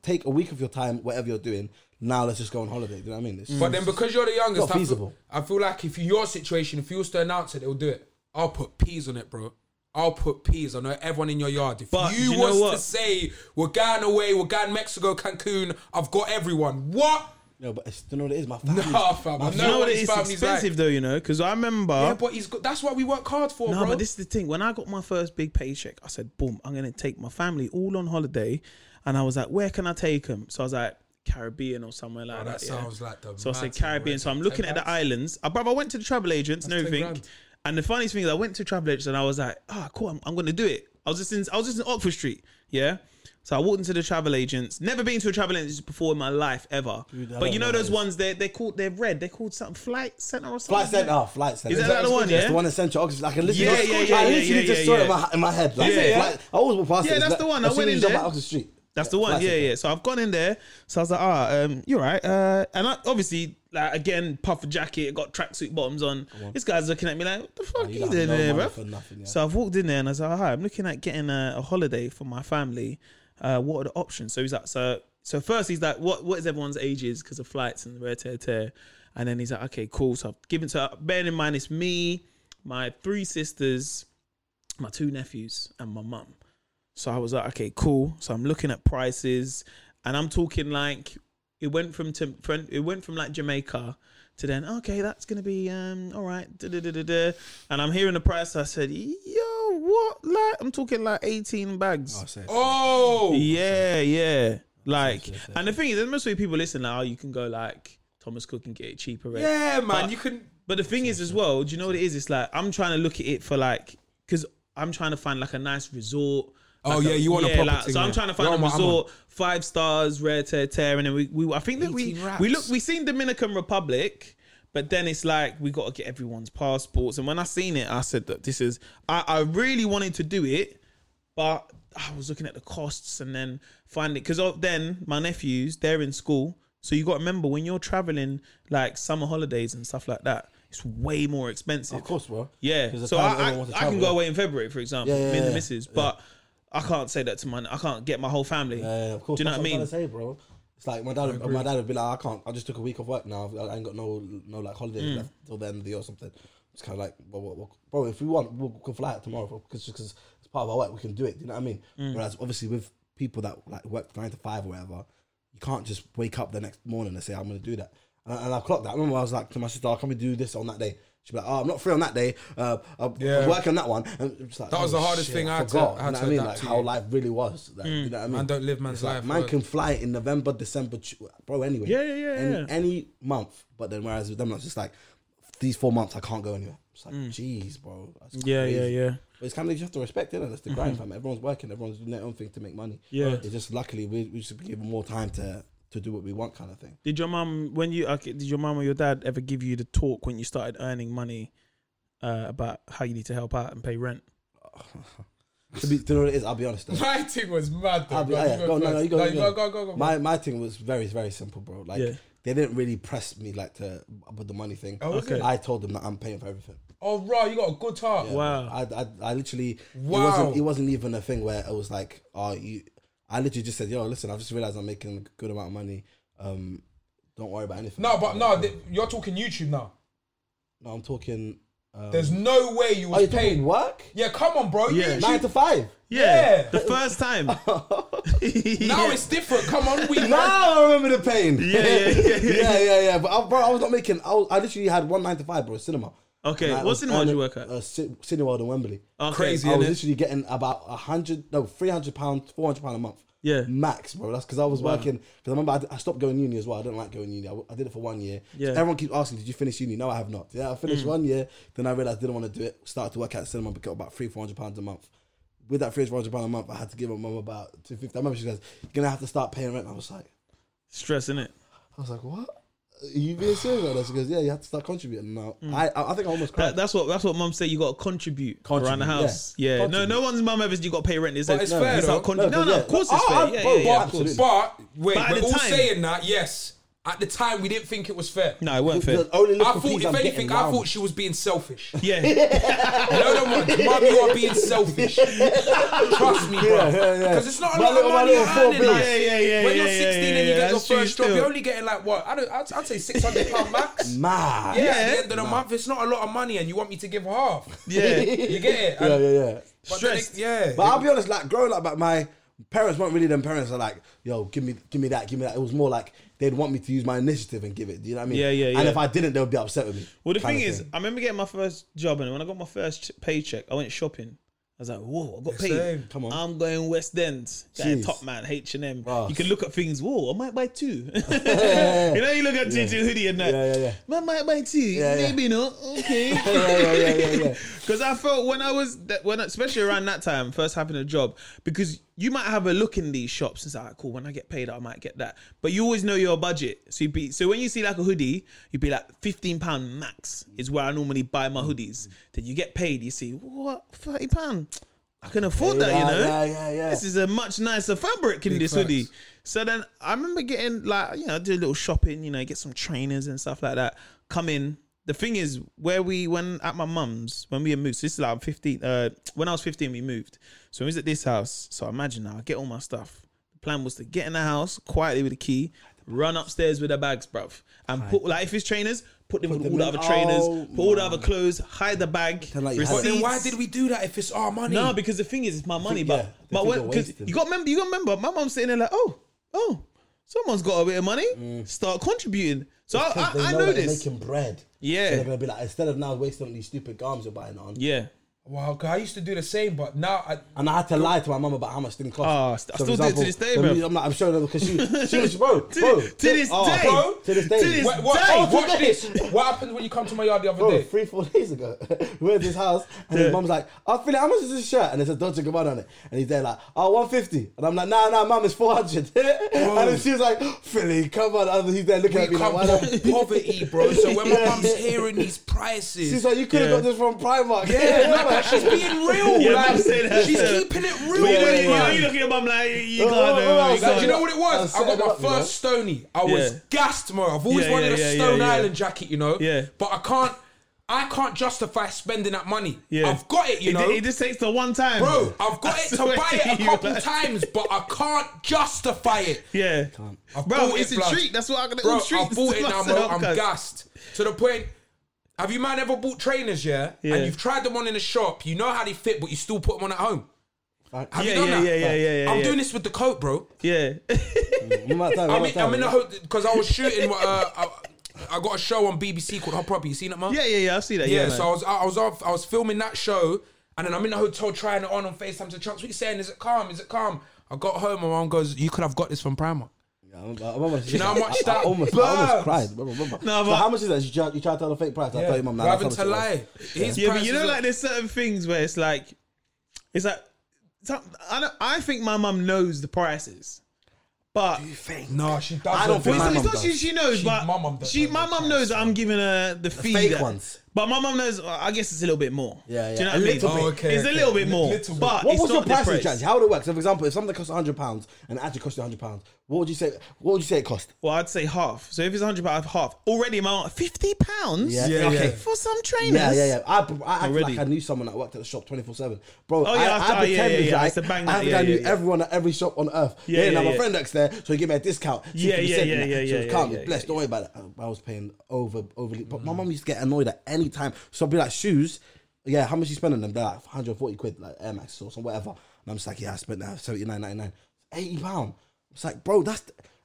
Speaker 3: take a week of your time, whatever you're doing. Now let's just go on holiday. Do you know what I mean?
Speaker 1: Mm.
Speaker 3: It's
Speaker 2: But then because you're the youngest,
Speaker 3: Not
Speaker 2: I feel-
Speaker 3: feasible.
Speaker 2: I feel, like if your situation, if you was to announce it, they'll do it. I'll put peas on it, bro. I'll put peas. I know everyone in your yard. If
Speaker 1: But
Speaker 2: you,
Speaker 1: you know
Speaker 2: was to
Speaker 1: what?
Speaker 2: say we're going away, we're going Mexico, Cancun, I've got everyone. What?
Speaker 3: No, but it's, you know what it is. My family.
Speaker 2: Nah, fam. I
Speaker 3: My
Speaker 1: You know
Speaker 2: know
Speaker 1: what
Speaker 2: what
Speaker 1: it
Speaker 2: his
Speaker 1: is
Speaker 2: family's
Speaker 1: expensive
Speaker 2: like.
Speaker 1: though, you know, because I remember.
Speaker 2: Yeah, but he's got, that's what we work hard for,
Speaker 1: no,
Speaker 2: bro.
Speaker 1: but this is the thing. When I got my first big paycheck, I said, "Boom, I'm gonna take my family all on holiday," and I was like, "Where can I take them?" So I was like, "Caribbean or somewhere like
Speaker 2: Oh,
Speaker 1: that."
Speaker 2: that
Speaker 1: yeah.
Speaker 2: sounds like the
Speaker 1: So I said
Speaker 2: mad thing,
Speaker 1: Caribbean.
Speaker 2: right?
Speaker 1: So I'm looking
Speaker 2: Ten
Speaker 1: at the
Speaker 2: grand.
Speaker 1: islands. Uh, I, brother, I went to the travel agents and
Speaker 2: That's ten
Speaker 1: everything.
Speaker 2: grand.
Speaker 1: And the funniest thing is, I went to travel agents and I was like, "Ah, cool, I'm, I'm gonna do it." I was just in, I was just in Oxford Street, yeah. So I walked into the travel agents. Never been to a travel agents before in my life ever.
Speaker 3: I
Speaker 1: but
Speaker 3: don't
Speaker 1: you know
Speaker 3: know what
Speaker 1: those
Speaker 3: it is.
Speaker 1: ones they they called they're red. They are called something flight center or something.
Speaker 3: Flight center, oh, flight center.
Speaker 1: Is that the one,
Speaker 3: That's
Speaker 1: yeah?
Speaker 3: the one in Central Oxford. I can literally,
Speaker 1: Yeah, yeah, yeah,
Speaker 3: I
Speaker 1: yeah,
Speaker 3: literally
Speaker 1: yeah,
Speaker 3: just
Speaker 1: yeah,
Speaker 3: saw it
Speaker 1: yeah.
Speaker 3: in my, in my head. Like,
Speaker 1: Is it, yeah?
Speaker 3: flight- I always walk past
Speaker 1: Yeah,
Speaker 3: it. It's
Speaker 1: that's
Speaker 3: like-
Speaker 1: the one. I
Speaker 3: as soon
Speaker 1: went
Speaker 3: as
Speaker 1: in
Speaker 3: you go
Speaker 1: there.
Speaker 3: back Oxford Street.
Speaker 1: That's the one.
Speaker 3: Flight
Speaker 1: Yeah,
Speaker 3: center.
Speaker 1: yeah. So I've gone in there. So I was like, ah, um, you're right. Uh, and I, obviously, like again, puffer jacket, got tracksuit bottoms on. This guy's looking at me like, what the fuck
Speaker 3: you
Speaker 1: you
Speaker 3: got
Speaker 1: doing
Speaker 3: no
Speaker 1: there, bro?
Speaker 3: money for nothing, yeah.
Speaker 1: So I've walked in there and I was like, hi, I'm looking at getting a, a holiday for my family. Uh, what are the options? So he's like, so so first he's like, what what is everyone's ages because of flights and rare tear tear, and then he's like, okay, cool. So I've given to bearing in mind it's me, my three sisters, my two nephews, and my mum. So I was like, okay, cool. So I'm looking at prices, and I'm talking like it went from Tim- from- it went from like Jamaica to then okay, that's gonna be um all right, da, da, da, da, da. and I'm hearing the price. I said, yo, what? Like I'm talking like 18 bags.
Speaker 2: Oh,
Speaker 1: yeah, yeah. Like, and the thing is, there's most people listen like, oh, you can go like Thomas Cook and get it cheaper. right?
Speaker 2: yeah, man.
Speaker 1: But-
Speaker 2: You can.
Speaker 1: but the thing is, as well, do you know what it is? It's like I'm trying to look at it for like because I'm trying to find like a nice resort.
Speaker 2: Oh,
Speaker 1: like
Speaker 2: yeah, you want a proper
Speaker 1: like-
Speaker 2: thing,
Speaker 1: So I'm
Speaker 2: yeah.
Speaker 1: trying to find
Speaker 2: You're on
Speaker 1: a
Speaker 2: my- I'm
Speaker 1: resort, five stars, rare tear tear, and then we, we I think that we
Speaker 2: 18
Speaker 1: we
Speaker 2: raps.
Speaker 1: look we seen Dominican Republic. But then it's like we got to get everyone's passports, and when I seen it, I said that this is. I, I really wanted to do it, but I was looking at the costs and then finding because then my nephews they're in school, so you got to remember when you're traveling like summer holidays and stuff like that, it's way more expensive.
Speaker 3: Of course, bro.
Speaker 1: yeah.
Speaker 3: Because the
Speaker 1: So
Speaker 3: time
Speaker 1: I,
Speaker 3: everyone
Speaker 1: I,
Speaker 3: wants to
Speaker 1: I can
Speaker 3: travel,
Speaker 1: go
Speaker 3: yeah.
Speaker 1: away in February, for example,
Speaker 3: Yeah, yeah,
Speaker 1: me and the
Speaker 3: yeah.
Speaker 1: missus, but I can't say that to my. I can't get my whole family.
Speaker 3: Yeah, yeah, of course.
Speaker 1: Do you know
Speaker 3: That's
Speaker 1: what I mean?
Speaker 3: I'm trying to say, bro. It's like my dad. My dad would be like, I can't. I just took a week off work now. I've- I ain't got no no like holidays
Speaker 2: Mm.
Speaker 3: left till the end of the year or something. It's kind of like, well, well, well, bro, if we want, we'll, we can fly out tomorrow because because it's part of our work. We can do it. Do you know what I mean?
Speaker 2: Mm.
Speaker 3: Whereas obviously with people that like work nine to five or whatever, you can't just wake up the next morning and say I'm going to do that. And, and I clocked that. I remember I was like to my sister, oh, "Can we do this on that day?" She'd be like, "Oh, I'm not free on that day. Uh, I'm,
Speaker 2: Yeah.
Speaker 3: I'm working on that one." And it's like,
Speaker 2: That was
Speaker 3: oh,
Speaker 2: the hardest
Speaker 3: shit,
Speaker 2: thing I had to-
Speaker 3: forgot.
Speaker 2: I had
Speaker 3: You know
Speaker 2: to
Speaker 3: what I mean?
Speaker 2: adapt
Speaker 3: Like
Speaker 2: to,
Speaker 3: how
Speaker 2: yeah.
Speaker 3: life really was. Like, You know what I mean?
Speaker 2: Man don't live man's
Speaker 3: It's like,
Speaker 2: life,
Speaker 3: Man
Speaker 2: bro.
Speaker 3: can fly in November, December, Ju- bro. Anyway,
Speaker 1: Yeah, yeah, yeah,
Speaker 3: any,
Speaker 1: yeah.
Speaker 3: any month. But then whereas with them, it's just like these four months I can't go anywhere. It's like, jeez, bro. That's
Speaker 1: Mm. Yeah,
Speaker 3: crazy.
Speaker 1: yeah, yeah.
Speaker 3: But it's kind of you have to respect it. That's the grind, fam. Everyone's working. Everyone's doing their own thing to make money.
Speaker 1: Yeah.
Speaker 3: It's just luckily we we should be given more time to to do what we want, kind of thing.
Speaker 1: Did your mum when you okay, did your mum or your dad ever give you the talk when you started earning money uh, about how you need to help out and pay rent?
Speaker 3: To be, to know what it is, I'll be honest. Though.
Speaker 2: My thing was mad. Though,
Speaker 3: I'll be,
Speaker 2: bro.
Speaker 3: oh, yeah,
Speaker 2: You
Speaker 3: go, no, no,
Speaker 2: first.
Speaker 3: you go, you
Speaker 2: go, go, go.
Speaker 3: My my thing was very very simple, bro. Like
Speaker 1: Yeah.
Speaker 3: they didn't really press me like to with the money thing.
Speaker 2: was
Speaker 1: Okay. it?
Speaker 3: I told them that I'm paying for everything.
Speaker 2: Oh, raw. You got a good heart.
Speaker 1: Wow.
Speaker 3: I, I, I literally. It
Speaker 2: Wow.
Speaker 3: wasn't, it wasn't even a thing where it was like, oh, you. I literally just said, "Yo, listen, I've just realized I'm making a good amount of money. Um, don't worry about anything."
Speaker 2: No, but no, th- you're talking YouTube now.
Speaker 3: no, I'm talking. Um,
Speaker 2: There's no way you
Speaker 3: are you
Speaker 2: was paid.
Speaker 3: paying work?
Speaker 2: Yeah, come on, bro.
Speaker 1: Yeah.
Speaker 2: YouTube.
Speaker 3: Nine to five.
Speaker 1: Yeah,
Speaker 2: Yeah.
Speaker 1: the first time.
Speaker 2: Now it's different. Come on, we.
Speaker 3: No, I remember the pain.
Speaker 1: Yeah, yeah, yeah.
Speaker 3: yeah, yeah, yeah. But I, bro, I was not making. I, was, I literally had one nine to five, bro. Cinema.
Speaker 1: Okay,
Speaker 3: And I
Speaker 1: what
Speaker 3: was
Speaker 1: cinema did
Speaker 3: earning-
Speaker 1: you work at? Oh,
Speaker 3: Uh, Cin- Cineworld in Wembley.
Speaker 1: Okay.
Speaker 2: Crazy,
Speaker 3: I
Speaker 2: innit?
Speaker 3: was literally getting about a hundred, no, three hundred pounds, four hundred pound a month.
Speaker 1: Yeah.
Speaker 3: max, bro. That's because I was working. Because I remember I, d- I stopped going uni as well. I didn't like going uni. I, w- I did it for one year.
Speaker 1: Yeah.
Speaker 3: Everyone keeps asking, "Did you finish uni?" No, I have not. Yeah, I
Speaker 2: Mm.
Speaker 3: finished one year. Then I realized I didn't want to do it. Started to work at cinema, but got about three, four hundred pounds a month. With that three hundred pound a month, I had to give my mum about two fifty. I remember she goes, "You're gonna have to start paying rent." I was like.
Speaker 1: Stressing it.
Speaker 3: I was like, "What? Are you being serious about this?" Because yeah, you have to start contributing now.
Speaker 2: Mm.
Speaker 3: I, I I think I almost cried.
Speaker 1: That, that's what that's what mum said. You got to contribute, around the
Speaker 3: Contribute,
Speaker 1: house.
Speaker 3: yeah.
Speaker 1: Yeah,
Speaker 3: Contribute.
Speaker 1: no, no one's mum ever said you got to pay rent. They said,
Speaker 2: it's
Speaker 1: no,
Speaker 2: fair,
Speaker 1: you start
Speaker 2: though.
Speaker 1: contri-
Speaker 3: No,
Speaker 1: no, no,
Speaker 3: yeah.
Speaker 1: of course it's
Speaker 3: Oh,
Speaker 1: fair.
Speaker 3: I-
Speaker 1: Yeah,
Speaker 3: bro,
Speaker 1: yeah, yeah,
Speaker 3: but-
Speaker 1: of course.
Speaker 2: But wait,
Speaker 1: But at
Speaker 2: we're
Speaker 1: the
Speaker 2: all
Speaker 1: time-
Speaker 2: saying that. Yes, at the time we didn't think it was fair.
Speaker 1: No, it weren't fair.
Speaker 3: The only little
Speaker 2: I thought,
Speaker 3: fees
Speaker 2: if
Speaker 3: I'm
Speaker 2: anything,
Speaker 3: getting
Speaker 2: I
Speaker 3: now-
Speaker 2: thought she was being selfish.
Speaker 1: Yeah,
Speaker 2: No, no, mum, mum, you are being selfish. Trust me, bro.
Speaker 3: Yeah,
Speaker 2: Because
Speaker 3: yeah, yeah.
Speaker 2: it's not a
Speaker 3: My
Speaker 2: lot
Speaker 3: little-
Speaker 2: of
Speaker 3: my
Speaker 2: money you're
Speaker 3: little four
Speaker 2: earning.
Speaker 3: bills.
Speaker 2: like,
Speaker 1: Yeah, yeah, yeah,
Speaker 2: when you're
Speaker 1: yeah,
Speaker 2: 16 and you
Speaker 1: yeah,
Speaker 2: get your
Speaker 1: that's true
Speaker 2: first job,
Speaker 1: still. Mm.
Speaker 2: you're only getting like what? I don't, I'd, I'd say 600 pound max.
Speaker 3: Mad.
Speaker 2: Yeah,
Speaker 3: Yeah.
Speaker 2: at
Speaker 1: Yeah.
Speaker 2: the end of the month, it's not a lot of money, and you want me to give half.
Speaker 1: yeah.
Speaker 2: You get it?
Speaker 3: yeah,
Speaker 2: And-
Speaker 3: yeah, yeah.
Speaker 2: but then it-
Speaker 1: Stressed.
Speaker 2: yeah.
Speaker 3: But I'll be honest, like growing up, like my parents weren't really them parents. Are like, yo, give me, give me that, give me that. It was more like they'd want me to use my initiative and give it. Do you know what I mean?
Speaker 1: Yeah, yeah,
Speaker 3: And
Speaker 1: yeah.
Speaker 3: if I didn't, they would be upset with me.
Speaker 1: Well, the
Speaker 3: kind
Speaker 1: thing
Speaker 3: of
Speaker 1: is, I remember getting my first job, and when I got my first ch- paycheck, I went shopping. I was like, "Whoa, I got paid!
Speaker 2: same.
Speaker 3: Come on.
Speaker 1: I'm going West End, Getting
Speaker 3: Jeez.
Speaker 1: top man, H and M.
Speaker 3: Bruh.
Speaker 1: You can look at things. Whoa, I might buy two. you know, you look at Gigi hoodie and that.
Speaker 3: Yeah, yeah, yeah.
Speaker 1: Man, might buy two.
Speaker 3: Yeah, yeah.
Speaker 1: Maybe not. Okay.
Speaker 3: yeah, yeah, yeah, yeah, yeah.
Speaker 1: Because I felt when I was that- when especially around that time, first having a job, because you might have a look in these shops and say, "Alright, "Cool, when I get paid, I might get that." But you always know your budget, so you be so when you see like a hoodie, you'd be like fifteen pound max is where I normally buy my hoodies. Then you get paid, you see what thirty pound. I can afford that, you
Speaker 3: Yeah,
Speaker 1: know.
Speaker 3: yeah, yeah, yeah.
Speaker 1: This is a much nicer fabric in this
Speaker 2: facts.
Speaker 1: hoodie. So then I remember getting like you know do a little shopping, you know, get some trainers and stuff like that. Come in. The thing is, where we when at my mum's when we had moved, so this is like fifteen. Uh, when I was fifteen, we moved. So we was at this house. So imagine now, I get all my stuff. The plan was to get in the house quietly with a key, run upstairs with the bags, bruv, and put like if it's trainers, put them with
Speaker 3: them
Speaker 1: all the
Speaker 3: in-
Speaker 1: other trainers,
Speaker 3: Oh
Speaker 1: put all the other clothes, hide the bag.
Speaker 3: like you had-
Speaker 2: But then why
Speaker 1: receipts.
Speaker 2: did we do that if it's our money?
Speaker 1: No, because the thing is, it's my money. But
Speaker 3: yeah, they
Speaker 1: but
Speaker 3: think
Speaker 1: when
Speaker 3: you're
Speaker 1: because
Speaker 3: wasting.
Speaker 1: you got remember, you got remember, my mom's sitting there like, oh, oh, someone's got a bit of money.
Speaker 2: Mm.
Speaker 1: Start contributing. So Oh, I, I,
Speaker 3: Because they
Speaker 1: I
Speaker 3: know,
Speaker 1: know
Speaker 3: that they're
Speaker 1: this.
Speaker 3: making bread.
Speaker 1: Yeah.
Speaker 3: So they're gonna be like, instead of now wasting on these stupid garments you're buying on.
Speaker 1: Yeah.
Speaker 2: Wow, 'cause I used to do the same, but now I,
Speaker 3: And I had to lie to my mum about how much things cost.
Speaker 1: Ah, st- I
Speaker 3: So,
Speaker 1: still
Speaker 3: for
Speaker 1: do it to this day,
Speaker 3: the
Speaker 1: bro.
Speaker 3: mu- I'm, like, I'm showing her because she, she was, bro, bro.
Speaker 1: to this
Speaker 3: Oh,
Speaker 1: day.
Speaker 3: bro, to this day.
Speaker 1: To this-
Speaker 2: Wait, what,
Speaker 1: Dave,
Speaker 2: oh, watch
Speaker 3: what day?
Speaker 2: this. What happened when you come to my yard the other
Speaker 3: Bro,
Speaker 2: day?
Speaker 3: three, four days ago, we are at his house, and his mum's like, "Oh, Philly, how much is this shirt?" And it says Dolce and Gabbana on it, and he's there like, "Oh, 150 And I'm like, "Nah, nah, mum, it's 400 And then she was like, "Philly, come on!" And he's there looking
Speaker 2: We
Speaker 3: at me like,
Speaker 2: come
Speaker 3: "Why not?"
Speaker 2: from poverty, bro. So when my
Speaker 3: Yeah.
Speaker 2: mum's hearing these
Speaker 3: She's
Speaker 2: prices,
Speaker 3: like, "You could have got this from Primark."
Speaker 2: yeah, no, but she's being real.
Speaker 1: Yeah,
Speaker 2: like,
Speaker 1: I'm saying that.
Speaker 2: she's
Speaker 1: Yeah.
Speaker 2: keeping it
Speaker 1: But
Speaker 2: real.
Speaker 1: you know,
Speaker 2: with
Speaker 1: you, know,
Speaker 2: mum.
Speaker 1: you look at your mum like you
Speaker 3: Oh,
Speaker 1: can't.
Speaker 3: oh, oh,
Speaker 1: know, you
Speaker 3: so
Speaker 2: Like,
Speaker 1: can't.
Speaker 2: do you know what it was?
Speaker 3: I'll
Speaker 2: I
Speaker 3: set
Speaker 2: got
Speaker 3: it
Speaker 2: my
Speaker 3: up, you know.
Speaker 2: first Stony. I was
Speaker 1: Yeah.
Speaker 2: gassed, man. I've always
Speaker 1: Yeah,
Speaker 2: wanted
Speaker 1: yeah,
Speaker 2: a
Speaker 1: yeah,
Speaker 2: Stone
Speaker 1: yeah, yeah.
Speaker 2: Island jacket, you know.
Speaker 1: Yeah.
Speaker 2: But I can't. I can't justify spending that money.
Speaker 1: Yeah.
Speaker 2: I've got it, you
Speaker 1: It,
Speaker 2: know.
Speaker 1: it just takes the one time,
Speaker 2: Bro, I've got
Speaker 1: I
Speaker 2: it to
Speaker 1: swear
Speaker 2: buy it
Speaker 1: to
Speaker 2: a
Speaker 1: you,
Speaker 2: couple
Speaker 1: like-
Speaker 2: times, but I can't justify it.
Speaker 1: Yeah,
Speaker 2: I've
Speaker 1: bro,
Speaker 2: bought
Speaker 1: it's
Speaker 2: it,
Speaker 1: a
Speaker 2: blood.
Speaker 1: treat. That's what I got.
Speaker 2: Bro,
Speaker 1: Bro, treat
Speaker 2: I bought it now, bro. I'm gassed. To the point, have you man ever bought trainers, yeah?
Speaker 1: Yeah.
Speaker 2: And you've tried them on in the shop, you know how they fit, but you still put them on at home. Have
Speaker 1: Yeah,
Speaker 2: you done
Speaker 1: yeah,
Speaker 2: that?
Speaker 1: yeah, yeah, yeah, yeah,
Speaker 2: I'm
Speaker 1: yeah.
Speaker 2: doing this with the coat, bro.
Speaker 1: Yeah,
Speaker 3: Remember that time?
Speaker 2: I'm
Speaker 3: Remember
Speaker 2: in,
Speaker 3: that time?
Speaker 2: I'm in the hotel because I was shooting. uh, I, I got a show on BBC called Hot Property. You seen it, man?
Speaker 1: yeah, yeah, yeah. I see that.
Speaker 2: Yeah,
Speaker 1: Yeah, man.
Speaker 2: so I was I was off, I was filming that show, and then I'm in the hotel trying it on on Facetime to Chunks. What you saying? Is it calm? Is it calm? I got home, my mum goes, "You could have got this from Primark."
Speaker 3: Yeah, I remember- I remember she-
Speaker 2: You know how much
Speaker 3: I- I
Speaker 2: that
Speaker 3: almost, I
Speaker 2: burns?
Speaker 3: almost cried. Remember, remember.
Speaker 1: No,
Speaker 3: so
Speaker 1: but-
Speaker 3: how much is that? You try, you try to tell the fake price. I tell you, mum, nah,
Speaker 2: Rather
Speaker 3: that's
Speaker 2: to
Speaker 3: how much it
Speaker 2: lie, His
Speaker 1: Yeah, but you
Speaker 2: prices
Speaker 1: know,
Speaker 2: are-
Speaker 1: like there's certain things where it's like, it's like, some, I don't, I think my mum knows the prices, but
Speaker 2: no, she doesn't.
Speaker 3: I don't think
Speaker 1: Well, it's,
Speaker 3: my mum
Speaker 1: it's not she,
Speaker 3: does.
Speaker 1: she knows,
Speaker 2: She-
Speaker 1: but
Speaker 2: my mum does
Speaker 1: she,
Speaker 2: know
Speaker 1: my
Speaker 2: the
Speaker 1: mum
Speaker 2: price.
Speaker 1: knows that I'm giving her the, fee
Speaker 3: fake
Speaker 1: that-
Speaker 3: ones.
Speaker 1: But my mum knows. I guess it's a little bit more.
Speaker 3: Yeah, yeah.
Speaker 1: Do you know
Speaker 3: A
Speaker 1: what I mean?
Speaker 3: little
Speaker 2: bit. Oh, okay,
Speaker 1: it's
Speaker 2: okay.
Speaker 1: a little bit
Speaker 2: Li-
Speaker 1: more.
Speaker 2: little bit.
Speaker 1: But
Speaker 3: What
Speaker 1: it's
Speaker 3: was your
Speaker 1: not
Speaker 3: pricing
Speaker 1: depressed.
Speaker 3: strategy? How would it work? So, for example, if something costs hundred pounds and it actually cost you hundred pounds, what would you say? What would you say it cost?
Speaker 1: Well, I'd say half. So if it's hundred pounds, half already. My fifty pounds.
Speaker 3: Yeah, Yeah,
Speaker 2: okay. yeah.
Speaker 1: For some trainers.
Speaker 3: Yeah, yeah, yeah. I, I acted
Speaker 1: Already.
Speaker 3: like I knew someone that worked at the shop twenty four seven,
Speaker 1: Oh,
Speaker 3: bro. I,
Speaker 1: yeah,
Speaker 3: I,
Speaker 1: after- oh, yeah, yeah,
Speaker 3: pretended
Speaker 1: yeah,
Speaker 3: like
Speaker 1: it's the bang
Speaker 3: I
Speaker 1: that-
Speaker 3: acted
Speaker 1: yeah,
Speaker 3: I knew
Speaker 1: yeah, yeah.
Speaker 3: everyone at every shop on earth.
Speaker 1: Yeah,
Speaker 3: Yeah, now
Speaker 1: yeah,
Speaker 3: my
Speaker 1: yeah.
Speaker 3: friend works there, so he gave me a discount.
Speaker 1: Yeah, yeah,
Speaker 3: 50%
Speaker 1: yeah,
Speaker 3: and that.
Speaker 1: yeah,
Speaker 3: So
Speaker 1: yeah,
Speaker 3: it can't
Speaker 1: yeah,
Speaker 3: be
Speaker 1: yeah, Mm.
Speaker 3: blessed. Don't worry about that. I was paying over overly, but my mum used to get annoyed at any time. So I'd be like shoes. Yeah, how much you spend on them? They're like 140 quid, like Air Max or some whatever. And I'm just like, yeah, I spent that 79.99, 80 pound. It's like, bro, that's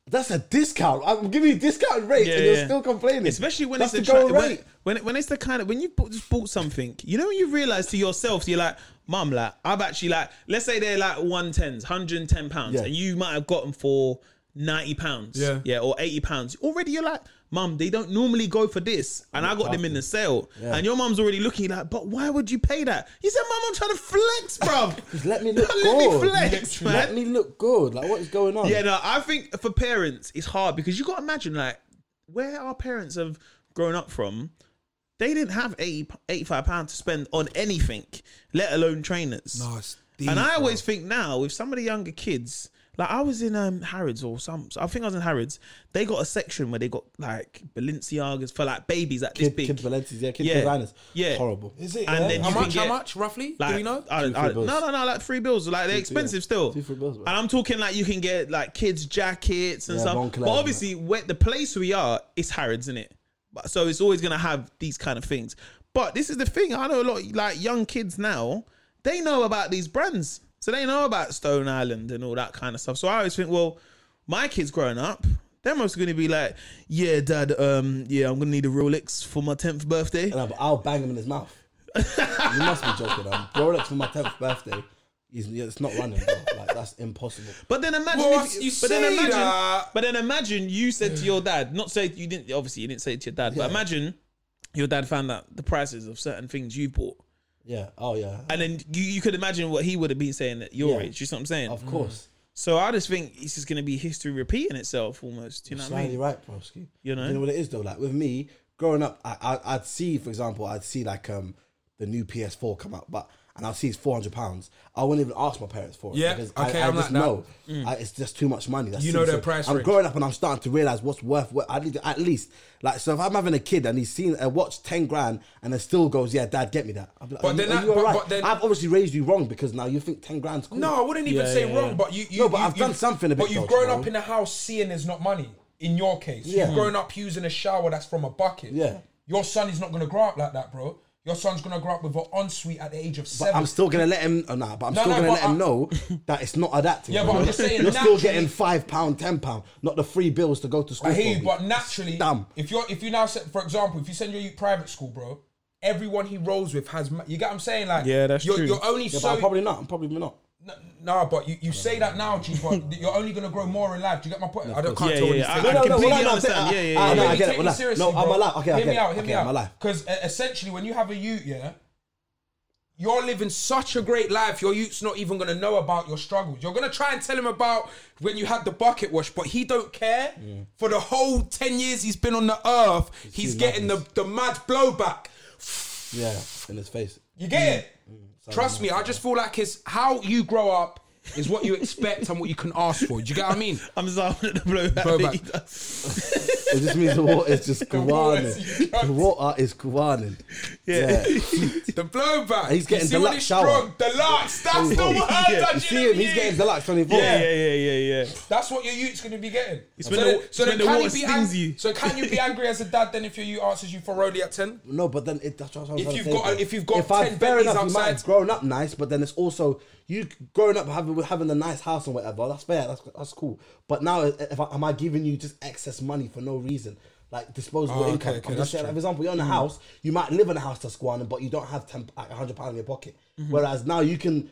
Speaker 3: that's a discount. I'm giving you discount rates,
Speaker 1: Yeah,
Speaker 3: and you're
Speaker 1: yeah.
Speaker 3: still complaining.
Speaker 1: Especially when
Speaker 3: that's
Speaker 1: it's
Speaker 3: the
Speaker 1: the
Speaker 3: going
Speaker 1: tra- when,
Speaker 3: rate.
Speaker 1: when when it's the kind of when you bought, just bought something, you know, when you realize to yourself, you're like, Mum, like I've actually like, let's say they're like one tens, hundred and ten pounds,
Speaker 3: Yeah.
Speaker 1: and you might have gotten for ninety pounds,
Speaker 2: Yeah.
Speaker 1: yeah, or eighty pounds. Already, you're like, Mum, they don't normally go for this, and I got them in the sale, and your mum's already looking like, but why would you pay that? You said, Mum, I'm trying to flex, bruv.
Speaker 3: Just let me look
Speaker 1: Let me
Speaker 3: good.
Speaker 1: flex, man.
Speaker 3: Let me look good. Like what is going on?
Speaker 1: Yeah, no, I think for parents it's hard because you got to imagine like where our parents have grown up from. They didn't have 80, 85 pounds to spend on anything, let alone trainers.
Speaker 2: No, it's deep,
Speaker 1: and I
Speaker 2: bro.
Speaker 1: always think now with some of the younger kids, like I was in um, Harrods or some, I think I was in Harrods. They got a section where they got like Balenciagas for like babies like this
Speaker 3: Kid,
Speaker 1: big.
Speaker 3: kid Valencia's, yeah, kid
Speaker 1: Yeah.
Speaker 3: designers.
Speaker 1: Yeah.
Speaker 3: Horrible.
Speaker 4: Is it?
Speaker 1: And
Speaker 4: yeah?
Speaker 1: then
Speaker 2: How
Speaker 1: you can
Speaker 2: much? How
Speaker 1: get-
Speaker 2: much? Roughly?
Speaker 1: Like,
Speaker 2: Do we know?
Speaker 1: I, don't-
Speaker 3: Two
Speaker 1: I, don't-
Speaker 3: free bills.
Speaker 1: no, no, no, like three bills. Like they're expensive still.
Speaker 3: Two free bills, man.
Speaker 1: And I'm talking like you can get like kids jackets and
Speaker 3: Yeah,
Speaker 1: stuff.
Speaker 3: Moncler,
Speaker 1: But obviously, where the place we are, it's Harrods, isn't it? But, so it's always gonna have these kind of things. But this is the thing. I know a lot like young kids now. They know about these brands, so they know about Stone Island and all that kind of stuff. So I always think, well, my kids growing up. They're mostly going to be like, yeah, dad, um, yeah, I'm going to need a Rolex for my 10th birthday.
Speaker 3: And I'll, I'll bang him in his mouth. you must be joking. I'm Rolex for my tenth birthday. He's, yeah, it's not running. Bro. Like that's impossible.
Speaker 1: But then imagine,
Speaker 2: Well,
Speaker 1: if,
Speaker 2: you- you
Speaker 1: but then
Speaker 2: say
Speaker 1: imagine,
Speaker 2: that.
Speaker 1: but then imagine you said to your dad, not say you didn't. Obviously, you didn't say it to your dad, but imagine your dad found out the prices of certain things you bought,
Speaker 3: Yeah. Oh yeah.
Speaker 1: and then you, you could imagine what he would have been saying at your
Speaker 3: Yeah.
Speaker 1: age. You see what I'm saying?
Speaker 3: Of course.
Speaker 1: So I just think it's just going to be history repeating itself almost. You know what I
Speaker 3: Slightly
Speaker 1: mean?
Speaker 3: right, broski.
Speaker 1: You know?
Speaker 3: You know what it is though. Like with me growing up, I, I I'd see, for example, I'd see like um the new PS4 come out, but and I'll see it's four hundred pounds. I wouldn't even ask my parents for it.
Speaker 2: Yeah,
Speaker 3: because
Speaker 2: okay,
Speaker 3: I, I
Speaker 2: I'm
Speaker 3: just
Speaker 2: like that.
Speaker 3: know
Speaker 1: Mm.
Speaker 3: I, it's just too much money. That's
Speaker 2: You know
Speaker 3: silly.
Speaker 2: their
Speaker 3: So
Speaker 2: price
Speaker 3: I'm
Speaker 2: range.
Speaker 3: growing up and I'm starting to realize what's worth. What I need to, at least like so. If I'm having a kid and he's seen a watch ten grand and it still goes, yeah, dad, get me that. I'd be like,
Speaker 2: But
Speaker 3: are you,
Speaker 2: then
Speaker 3: are
Speaker 2: that-
Speaker 3: you
Speaker 2: but-
Speaker 3: alright?
Speaker 2: but then-
Speaker 3: I've obviously raised you wrong because now you think ten grand's cool.
Speaker 2: No, I wouldn't even
Speaker 1: Yeah,
Speaker 2: say
Speaker 1: yeah,
Speaker 2: wrong,
Speaker 1: yeah.
Speaker 2: but you, you
Speaker 3: No, but
Speaker 2: you-
Speaker 3: I've done
Speaker 2: you've-
Speaker 3: something a bit
Speaker 2: But you've
Speaker 3: dodgy,
Speaker 2: grown
Speaker 3: bro.
Speaker 2: up in a house seeing there's not money. In your case,
Speaker 3: Yeah.
Speaker 2: you've grown up using a shower that's from a bucket.
Speaker 3: Yeah.
Speaker 2: Your son is not going to grow up like that, bro. Your son's going to grow up with an ensuite at the age of seven.
Speaker 3: I'm still gonna let him. Oh, nah, but I'm
Speaker 2: No,
Speaker 3: still
Speaker 2: no,
Speaker 3: gonna
Speaker 2: but
Speaker 3: let him
Speaker 2: I'm-
Speaker 3: know that it's not adapting.
Speaker 2: Yeah, but I'm just saying
Speaker 3: you're still
Speaker 2: naturally-
Speaker 3: getting five pound, ten pound, not the free bills to go to school.
Speaker 2: I
Speaker 3: for
Speaker 2: hear you,
Speaker 3: me.
Speaker 2: but naturally,
Speaker 3: Damn.
Speaker 2: if you're if you now set, for example, if you send your youth private school, bro, everyone he rolls with has ma- you get what I'm saying, like
Speaker 1: Yeah, that's
Speaker 2: you're,
Speaker 1: true.
Speaker 2: You're only
Speaker 3: Yeah, but
Speaker 2: so
Speaker 3: I'm probably not. I'm probably not.
Speaker 2: no, no, but you, you say that now, G, but you're only gonna grow more in life. Do you get my point? I don't can't
Speaker 1: Yeah,
Speaker 2: tell
Speaker 1: yeah,
Speaker 2: you.
Speaker 1: yeah.
Speaker 2: things.
Speaker 1: I
Speaker 3: No, no,
Speaker 1: completely
Speaker 3: well, I know,
Speaker 1: understand.
Speaker 3: I-
Speaker 1: Yeah, yeah,
Speaker 3: I-
Speaker 1: yeah.
Speaker 3: I know,
Speaker 2: Let
Speaker 3: I
Speaker 2: me
Speaker 3: get it,
Speaker 2: take
Speaker 3: well,
Speaker 2: you
Speaker 3: I-
Speaker 2: seriously,
Speaker 3: no, I'm
Speaker 2: bro.
Speaker 3: alive. Okay, I
Speaker 2: hear
Speaker 3: get
Speaker 2: me
Speaker 3: it.
Speaker 2: out. Hear me
Speaker 3: Okay, I'm
Speaker 2: out.
Speaker 3: alive.
Speaker 2: Because uh, essentially, when you have a youth, yeah, you're living such a great life. Your youth's not even gonna know about your struggles. You're gonna try and tell him about when you had the bucket wash, but he don't care.
Speaker 3: Mm.
Speaker 2: For the whole ten years he's been on the earth, he's
Speaker 3: seen
Speaker 2: getting the, the mad blowback.
Speaker 3: Yeah, in his face.
Speaker 2: You get
Speaker 1: Mm,
Speaker 2: it? Trust me, I just feel like it's how you grow up is what you expect and what you can ask for. Do you get what I mean?
Speaker 1: I'm sorry to blow that.
Speaker 2: Blow
Speaker 1: bit.
Speaker 2: back.
Speaker 3: It just means the water is just
Speaker 2: water's-
Speaker 3: guaning. The water is guaning.
Speaker 1: Yeah.
Speaker 2: The blowback.
Speaker 3: He's getting
Speaker 2: you see when
Speaker 3: deluxe
Speaker 2: he's
Speaker 3: shower.
Speaker 2: strong, deluxe. That's the word.
Speaker 1: Yeah,
Speaker 2: that
Speaker 3: You
Speaker 2: you
Speaker 3: see him? He's
Speaker 2: use.
Speaker 3: getting deluxe twenty four.
Speaker 1: yeah, yeah, yeah, yeah, yeah.
Speaker 2: That's what your youth's going to be getting. So
Speaker 1: when
Speaker 2: then-
Speaker 1: the- it's
Speaker 2: so
Speaker 1: when
Speaker 2: then
Speaker 1: the
Speaker 2: can you
Speaker 1: water
Speaker 2: be
Speaker 1: stings
Speaker 2: ang-
Speaker 1: you.
Speaker 2: So can you be angry as a dad then if your youth answers you for Rolly at ten?
Speaker 3: No, but then it, that's what I was
Speaker 2: If
Speaker 3: trying
Speaker 2: you've
Speaker 3: to say,
Speaker 2: got-
Speaker 3: bro.
Speaker 2: if you've got
Speaker 3: I-
Speaker 2: 10
Speaker 3: fair
Speaker 2: Bentleys
Speaker 3: enough, you might have
Speaker 2: outside-
Speaker 3: grown up nice, but then it's also you growing up having having a nice house and whatever. That's fair. That's, that's cool. But now, if I, am I giving you just excess money for no reason? Like disposable
Speaker 2: Oh, okay,
Speaker 3: income.
Speaker 2: okay,
Speaker 3: I'm
Speaker 2: that's
Speaker 3: just saying,
Speaker 2: true.
Speaker 3: like, for example, you're in a
Speaker 1: Mm.
Speaker 3: house, you might live in a house that's squandering, but you don't have 10, like 100 pounds in your pocket.
Speaker 1: Mm-hmm.
Speaker 3: Whereas now you can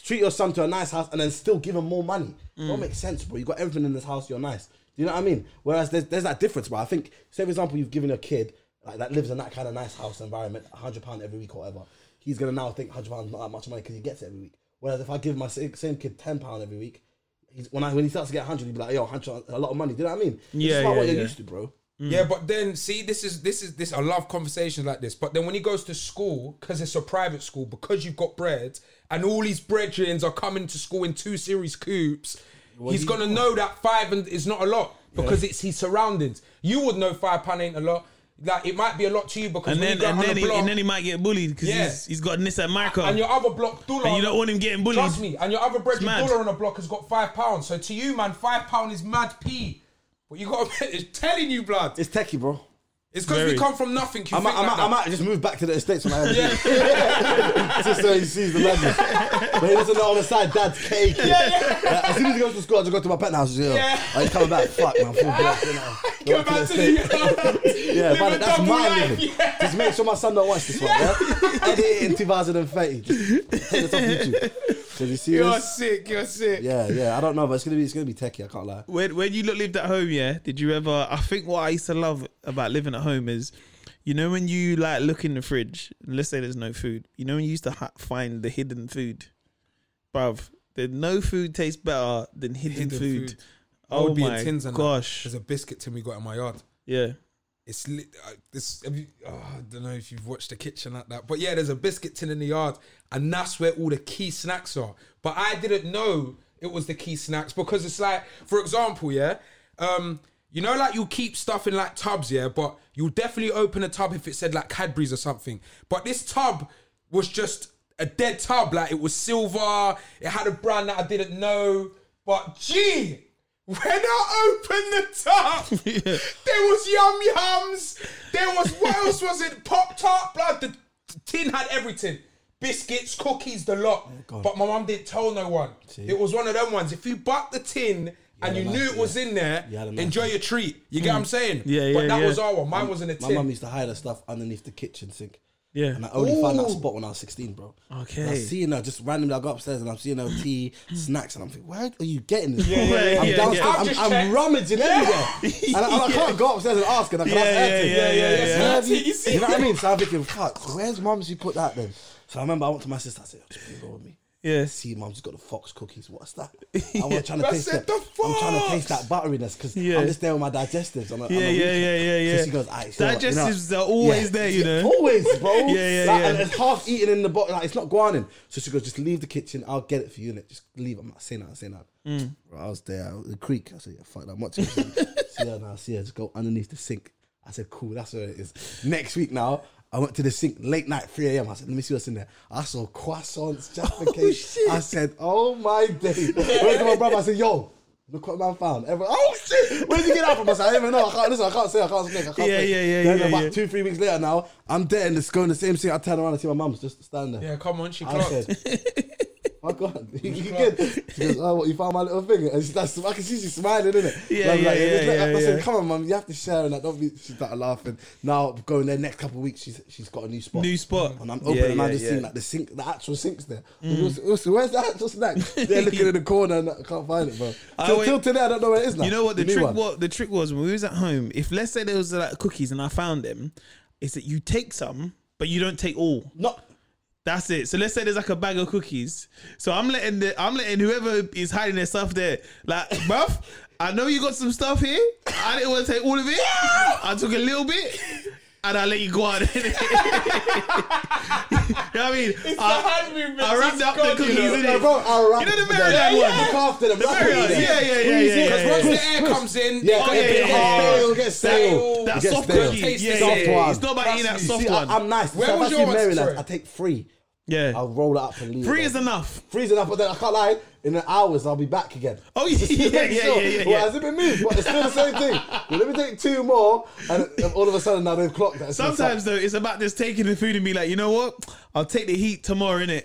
Speaker 3: treat your son to a nice house and then still give him more money. Don't
Speaker 1: Mm.
Speaker 3: make sense, bro. You got everything in this house, you're nice. Do you know what I mean? Whereas there's, there's that difference, bro. I think, say, for example, you've given a kid like that lives in that kind of nice house environment, hundred pound every week or whatever, he's gonna now think hundred pounds not that much money because he gets it every week. Whereas if I give my sa- same kid ten pound every week, he's, when I when he starts to get hundred, he'd be like, "Yo, hundred a lot of money." Do you know what I mean? It's
Speaker 1: Yeah,
Speaker 3: just about
Speaker 1: yeah,
Speaker 3: what you're
Speaker 1: yeah.
Speaker 3: used to, bro.
Speaker 1: Mm.
Speaker 2: Yeah, but then see, this is this is this. I love conversations like this. But then when he goes to school, because it's a private school, because you've got bread, and all these brethrens are coming to school in two series coops, he's
Speaker 3: he-
Speaker 2: gonna know that five and is not a lot because it's his surroundings. You would know five pound ain't a lot. Like it might be a lot to you because
Speaker 1: And
Speaker 2: when
Speaker 1: then,
Speaker 2: you go
Speaker 1: and,
Speaker 2: out on
Speaker 1: then
Speaker 2: the
Speaker 1: he,
Speaker 2: block,
Speaker 1: and then he might get bullied because
Speaker 2: Yeah.
Speaker 1: he's, he's got Nissan Micro.
Speaker 2: and your other block Dula.
Speaker 1: And you don't want him getting bullied.
Speaker 2: Trust me, and your other bread
Speaker 1: mad.
Speaker 2: Dula on the block has got five pounds. So to you, man, five pound is mad p. But you got to it's telling you, blood.
Speaker 3: It's techie, bro.
Speaker 2: It's because we
Speaker 1: Very.
Speaker 2: come from nothing. You
Speaker 3: I might,
Speaker 2: think like
Speaker 3: I, might, I
Speaker 2: that.
Speaker 3: might just move back to the estates when I have it. Just so he sees the madness. But he doesn't know on the side, dad's cake. Like, as soon as he goes to school, I just go to my penthouse. Yeah.
Speaker 2: Yeah.
Speaker 3: Like, he's coming back. Fuck, man. Full block, you know. Go
Speaker 2: Go
Speaker 3: back to the
Speaker 2: back to
Speaker 3: estate.
Speaker 2: the
Speaker 3: Yeah,
Speaker 2: Live a
Speaker 3: but that's
Speaker 2: double
Speaker 3: my
Speaker 2: life,
Speaker 3: living.
Speaker 2: yeah.
Speaker 3: Just make sure my son don't watch this one. Yeah. Edit it in 2030. Just take this off YouTube. Did you see
Speaker 2: You're
Speaker 3: this?
Speaker 2: sick. You're sick.
Speaker 3: Yeah, yeah. I don't know, but it's gonna be it's gonna be techie. I can't lie.
Speaker 1: when when you lo- lived at home, yeah, did you ever? I think what I used to love about living at home is, you know, when you like look in the fridge, and let's say there's no food. You know, when you used to ha- find the hidden food, bruv. The no food tastes better than hidden,
Speaker 2: Hidden
Speaker 1: food.
Speaker 2: food. I
Speaker 1: Oh
Speaker 2: would be in
Speaker 1: my
Speaker 3: uh,
Speaker 2: tins and that.
Speaker 1: gosh!
Speaker 2: There's a biscuit tin we got in my yard.
Speaker 1: Yeah,
Speaker 2: It's lit. Uh, this. Have you, oh, I don't know if you've watched the kitchen like that, but yeah, there's a biscuit tin in the yard, and that's where all the key snacks are. But I didn't know it was the key snacks because it's like, for example, yeah, um, you know, like you keep stuff in like tubs, yeah, but you'll definitely open a tub if it said like Cadbury's or something. But this tub was just a dead tub, like it was silver. It had a brand that I didn't know, but gee. When I opened the tub, there was yum yums. There was what else was it? Pop tart, blood. The the tin had everything: biscuits, cookies, the lot. but my mum didn't tell no one. It was one of them ones. If you bought the tin and you
Speaker 3: a
Speaker 2: knew
Speaker 3: nice-
Speaker 2: it was in there,
Speaker 3: You had a nice Mm.
Speaker 2: enjoy your treat. You get what I'm saying?
Speaker 1: Yeah,
Speaker 2: But
Speaker 1: yeah,
Speaker 2: that
Speaker 1: yeah.
Speaker 2: was our one. Mine was in a
Speaker 3: My mum
Speaker 2: tin.
Speaker 3: used to hide her stuff underneath the kitchen sink.
Speaker 1: Yeah.
Speaker 3: And I only found that
Speaker 2: Ooh.
Speaker 3: spot when I was 16, bro.
Speaker 1: Okay.
Speaker 3: And I seen her just randomly. I go upstairs and I'm seeing her tea, snacks, and I'm thinking, where are you getting this? from?"
Speaker 1: yeah,
Speaker 3: I'm
Speaker 1: yeah,
Speaker 3: downstairs.
Speaker 1: yeah.
Speaker 2: I've just
Speaker 3: I'm, I'm
Speaker 2: checked.
Speaker 3: rummaging everywhere. And I, and I can't go upstairs and ask, and I can't
Speaker 1: Yeah,
Speaker 3: ask
Speaker 1: yeah,
Speaker 3: her to.
Speaker 1: yeah, yeah,
Speaker 3: It's
Speaker 1: yeah.
Speaker 3: nervy.
Speaker 2: You see?
Speaker 3: You know what I mean? So I'm thinking, fuck, where's mum? She put that then. So I remember I went to my sister. I said, oh, just go with me.
Speaker 1: yes.
Speaker 3: See, mum's got the fox cookies. What's that? I want trying to
Speaker 2: I
Speaker 3: taste
Speaker 2: said
Speaker 3: that.
Speaker 2: the
Speaker 3: I'm trying to
Speaker 2: fox.
Speaker 3: taste that butteriness because
Speaker 1: Yeah.
Speaker 3: I'm just there with my digestives. On a, on
Speaker 1: Yeah,
Speaker 3: a
Speaker 1: yeah,
Speaker 3: weekend.
Speaker 1: yeah, yeah, yeah.
Speaker 3: So she goes, "Aight, so, you know-
Speaker 1: Digestives are always
Speaker 3: Yeah.
Speaker 1: there, you
Speaker 3: Yeah,
Speaker 1: know.
Speaker 3: Always, bro.
Speaker 1: Yeah, yeah,
Speaker 3: Like,
Speaker 1: yeah.
Speaker 3: and it's half eaten in the bottle. Like, it's not guanin. So she goes, just leave the kitchen. I'll get it for you. innit? Just leave. I'm not saying that. I'm saying that.
Speaker 1: Mm.
Speaker 3: Bro, I was there. I was in the creek. I said, yeah, fuck that. I'm watching. She's like, see her now. See her. Just go underneath the sink. I said, cool. That's where it is. Next week now. I went to the sink late night, 3 a.m. I said, let me see what's in there. I saw croissants,
Speaker 1: Oh,
Speaker 3: Jaffa cakes. I said, oh my day. I went to my brother, I said, yo, look what man found. Everyone, oh shit, where did you get that from? I said, I don't even know. I can't listen, I can't say, I can't speak, I can't
Speaker 1: Yeah,
Speaker 3: speak.
Speaker 1: yeah, yeah,
Speaker 3: Then
Speaker 1: yeah,
Speaker 3: about
Speaker 1: yeah.
Speaker 3: two, three weeks later now, I'm there and it's going the same thing. I turn around and see my mum's just standing there.
Speaker 2: Yeah, come on, she
Speaker 3: I
Speaker 2: clocked.
Speaker 3: said, my God, you, you good? She goes, oh, what, you found my little finger? And she, that's, I can see she's smiling, innit?
Speaker 1: Yeah,
Speaker 3: I'm
Speaker 1: yeah,
Speaker 3: like,
Speaker 1: yeah,
Speaker 3: just let-
Speaker 1: yeah,
Speaker 3: I said,
Speaker 1: yeah.
Speaker 3: come on, mum, you have to share and that. Don't be, she started laughing. Now, going there next couple of weeks, she's, she's got a new spot.
Speaker 1: New spot.
Speaker 3: And I'm open
Speaker 1: Yeah,
Speaker 3: and I
Speaker 1: yeah,
Speaker 3: just
Speaker 1: yeah. Mm.
Speaker 3: seen like the sink, the actual sink's there. Also- also, where's the actual snack? They're looking in the corner and I can't find it, bro.
Speaker 1: I
Speaker 3: Till,
Speaker 1: went-
Speaker 3: till today, I don't know where it is now.
Speaker 1: You know what the,
Speaker 3: new
Speaker 1: trick?
Speaker 3: one.
Speaker 1: What the trick was when we was at home. If let's say there was like cookies and I found them, is that you take some, but you don't take all.
Speaker 3: Not,
Speaker 1: That's it. So let's say there's like a bag of cookies. So I'm letting the I'm letting whoever is hiding their stuff there, like, bruv, I know you got some stuff here. I didn't want to take all of it. I took a little bit. And I let you go out. you know what I mean?
Speaker 2: the
Speaker 1: I,
Speaker 2: hand movements,
Speaker 1: I wrapped
Speaker 2: it's
Speaker 1: up
Speaker 2: gone,
Speaker 1: the cookies
Speaker 2: you know.
Speaker 1: in
Speaker 3: No,
Speaker 1: it.
Speaker 3: bro, I'll wrap
Speaker 1: You know the
Speaker 3: them.
Speaker 1: Maryland
Speaker 3: Yeah,
Speaker 1: one?
Speaker 3: Look after them. wrap
Speaker 1: Maryland,
Speaker 3: them.
Speaker 1: yeah, yeah, yeah, yeah,
Speaker 3: Squeeze
Speaker 1: yeah,
Speaker 3: it.
Speaker 1: yeah.
Speaker 2: Once the
Speaker 3: Crisp,
Speaker 2: air
Speaker 3: crisp.
Speaker 2: comes in,
Speaker 3: Yeah,
Speaker 2: it
Speaker 1: Oh,
Speaker 2: got a
Speaker 1: yeah,
Speaker 2: bit
Speaker 1: yeah,
Speaker 2: hard.
Speaker 1: yeah.
Speaker 3: It'll get stale.
Speaker 1: that
Speaker 3: It gets
Speaker 1: soft
Speaker 3: stale.
Speaker 1: cookie.
Speaker 2: Tastes
Speaker 1: Yeah,
Speaker 2: soft
Speaker 1: yeah, yeah.
Speaker 3: one.
Speaker 1: It's not about eating that
Speaker 2: Trust me.
Speaker 1: soft
Speaker 3: See,
Speaker 1: one.
Speaker 3: I, am nice.
Speaker 2: Where
Speaker 3: so
Speaker 2: was
Speaker 3: if I see
Speaker 2: yours,
Speaker 3: Maryland,
Speaker 2: Trey?
Speaker 3: I take three.
Speaker 1: yeah.
Speaker 3: I'll roll it up and leave.
Speaker 1: Free
Speaker 3: it.
Speaker 1: is enough.
Speaker 3: Three's enough, but then I can't lie. In the hours, I'll be back again.
Speaker 1: Oh, yeah,
Speaker 3: Just to
Speaker 1: yeah,
Speaker 3: make
Speaker 1: yeah,
Speaker 3: sure.
Speaker 1: yeah, yeah, yeah.
Speaker 3: Well, has it been moved? But it's still the same thing. Well, let me take two more, and and all of a sudden now they've clocked that. So it's
Speaker 1: Sometimes though, it's about just taking the food and be like, you know what? I'll take the heat tomorrow, innit?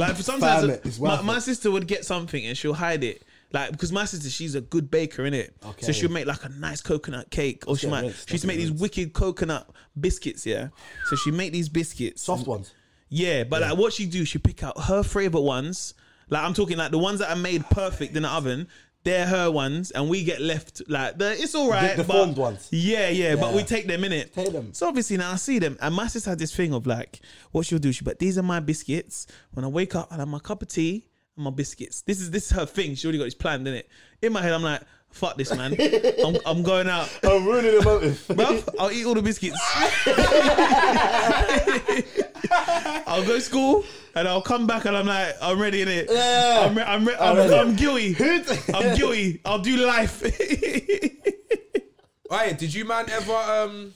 Speaker 1: Like for sometimes
Speaker 3: Mm,
Speaker 1: uh,
Speaker 3: Fam, it's worth
Speaker 1: my,
Speaker 3: it.
Speaker 1: my sister would get something and she'll hide it. Like because my sister, she's a good baker, innit? Okay. So
Speaker 3: Okay.
Speaker 1: she'll make like a nice coconut cake, or she
Speaker 3: get
Speaker 1: might
Speaker 3: rinsed,
Speaker 1: she used to
Speaker 3: let's
Speaker 1: make
Speaker 3: get
Speaker 1: these
Speaker 3: rinsed.
Speaker 1: wicked coconut biscuits, yeah. So she make these biscuits,
Speaker 3: soft ones.
Speaker 1: yeah. But like what she do, she pick out her favorite ones. Like I'm talking like the ones that are made perfect in the oven. They're her ones, and we get left like the, it's all right. but-
Speaker 3: deformed ones.
Speaker 1: Yeah, yeah, but
Speaker 3: Yeah.
Speaker 1: we take them in it.
Speaker 3: Take them.
Speaker 1: So obviously now I see them, and my sister had this thing of like, what she'll do, she but these are my biscuits. When I wake up, I'll have my cup of tea, and my biscuits. This is this is her thing. She already got this planned, in it. In my head, I'm like, fuck this, man. I'm, I'm going out.
Speaker 3: I'm ruining the motive.
Speaker 1: Bruv, I'll eat all the biscuits. I'll go to school and I'll come back and I'm like, I'm ready in it.
Speaker 3: Yeah.
Speaker 1: I'm, re- I'm, re- I'm,
Speaker 3: ready.
Speaker 1: I'm guilty.
Speaker 3: Who'd-
Speaker 1: I'm guilty. I'll do life.
Speaker 2: Hey, did you man ever um?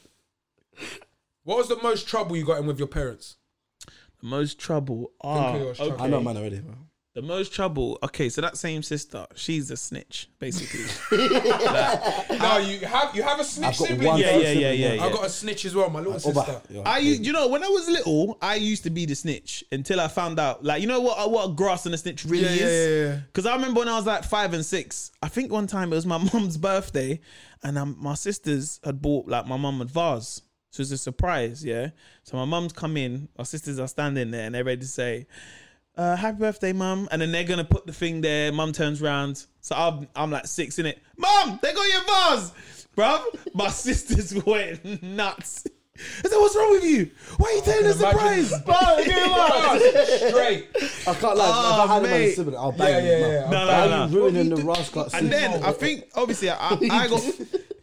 Speaker 2: What was the most trouble you got in with your parents?
Speaker 1: most trouble. Ah,
Speaker 2: Think of your
Speaker 1: okay.
Speaker 2: trouble.
Speaker 3: I know man already. Bro.
Speaker 1: The most trouble. Okay, so that same sister, she's a snitch, basically.
Speaker 2: Now you have you have a
Speaker 3: I've
Speaker 2: snitch
Speaker 3: got
Speaker 2: sibling.
Speaker 3: one.
Speaker 1: Yeah, yeah,
Speaker 3: person,
Speaker 1: yeah, yeah, yeah.
Speaker 2: I got a snitch as well, my little
Speaker 3: Oh,
Speaker 2: sister.
Speaker 3: but- yeah.
Speaker 1: I, u- you know, when I was little, I used to be the snitch until I found out, like, you know what, uh, what a grass and a snitch really
Speaker 2: Yeah, yeah, yeah, yeah.
Speaker 1: is. Because I remember when I was like five and six, I think one time it was my mum's birthday, and um, my sisters had bought like my mum a vase. So it's a surprise, yeah. So my mum's come in, our sisters are standing there, and they're ready to say, uh, "Happy birthday, mum!" And then they're gonna put the thing there. Mum turns round, so I'm I'm like six in it. Mum, they got your vase, bruv. My sisters went nuts. I said, "What's wrong with you? Why are you telling us
Speaker 2: imagine.
Speaker 1: surprise?"
Speaker 2: Straight.
Speaker 3: I can't lie. if I
Speaker 1: Oh,
Speaker 3: had a man
Speaker 1: mate.
Speaker 3: sibling, I'll
Speaker 2: Yeah,
Speaker 3: bang
Speaker 2: yeah,
Speaker 3: him.
Speaker 2: yeah.
Speaker 3: man.
Speaker 2: I'm
Speaker 1: No, no,
Speaker 2: back.
Speaker 3: Why
Speaker 1: no.
Speaker 3: are you ruining the rascal?
Speaker 1: And then I think obviously I, I, I got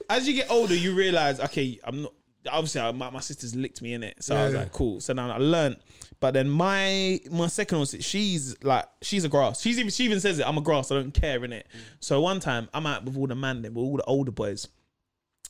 Speaker 1: as you get older you realize okay I'm not obviously I, my, my sisters licked me in it so I was
Speaker 2: Yeah.
Speaker 1: like cool so now I learned but then my my second one she's like she's a grass she's even she even says it I'm a grass I don't care in it so one time I'm out with all the man then with all the older boys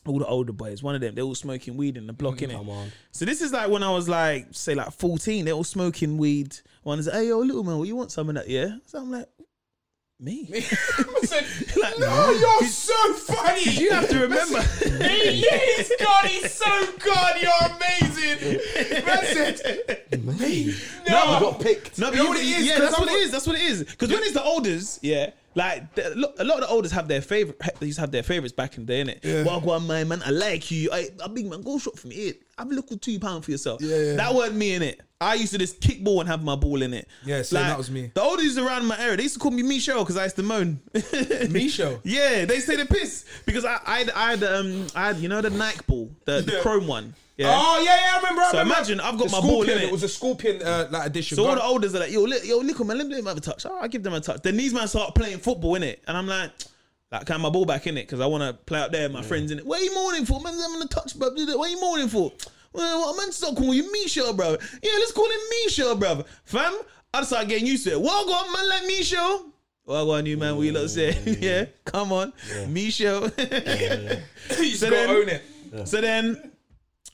Speaker 1: all the older boys one of them they're all smoking weed in the block in
Speaker 3: Come on.
Speaker 1: so this is like when I was like, say like 14, they're all smoking weed. One is like, hey yo, little man, what you want some of that, yeah? So I'm like, me?
Speaker 2: I said,
Speaker 1: Like,
Speaker 2: no, you're so funny.
Speaker 1: You have to remember.
Speaker 2: He's God, he's so God, you're amazing. That's it. Me? No,
Speaker 1: No,
Speaker 3: I got picked.
Speaker 1: No, but
Speaker 2: You know
Speaker 1: you-
Speaker 2: what it is?
Speaker 1: Yeah,
Speaker 2: 'Cause
Speaker 1: that's
Speaker 2: I'm
Speaker 1: what it
Speaker 2: a-
Speaker 1: is. That's what it is. Because when it's the olders, yeah, like the, look, a lot of the olders have their favorite. They used to have their favorites back in the day, innit? Yeah. Well, go on, my man, I like you. I, a big man, go shop for me. Here, have a little two pound for yourself.
Speaker 2: Yeah, yeah.
Speaker 1: That wasn't me in it. I used to just kick ball and have my ball in it.
Speaker 2: Yeah, same, that was me.
Speaker 1: The olders around my area, they used to call me Michelle because I used to moan.
Speaker 2: Michelle?
Speaker 1: Yeah, they say the piss because I, I, had- I had, um, I had, you know, the Nike ball, the, the
Speaker 2: Yeah.
Speaker 1: chrome one. Yeah.
Speaker 2: Oh, yeah, yeah, I remember. I
Speaker 1: So
Speaker 2: remember.
Speaker 1: imagine, I've got
Speaker 2: The
Speaker 1: my ball,
Speaker 2: Scorpion,
Speaker 1: innit?
Speaker 2: It was a scorpion uh, like edition.
Speaker 1: So all
Speaker 2: God.
Speaker 1: the olders are like, yo, li- yo, little man, let me give them a touch. Oh, I give them a touch. Then these man start playing football in it, and I'm like, like, can I have my ball back in it because I want to play out there. My friends in it. What are you mourning for, man? I'm gonna touch, bro. What are you mourning for? Well, what man stop calling you Misha, bro? Yeah, let's call him Misha, bro. Fam, I just start getting used to it. Well, go on, man, like Misha. Well, go on, you man. What you lot say? yeah, come on, Misha.
Speaker 2: you just
Speaker 1: so
Speaker 2: gotta
Speaker 1: then-
Speaker 2: own it.
Speaker 1: So then,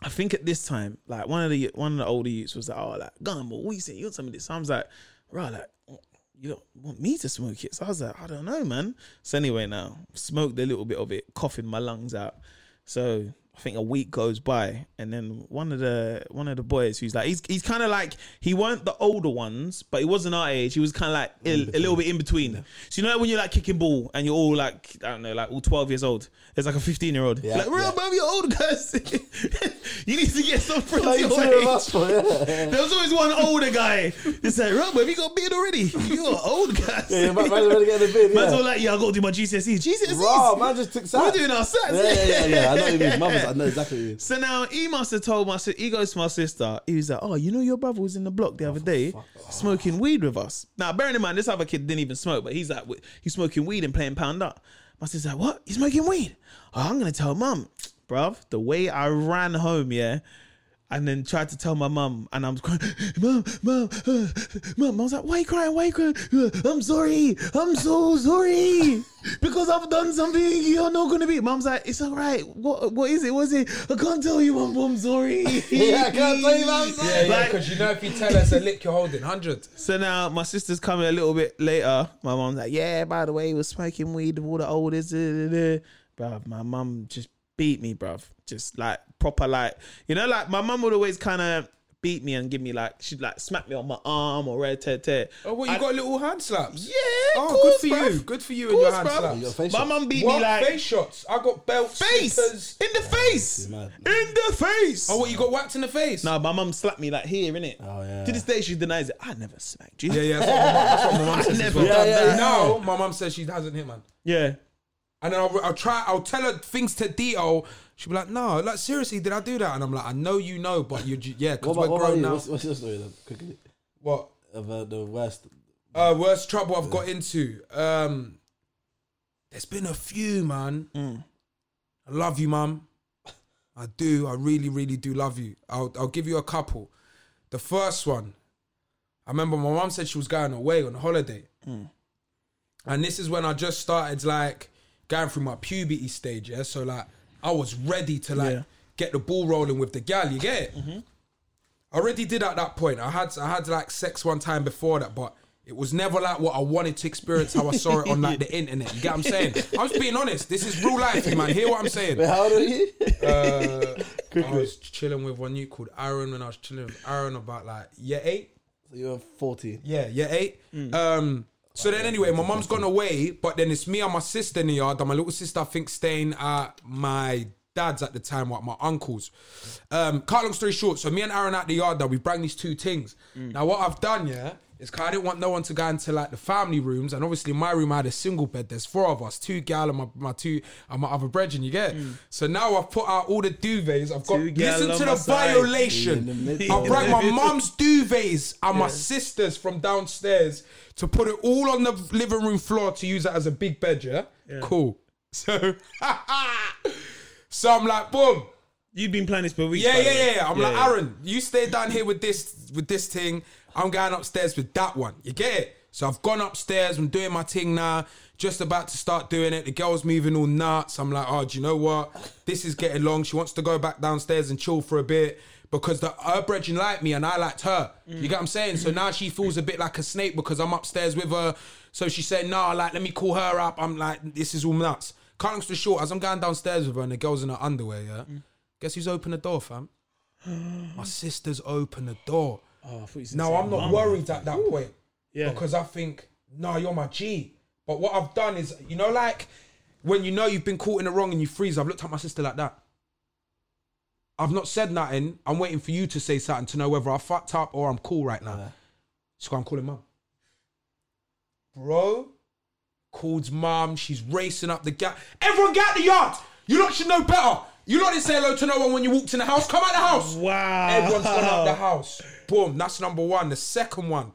Speaker 1: I think at this time, like one of the one of the older youths was like, "Oh, like Gumball, what you say? You want some of this?" So I was like, "Right, like you don't want me to smoke it?" So I was like, "I don't know, man." So anyway, now smoked a little bit of it, coughing my lungs out. So I think a week goes by, and then one of the one of the boys who's like, he's he's kind of like he weren't the older ones, but he wasn't our age. He was kind of like a, a little bit in between. So you know like, when you're like kicking ball and you're all like I don't know, like all twelve years old. There's like a fifteen year old.
Speaker 3: Yeah,
Speaker 1: like, real
Speaker 3: yeah.
Speaker 1: bro, you're old guys. you need to get some friends
Speaker 3: Like,
Speaker 1: your
Speaker 3: two
Speaker 1: way.
Speaker 3: of us, bro, yeah.
Speaker 1: There was always one older guy. He said, "Rob, have you got beard already? You're old guys."
Speaker 3: Yeah, man, man's already getting a bid.
Speaker 1: Man's all
Speaker 3: Yeah.
Speaker 1: like, "Yeah, I got to do my GCSEs." GCSEs.
Speaker 3: Raw, man just took
Speaker 1: E We're
Speaker 3: sides.
Speaker 1: doing our sets.
Speaker 3: Yeah, yeah, yeah, yeah. I know even his mother's. I know exactly who he is.
Speaker 1: So now he must have told my si- he goes to my sister. He was like, "Oh, you know your brother was in the block the other day smoking weed with us." Now, bearing in mind this other kid didn't even smoke, but he's like, wi- he's smoking weed and playing pound up. My sister's like, "What? He's smoking weed?" Oh, I'm gonna tell mum, bruv. The way I ran home, yeah. And then tried to tell my mum, and I'm crying, mum, mum, uh, mum. I was like, "Why you crying? Why you crying? Uh, I'm sorry. I'm so sorry because I've done something you're not gonna be." Mum's like, "It's all right. What? What is it? What's it? I can't tell you. Mum, I'm sorry.
Speaker 3: Yeah, I can't tell you, Mum, I'm sorry.
Speaker 2: Yeah, yeah,
Speaker 1: Like-
Speaker 2: because you know if you tell us a lick you're holding, 100.
Speaker 1: So now my sister's coming a little bit later. My mom's like, yeah, by the way, he was smoking weed with all the oldest. Bruv, my mum just beat me, bruv. Just like proper like, you know, like my mum would always kind of beat me and give me like, she'd like smack me on my arm or red tear tear.
Speaker 2: Oh, what, you got little hand slaps?
Speaker 1: Yeah,
Speaker 2: Oh,
Speaker 1: of course,
Speaker 2: good for
Speaker 1: bruv.
Speaker 2: you. Good for you
Speaker 1: Of
Speaker 2: and your
Speaker 1: course,
Speaker 2: hand
Speaker 1: bruv.
Speaker 2: slaps.
Speaker 3: Your face
Speaker 1: My
Speaker 3: shot.
Speaker 1: mum beat
Speaker 2: What
Speaker 1: me like
Speaker 2: face shots? I got belts,
Speaker 1: face,
Speaker 2: slippers.
Speaker 1: in the face, in
Speaker 3: mad.
Speaker 1: the face.
Speaker 2: Oh, what you got whacked in the face?
Speaker 1: Nah, my mum slapped me like here, innit?
Speaker 3: Oh, yeah.
Speaker 1: To this day, she denies it. I never smacked you.
Speaker 2: Yeah, yeah. That's what my mum- that's what my mum
Speaker 1: I
Speaker 2: says.
Speaker 1: never
Speaker 3: Yeah,
Speaker 1: done
Speaker 3: yeah,
Speaker 1: that.
Speaker 2: No, my mum says she hasn't hit man.
Speaker 1: Yeah.
Speaker 2: And then I'll, I'll try, I'll tell her things to Dio. She'll be like, no, like, seriously, did I do that? And I'm like, I know you know, but you, yeah,
Speaker 3: What
Speaker 2: because we're
Speaker 3: about, what about
Speaker 2: grown
Speaker 3: you?
Speaker 2: now.
Speaker 3: What's, what's your story then? Quickly.
Speaker 2: What?
Speaker 3: Of uh, the worst
Speaker 2: Uh, worst trouble I've got into. Um, there's been a few, man.
Speaker 3: Mm.
Speaker 2: I love you, mum. I do. I really, really do love you. I'll, I'll give you a couple. The first one, I remember my mum said she was going away on holiday. And this is when I just started like going through my puberty stage, yeah. So like I was ready to like
Speaker 1: Yeah.
Speaker 2: get the ball rolling with the gal, you get it? I already did at that point. I had I had like sex one time before that, but it was never like what I wanted to experience how I saw it on like the internet. You get what I'm saying? I'm just being honest. This is real life, man. Hear what I'm saying.
Speaker 3: How old are you?
Speaker 2: Uh, I was chilling with one you called Aaron when I was chilling with Aaron about like year eight.
Speaker 3: You're 14.
Speaker 2: Yeah, year eight.
Speaker 1: Mm.
Speaker 2: Um, so then anyway, my mum's gone away, but then it's me and my sister in the yard. And my little sister, I think, staying at my dad's at the time, like my uncle's. Um, cut long story short, so me and Aaron at the yard, that we bring these two things.
Speaker 1: Mm.
Speaker 2: Now what I've done, yeah, is 'cause I didn't want no one to go into like the family rooms, and obviously my room I had a single bed. There's four of us, two gal and my, my two and my other brethren. You get. it? So now I've put out all the duvets. I've got
Speaker 1: Mm. Two gal
Speaker 2: listen
Speaker 1: on
Speaker 2: to
Speaker 1: my
Speaker 2: the
Speaker 1: side.
Speaker 2: violation.
Speaker 3: In the middle.
Speaker 2: I brought my mum's duvets and my sister's from downstairs to put it all on the living room floor to use that as a big bed, yeah? Cool. So, so I'm like, boom.
Speaker 1: You've been planning this for weeks.
Speaker 2: Yeah,
Speaker 1: by the
Speaker 2: yeah,
Speaker 1: way.
Speaker 2: yeah, yeah. I'm like, Aaron, you stay down here with this with this thing. I'm going upstairs with that one. You get it? So I've gone upstairs. I'm doing my thing now. Just about to start doing it. The girl's moving all nuts. I'm like, oh, do you know what? This is getting long. She wants to go back downstairs and chill for a bit because the her brethren liked me and I liked her. You get what I'm saying? So now she feels a bit like a snake because I'm upstairs with her. So she said, nah, like, let me call her up. I'm like, this is all nuts. Cut long story short, as I'm going downstairs with her and the girl's in her underwear, yeah? Guess who's opened the door, fam? My sister's opened the door.
Speaker 1: Oh, I thought you said
Speaker 2: Now
Speaker 1: something.
Speaker 2: I'm not worried at that point
Speaker 1: Yeah.
Speaker 2: because I think, nah, you're my G. But what I've done is, you know, like when you know you've been caught in the wrong and you freeze. I've looked at my sister like that. I've not said nothing. I'm waiting for you to say something to know whether I fucked up or I'm cool right now. So I'm calling mum. Bro called mum. She's racing up the gap. Everyone get out the yard. You lot should know better. You lot didn't say hello to no one when you walked in the house. Come out the house.
Speaker 1: Wow.
Speaker 2: Everyone's gone out
Speaker 1: Ah.
Speaker 2: the house. Boom. That's number one. The second one,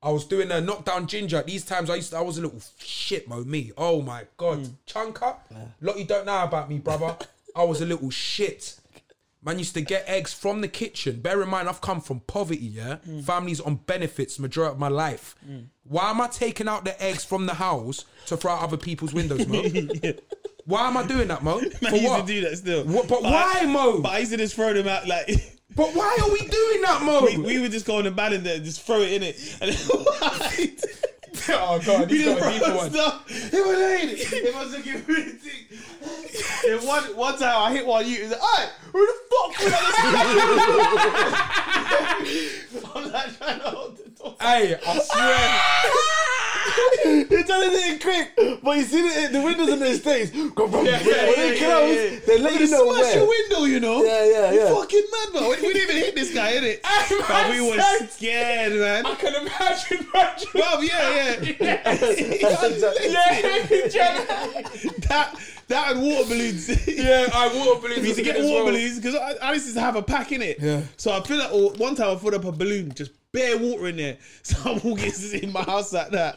Speaker 2: I was doing a knockdown ginger. These times I used to, I was a little shit, mo me. Oh my god,
Speaker 1: Hmm.
Speaker 2: chunker. Lot you don't know about me, brother. I was a little shit. Man used to get eggs from the kitchen. Bear in mind, I've come from poverty, yeah?
Speaker 1: Hmm.
Speaker 2: Families on benefits majority of my life. Why am I taking out the eggs from the house to throw out other people's windows, mo? Why am I doing that, mo?
Speaker 1: Man,
Speaker 2: For
Speaker 1: I used
Speaker 2: what?
Speaker 1: to do that still.
Speaker 2: What- but
Speaker 1: I-
Speaker 2: why, Mo?
Speaker 1: But I used to just throw them out like.
Speaker 2: But why are we doing that, mo?
Speaker 1: We, we would just go on the ball and then just throw it in it. And then,
Speaker 2: oh god,
Speaker 1: We
Speaker 2: he's
Speaker 1: didn't
Speaker 2: got
Speaker 1: throw
Speaker 2: a deeper one.
Speaker 1: stuff. It was late. It was looking really thick. And one, one time I hit one, you was like, "Hey, who the fuck put that in?" I'm like trying to hold the door.
Speaker 2: Hey, I swear.
Speaker 3: You're trying to do it quick, but you see the, the windows and the stays. Go from
Speaker 2: yeah,
Speaker 3: when
Speaker 2: yeah,
Speaker 3: they
Speaker 2: yeah,
Speaker 3: close,
Speaker 1: yeah.
Speaker 3: they let you know
Speaker 1: smash
Speaker 3: where.
Speaker 1: your window, you know.
Speaker 3: Yeah, yeah,
Speaker 1: You
Speaker 3: yeah.
Speaker 1: fucking mad, man. We, we didn't even hit this guy, innit?
Speaker 2: Hey, man,
Speaker 1: But we were
Speaker 2: sorry.
Speaker 1: scared, man.
Speaker 2: I can imagine Roger.
Speaker 1: Well, yeah, yeah.
Speaker 2: Yeah,
Speaker 1: that that and water balloons.
Speaker 2: yeah, I water balloons.
Speaker 1: We used to get
Speaker 2: as
Speaker 1: water
Speaker 2: well.
Speaker 1: balloons because I, I used to have a pack in it.
Speaker 2: Yeah.
Speaker 1: So I filled up or one time I filled up a balloon, just bare water in there. So I'm walking this is in my house like that.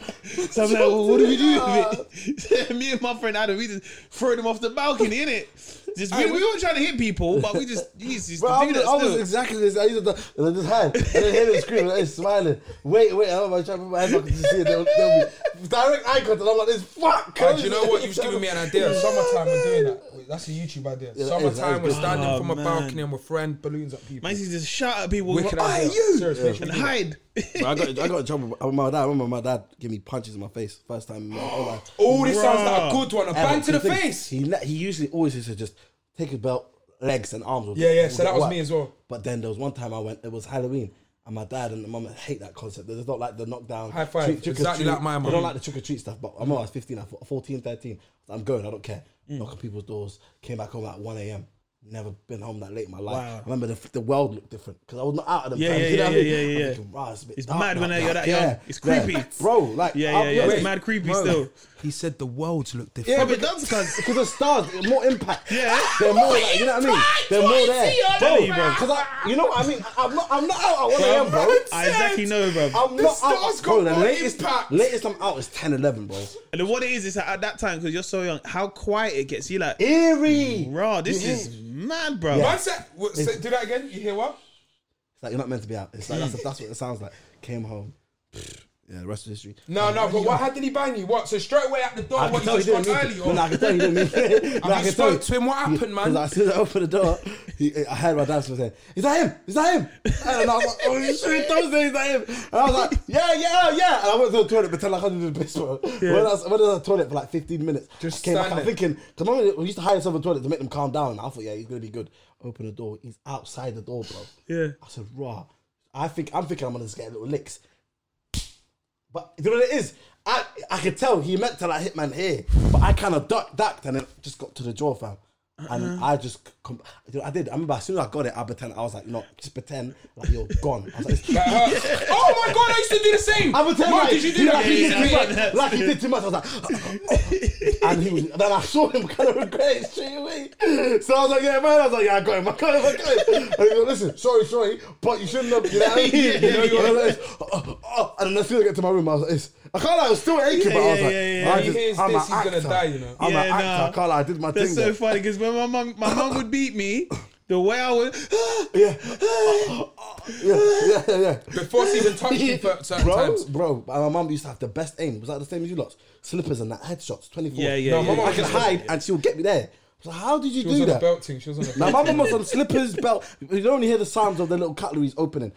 Speaker 1: So I'm like, well, what do we do with it? Me and my friend Adam, we just threw them off the balcony in it. Just we,
Speaker 2: Hey,
Speaker 1: we weren't trying to hit people, but we just we used to
Speaker 3: Bro, I
Speaker 1: do
Speaker 3: was,
Speaker 1: that
Speaker 3: I was
Speaker 1: still.
Speaker 3: exactly this. I used to and I just hide. And then hear them screaming, and smiling. Wait, wait, I'm trying to put my head back to see it. They'll, they'll be direct eye contact. I'm like, this fuck.
Speaker 2: Oh, do you know what? You've given me an idea. Summertime, we're doing that. Wait, that's a YouTube idea.
Speaker 3: that is- that
Speaker 2: Summertime,
Speaker 3: is
Speaker 2: we're
Speaker 3: good.
Speaker 2: standing
Speaker 1: Oh,
Speaker 2: from a
Speaker 1: man.
Speaker 2: balcony and we're throwing balloons at people.
Speaker 1: Man used to just shout at people,
Speaker 2: Wicked
Speaker 1: like, oh,
Speaker 2: idea.
Speaker 1: you
Speaker 2: Serious, make sure
Speaker 1: and
Speaker 2: we do that.
Speaker 1: hide.
Speaker 3: I got, I got in trouble. with My dad, I remember my dad gave me punches in my face first time in my whole life.
Speaker 2: Oh, this sounds
Speaker 1: Bruh.
Speaker 2: like a good one. A
Speaker 3: Ever.
Speaker 2: bang to the
Speaker 3: He thinks-
Speaker 2: face.
Speaker 3: He le- he usually always used to just take his belt, legs and arms. would-
Speaker 2: Yeah, yeah,
Speaker 3: would
Speaker 2: so
Speaker 3: get
Speaker 2: that was
Speaker 3: whacked.
Speaker 2: me as well.
Speaker 3: But then there was one time I went. It was Halloween, and my dad and mum hate that concept. They just don't like the knockdown.
Speaker 2: High five.
Speaker 3: trick- trick or
Speaker 2: Exactly
Speaker 3: treat.
Speaker 2: like my
Speaker 3: They don't
Speaker 2: mum.
Speaker 3: like the trick or treat stuff. But I remember I was 15, I thought 14, 13. I'm going. I don't care. Knocking people's doors. Came back home at 1 a.m. Never been home that late in my life.
Speaker 1: Wow.
Speaker 3: I remember the, the world looked different because I was not out at them.
Speaker 1: Yeah,
Speaker 3: times,
Speaker 1: yeah,
Speaker 3: you know
Speaker 1: yeah,
Speaker 3: what I mean?
Speaker 1: yeah, yeah,
Speaker 3: I'm
Speaker 1: yeah.
Speaker 3: thinking, "Rah, it's a bit
Speaker 1: It's
Speaker 3: dark
Speaker 1: mad
Speaker 3: now."
Speaker 1: when you're that
Speaker 3: Yeah,
Speaker 1: young. It's creepy.
Speaker 3: yeah. bro. Like,
Speaker 1: Yeah, yeah,
Speaker 3: I'll be
Speaker 1: yeah. It's
Speaker 3: honest.
Speaker 1: mad creepy
Speaker 2: bro.
Speaker 1: still.
Speaker 2: He said the worlds look different.
Speaker 3: Yeah,
Speaker 1: but
Speaker 3: but
Speaker 1: that's-
Speaker 3: that's because the stars more impact.
Speaker 1: Yeah.
Speaker 3: they're more like you know what I mean. They're more there,
Speaker 1: Tell you, bro.
Speaker 3: Because I, you know what I mean. I'm not, I'm not out at 1 a.m., bro.
Speaker 1: I exactly know, bro.
Speaker 3: I'm
Speaker 2: The
Speaker 3: not
Speaker 2: stars
Speaker 3: out. Bro,
Speaker 2: got
Speaker 3: the
Speaker 2: more
Speaker 3: latest,
Speaker 2: impact.
Speaker 3: latest I'm out is 10, 11, bro.
Speaker 1: And then what it is is that at that time because you're so young, how quiet it gets. You like,
Speaker 3: Eerie.
Speaker 1: raw. This is mad, bro.
Speaker 2: One sec. What, say, do that again. You hear what?
Speaker 3: It's like you're not meant to be out. It's like that's, that's what it sounds like. Came home. Yeah, the rest of history.
Speaker 2: No, no. But what? How did he bang you? What? So straight away at the door.
Speaker 3: I
Speaker 2: what
Speaker 3: can
Speaker 2: you
Speaker 3: tell
Speaker 2: just
Speaker 3: you didn't
Speaker 2: got
Speaker 3: mean
Speaker 2: early
Speaker 3: it. No,
Speaker 2: on?
Speaker 3: no, I can tell you didn't mean it. No,
Speaker 2: Have
Speaker 3: I
Speaker 2: you
Speaker 3: can tell you.
Speaker 2: spoke to him? What happened, man?
Speaker 3: Because as soon as I opened the door, he, I heard my dad was saying, "Is that him? Is that him?" And I was like, "Oh shit, don't say is that him?" And I was like, "Yeah, yeah, yeah." And I went to the toilet, pretend like I didn't do piss. bro. When I was, when I was on the toilet for like 15 minutes,
Speaker 2: Just
Speaker 3: I came back. I'm
Speaker 2: standing.
Speaker 3: thinking, because normally we used to hire someone toilet to make them calm down. And I thought, yeah, he's gonna be good. Open the door, he's outside the door, bro.
Speaker 1: Yeah.
Speaker 3: I said, "Raw." I think I'm thinking I'm gonna just get little licks. But you know what it is? I I could tell he meant to like hit man here, but I kind of ducked, ducked, and then just got to the jaw, fam. And I just, com- you know, I did. I remember as soon as I got it, I pretend I was like, no, just pretend like you're gone. I was like,
Speaker 2: That hurts. oh my god! I used to do the same.
Speaker 3: I pretend
Speaker 2: Mark,
Speaker 3: like,
Speaker 2: did you do
Speaker 3: know,
Speaker 2: that?
Speaker 3: Like he,
Speaker 1: Yeah,
Speaker 3: did
Speaker 1: yeah,
Speaker 3: too
Speaker 1: yeah.
Speaker 3: much. like he did too much. I was like, and he was. Then I saw him kind of regret it straight away. So I was like, yeah, man. I was like, yeah, I got him. I got him. I got him. And he goes, listen, sorry, sorry, but you shouldn't have. You know what I mean?
Speaker 1: Yeah,
Speaker 3: you
Speaker 1: yeah,
Speaker 3: know, you know, like this. Oh, oh, and then as soon as I get to my room, I was like, this. I can't lie, I was still aching, but I was
Speaker 1: yeah,
Speaker 3: like,
Speaker 1: yeah, yeah.
Speaker 3: I
Speaker 2: He hears
Speaker 3: just, I'm
Speaker 2: this,
Speaker 3: an
Speaker 2: he's gonna
Speaker 3: actor.
Speaker 2: die, you know.
Speaker 3: I'm an
Speaker 1: Yeah,
Speaker 3: actor.
Speaker 1: nah.
Speaker 3: I can't lie, I did my
Speaker 1: That's
Speaker 3: thing.
Speaker 1: so
Speaker 3: there.
Speaker 1: funny because when my mum, my mum would beat me, the way I would,
Speaker 3: Yeah. yeah, yeah, yeah, yeah.
Speaker 2: Before she even touched you for certain
Speaker 3: bro,
Speaker 2: times.
Speaker 3: Bro, and my mum used to have the best aim. Was that the same as you lot? Slippers and that headshots, 24.
Speaker 1: Yeah, yeah,
Speaker 2: No, yeah. my mum
Speaker 3: I could
Speaker 2: was on-
Speaker 3: hide and she'll get me there. So how did you
Speaker 2: She was
Speaker 3: do
Speaker 2: on a
Speaker 3: that?
Speaker 2: belt thing. She was on a
Speaker 3: Now,
Speaker 2: belt.
Speaker 3: my mum was on slippers, belt. You don't only hear the sounds of the little cutleries opening.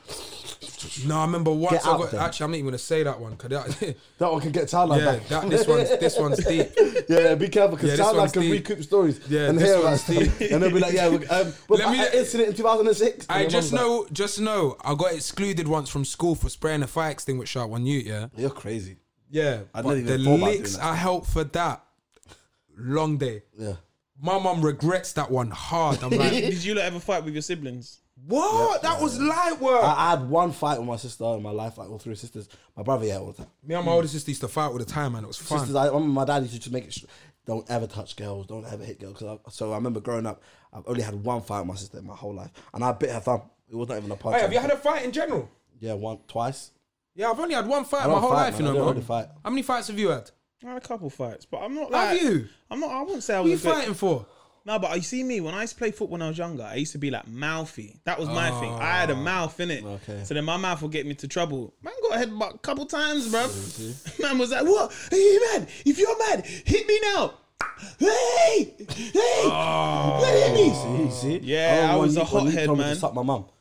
Speaker 2: No, I remember once
Speaker 3: Get
Speaker 2: I
Speaker 3: out
Speaker 2: got.
Speaker 3: then.
Speaker 2: Actually, I'm not even gonna say that one. Cause that,
Speaker 3: That one can get childlike
Speaker 2: yeah,
Speaker 3: back.
Speaker 2: that, this one's this one's deep.
Speaker 3: yeah, be careful
Speaker 2: Yeah,
Speaker 3: because
Speaker 2: this
Speaker 3: childlike
Speaker 2: one's
Speaker 3: can
Speaker 2: deep.
Speaker 3: recoup stories
Speaker 2: Yeah,
Speaker 3: and
Speaker 2: this
Speaker 3: hear
Speaker 2: one's
Speaker 3: that stuff.
Speaker 2: deep.
Speaker 3: And they'll be like, yeah, we- um,
Speaker 2: Let
Speaker 3: was that
Speaker 2: me-
Speaker 3: an incident in 2006?
Speaker 2: I just know, just know, I got excluded once from school for spraying a fire extinguisher at one ute. Yeah,
Speaker 3: You're crazy.
Speaker 2: yeah.
Speaker 3: I
Speaker 2: but
Speaker 3: never
Speaker 2: the
Speaker 3: even thought about doing
Speaker 2: licks
Speaker 3: that.
Speaker 2: I helped for that long day.
Speaker 3: Yeah.
Speaker 2: My mum regrets that one hard. I'm like,
Speaker 1: did you like, ever fight with your siblings?
Speaker 2: what? that was light work.
Speaker 3: I, I had one fight with my sister in my life, like all three sisters. My brother, yeah, all the time.
Speaker 2: Me and my older sister used to fight all the time, man. It was fun.
Speaker 3: sisters. I remember my dad used to just make it. Sh- don't ever touch girls. Don't ever hit girls. 'Cause I, so I remember growing up, I've only had one fight with my sister in my whole life, and I bit her thumb. It was not even a punch.
Speaker 2: hey, have you had a fight in general?
Speaker 3: yeah, one, twice.
Speaker 2: Yeah, I've only had one fight
Speaker 3: I
Speaker 2: my
Speaker 3: don't
Speaker 2: whole
Speaker 3: fight,
Speaker 2: life.
Speaker 3: man.
Speaker 2: You
Speaker 3: I
Speaker 2: know,
Speaker 3: don't
Speaker 2: bro.
Speaker 3: really fight.
Speaker 2: How many fights have you had?
Speaker 1: I had a couple fights, but I'm not
Speaker 2: Have
Speaker 1: like
Speaker 2: you?
Speaker 1: I'm not. I wouldn't say I
Speaker 2: What are you
Speaker 1: was. a bit-
Speaker 2: fighting for?
Speaker 1: No, but you see me when I used to play football when I was younger, I used to be like mouthy. That was my thing. I had a mouth in it,
Speaker 3: Okay.
Speaker 1: so then my mouth would get me into trouble. Man got a headbutt a couple times, bro. Man was like, "What? Are you mad? If you're mad, hit me now." Hey, hey, let me.
Speaker 3: You see?
Speaker 1: Yeah,
Speaker 3: remember
Speaker 1: I
Speaker 3: when
Speaker 1: was
Speaker 3: you-
Speaker 1: a
Speaker 3: when you
Speaker 1: hothead,
Speaker 3: told me
Speaker 1: man.
Speaker 3: To suck my mum.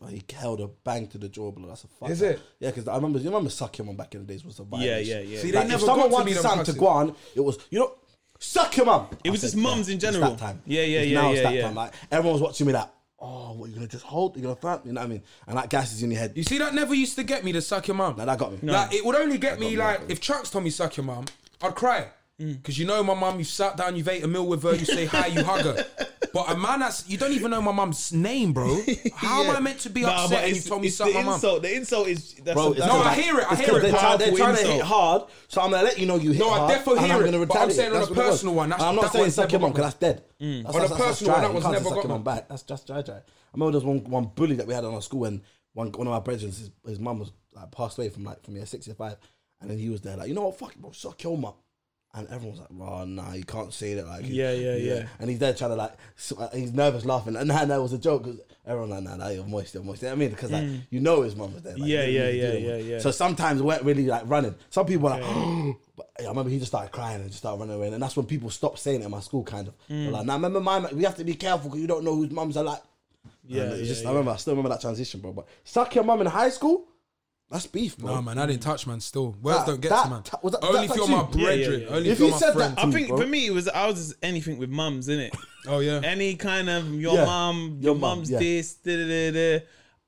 Speaker 3: Well, He held a bang to the jaw, blood. That's a fuck.
Speaker 2: Is it?
Speaker 3: Yeah, because I remember. You remember sucking mum back in the days was a violation.
Speaker 1: yeah, yeah.
Speaker 2: See, they
Speaker 3: Like,
Speaker 2: never
Speaker 3: if someone
Speaker 2: got to
Speaker 3: wanted
Speaker 2: me, them
Speaker 3: something to
Speaker 2: cussing.
Speaker 3: go on, it was you know, suck your mum.
Speaker 1: It was
Speaker 3: I
Speaker 1: just
Speaker 3: said,
Speaker 1: mums in
Speaker 3: it's that
Speaker 1: general.
Speaker 3: time.
Speaker 1: Yeah, yeah,
Speaker 3: It's
Speaker 1: yeah,
Speaker 3: Now it's
Speaker 1: yeah,
Speaker 3: that
Speaker 1: yeah.
Speaker 3: time. Like everyone was watching me, like, oh, what you gonna just hold? You gonna thump? You know what I mean? And that gas is in your head.
Speaker 2: You see, that never used to get me to suck your mum.
Speaker 3: Like, that got me.
Speaker 2: Like it would only get me like if Chucks told me suck your mum, I'd cry.
Speaker 3: Mm.
Speaker 2: Cause you know my mum, you sat down, you've ate a meal with her, you say hi, you hug her. But a man that's you don't even know my mum's name, bro. How am I meant to be
Speaker 1: Nah,
Speaker 2: upset
Speaker 1: but
Speaker 2: and you
Speaker 1: it's-
Speaker 2: told me
Speaker 1: it's
Speaker 2: suck
Speaker 1: the
Speaker 2: my mum?
Speaker 1: insult. The insult is that's
Speaker 3: Bro,
Speaker 1: that's
Speaker 3: it's
Speaker 2: No,
Speaker 3: because
Speaker 2: I
Speaker 3: they-
Speaker 2: hear it, I
Speaker 3: it's
Speaker 2: hear
Speaker 3: 'cause
Speaker 2: it,
Speaker 3: They try, they're
Speaker 1: powerful
Speaker 3: trying to
Speaker 1: insult.
Speaker 3: hit hard, so I'm gonna let you know you hit
Speaker 2: No, I
Speaker 3: hard.
Speaker 2: definitely
Speaker 3: and
Speaker 2: hear
Speaker 3: I'm
Speaker 2: it,
Speaker 3: gonna
Speaker 2: but I'm
Speaker 3: retaliate.
Speaker 2: saying on
Speaker 3: That's
Speaker 2: a
Speaker 3: what it was.
Speaker 2: personal one, that's-
Speaker 3: And I'm
Speaker 2: that
Speaker 3: not saying
Speaker 2: one's
Speaker 3: suck your
Speaker 2: never
Speaker 3: mum because that's dead. That's,
Speaker 2: Mm. On a
Speaker 3: that's,
Speaker 2: personal
Speaker 3: that's,
Speaker 2: one,
Speaker 3: dry.
Speaker 2: that
Speaker 3: You
Speaker 2: one's
Speaker 3: can't
Speaker 2: never
Speaker 3: just suck
Speaker 2: got
Speaker 3: your mum
Speaker 2: me.
Speaker 3: back. That's just dry, dry. I remember there was one one bully that we had on our school and one one of my brethren, his, his mum was like passed away from like from year six to five, and then he was there like, you know what, fuck it, bro, suck your mum. And everyone's like, "Oh, nah, you can't say that." Like,
Speaker 1: Yeah, yeah, yeah.
Speaker 3: And he's there trying to like, s- uh, he's nervous, laughing. And nah, that was a joke. Cause everyone like, "Nah, nah, you're moist, you're moist." You know what I mean, because like,
Speaker 2: Mm.
Speaker 3: you know his mum was there. Like,
Speaker 1: Yeah,
Speaker 3: you didn't
Speaker 1: yeah,
Speaker 3: really do
Speaker 1: yeah,
Speaker 3: that much.
Speaker 1: yeah, yeah.
Speaker 3: So so sometimes we weren't really like running. Some people were like, but yeah, I remember he just started crying and just started running away. And that's when people stopped saying it in my school, kind of.
Speaker 1: Mm.
Speaker 3: They're Like, now remember my, ma- we have to be careful because you don't know whose mums are like.
Speaker 1: Yeah,
Speaker 3: And it's
Speaker 1: yeah,
Speaker 3: just,
Speaker 1: yeah.
Speaker 3: I remember, I still remember that transition, bro. But suck your mum in high school, that's beef, bro.
Speaker 2: No man, I didn't touch man still. Words
Speaker 3: Oh. That-
Speaker 2: don't get
Speaker 3: that-
Speaker 2: to man.
Speaker 3: that- was that-
Speaker 2: only
Speaker 3: that
Speaker 2: if you're
Speaker 3: touch
Speaker 2: my
Speaker 3: you?
Speaker 1: Yeah, yeah,
Speaker 2: brethren.
Speaker 1: yeah.
Speaker 2: Only
Speaker 3: If
Speaker 2: if you're
Speaker 3: you
Speaker 2: my
Speaker 3: said
Speaker 2: friend.
Speaker 3: that-
Speaker 1: I think
Speaker 3: bro.
Speaker 1: for me it was I was just anything with mums in it.
Speaker 2: Oh yeah.
Speaker 1: Any kind of your
Speaker 3: Yeah.
Speaker 1: mum, your,
Speaker 3: Your mum,
Speaker 1: mum's
Speaker 3: yeah.
Speaker 1: this, da, da, da, da.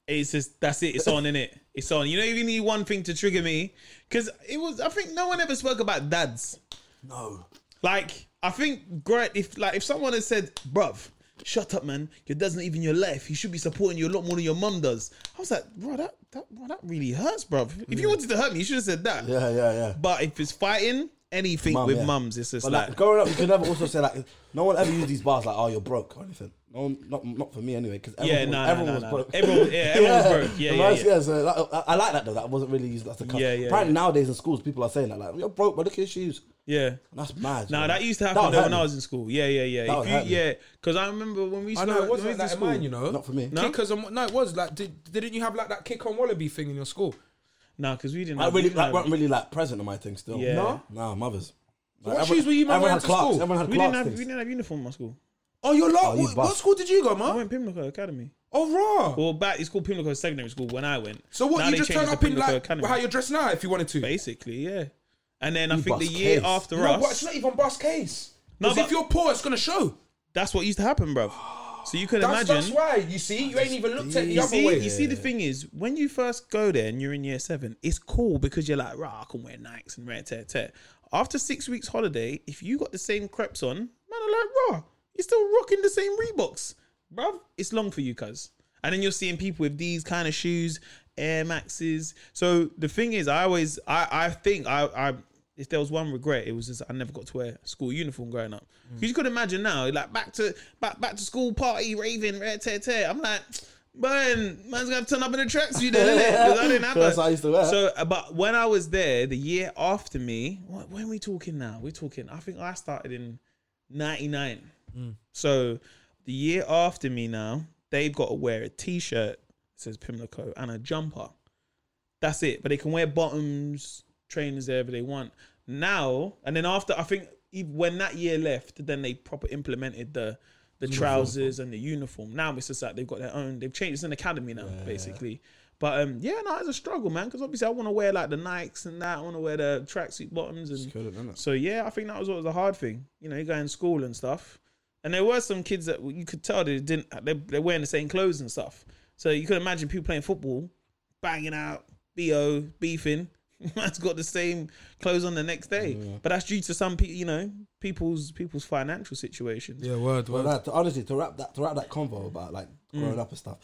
Speaker 1: It's just that's it. It's on in it. It's on. You know, you need one thing to trigger me because it was. I think no one ever spoke about dads.
Speaker 3: No.
Speaker 1: Like I think great if like if someone had said, "Bruv, shut up, man. Your dad's not even your life. He should be supporting you a lot more than your mum does." I was like, "Bro, that that bro, that really hurts, bruv. If you wanted to hurt me, you should have said that."
Speaker 3: Mm. Yeah, yeah, yeah.
Speaker 1: But if it's fighting, anything
Speaker 3: Mum,
Speaker 1: with
Speaker 3: yeah.
Speaker 1: mums. It's just
Speaker 3: But
Speaker 1: like,
Speaker 3: like, growing up, you could never also say like no one ever used these bars like oh you're broke or anything. No, one, not not for me anyway because
Speaker 1: yeah, no, no, no,
Speaker 3: everyone was
Speaker 1: no.
Speaker 3: broke.
Speaker 1: Everyone, yeah, everyone was broke. Yeah,
Speaker 3: The
Speaker 1: yeah,
Speaker 3: most-
Speaker 1: yeah.
Speaker 3: so that- I, I like that though. That wasn't really used. That's a cut.
Speaker 1: Yeah, yeah,
Speaker 3: Apparently
Speaker 1: yeah.
Speaker 3: nowadays in schools, people are saying that like you're broke, but look at your shoes.
Speaker 1: yeah.
Speaker 3: That's mad.
Speaker 1: No,
Speaker 3: man.
Speaker 1: that used to happen
Speaker 3: would
Speaker 1: though
Speaker 3: hurt
Speaker 1: when I
Speaker 3: me.
Speaker 1: was in school. Yeah, yeah, yeah.
Speaker 3: That would
Speaker 1: If
Speaker 3: hurt
Speaker 1: you,
Speaker 3: me.
Speaker 1: yeah, because I remember when we used
Speaker 2: I
Speaker 1: to
Speaker 2: know it
Speaker 1: when we
Speaker 2: wasn't
Speaker 1: used
Speaker 2: like
Speaker 1: to
Speaker 2: that in mine, you know.
Speaker 3: Not for me.
Speaker 1: No?
Speaker 2: Kickers and what- no, it was like did, didn't you have like that kick on wallaby thing in your school?
Speaker 1: No, because we didn't.
Speaker 3: I
Speaker 1: have- we
Speaker 3: really
Speaker 1: didn't
Speaker 3: like
Speaker 1: have-
Speaker 3: weren't really like present in my thing still.
Speaker 1: Yeah. No?
Speaker 3: no, mothers.
Speaker 2: what shoes were you man
Speaker 3: everyone
Speaker 2: wearing
Speaker 3: had
Speaker 2: to
Speaker 3: Clarks.
Speaker 2: school?
Speaker 3: Everyone had
Speaker 1: we
Speaker 3: Clarks
Speaker 1: didn't have
Speaker 3: things.
Speaker 1: we didn't have uniform at school.
Speaker 2: Oh, you're lot.
Speaker 3: you
Speaker 2: what,
Speaker 3: bust.
Speaker 2: what school did you go,
Speaker 1: I
Speaker 2: man?
Speaker 1: went Pimlico Academy.
Speaker 2: Oh, raw.
Speaker 1: Well, back it's called Pimlico Secondary School when I went.
Speaker 2: so what?
Speaker 1: Now
Speaker 2: you
Speaker 1: they
Speaker 2: just
Speaker 1: changed
Speaker 2: turn
Speaker 1: it to
Speaker 2: up in
Speaker 1: Pimlico
Speaker 2: like how you're dressed now if you wanted to.
Speaker 1: basically, yeah. And then I
Speaker 3: You
Speaker 1: think the
Speaker 3: bust
Speaker 1: year
Speaker 3: case.
Speaker 1: after
Speaker 2: No,
Speaker 1: us,
Speaker 2: but it's not even bus case.
Speaker 1: No,
Speaker 2: Because if
Speaker 1: but-
Speaker 2: you're poor, it's gonna show.
Speaker 1: that's what used to happen, bro. So you can
Speaker 2: That's,
Speaker 1: imagine.
Speaker 2: that's why you see you ain't even looked at the
Speaker 3: You
Speaker 1: You
Speaker 2: other
Speaker 1: see,
Speaker 2: way.
Speaker 1: you see, the thing is, when you first go there and you're in year seven, it's cool because you're like, right, I can wear Nikes and wear tear tear. After six weeks holiday, if you got the same crepes on, man, I'm like, raw, you're still rocking the same Reeboks, bruv. It's long for you, cuz. And then you're seeing people with these kind of shoes, Air Maxes. So the thing is, I always, I, I think, I, I, if there was one regret, it was just I never got to wear school uniform growing up.
Speaker 3: Mm.
Speaker 1: 'Cause you could imagine now, like back to back back to school party, raving, rare tear tear. I'm like. Man, man's gonna have to turn up in a tracksuit then, innit? 'Cause I didn't have
Speaker 3: That's
Speaker 1: that.
Speaker 3: what I used to wear.
Speaker 1: So, uh, but when I was there, the year after me, what, when we talking now? We're talking. I think I started in '99.
Speaker 3: Mm.
Speaker 1: So, the year after me now, they've got to wear a t-shirt that says Pimlico and a jumper. That's it. But they can wear bottoms, trainers, whatever they want. Now and then after, I think ev- when that year left, then they proper implemented the the trousers and the uniform. Now it's just like they've got their own. They've changed. It's an academy now, basically. But um, yeah, no, it's a struggle, man. Because obviously, I want to wear like the Nikes and that. I want to wear the tracksuit bottoms and
Speaker 3: Couldn't, innit?
Speaker 1: so yeah, I think that was what was a hard thing. You know, you go in school and stuff, and there were some kids that you could tell they didn't. They, they're wearing the same clothes and stuff. So you could imagine people playing football, banging out, bo beefing. Man's got the same clothes on the next day, but that's due to some people. You know, people's people's financial situations.
Speaker 2: Yeah, word,
Speaker 3: But like, to, honestly, to wrap that to wrap that convo about like
Speaker 1: Mm.
Speaker 3: growing up and stuff,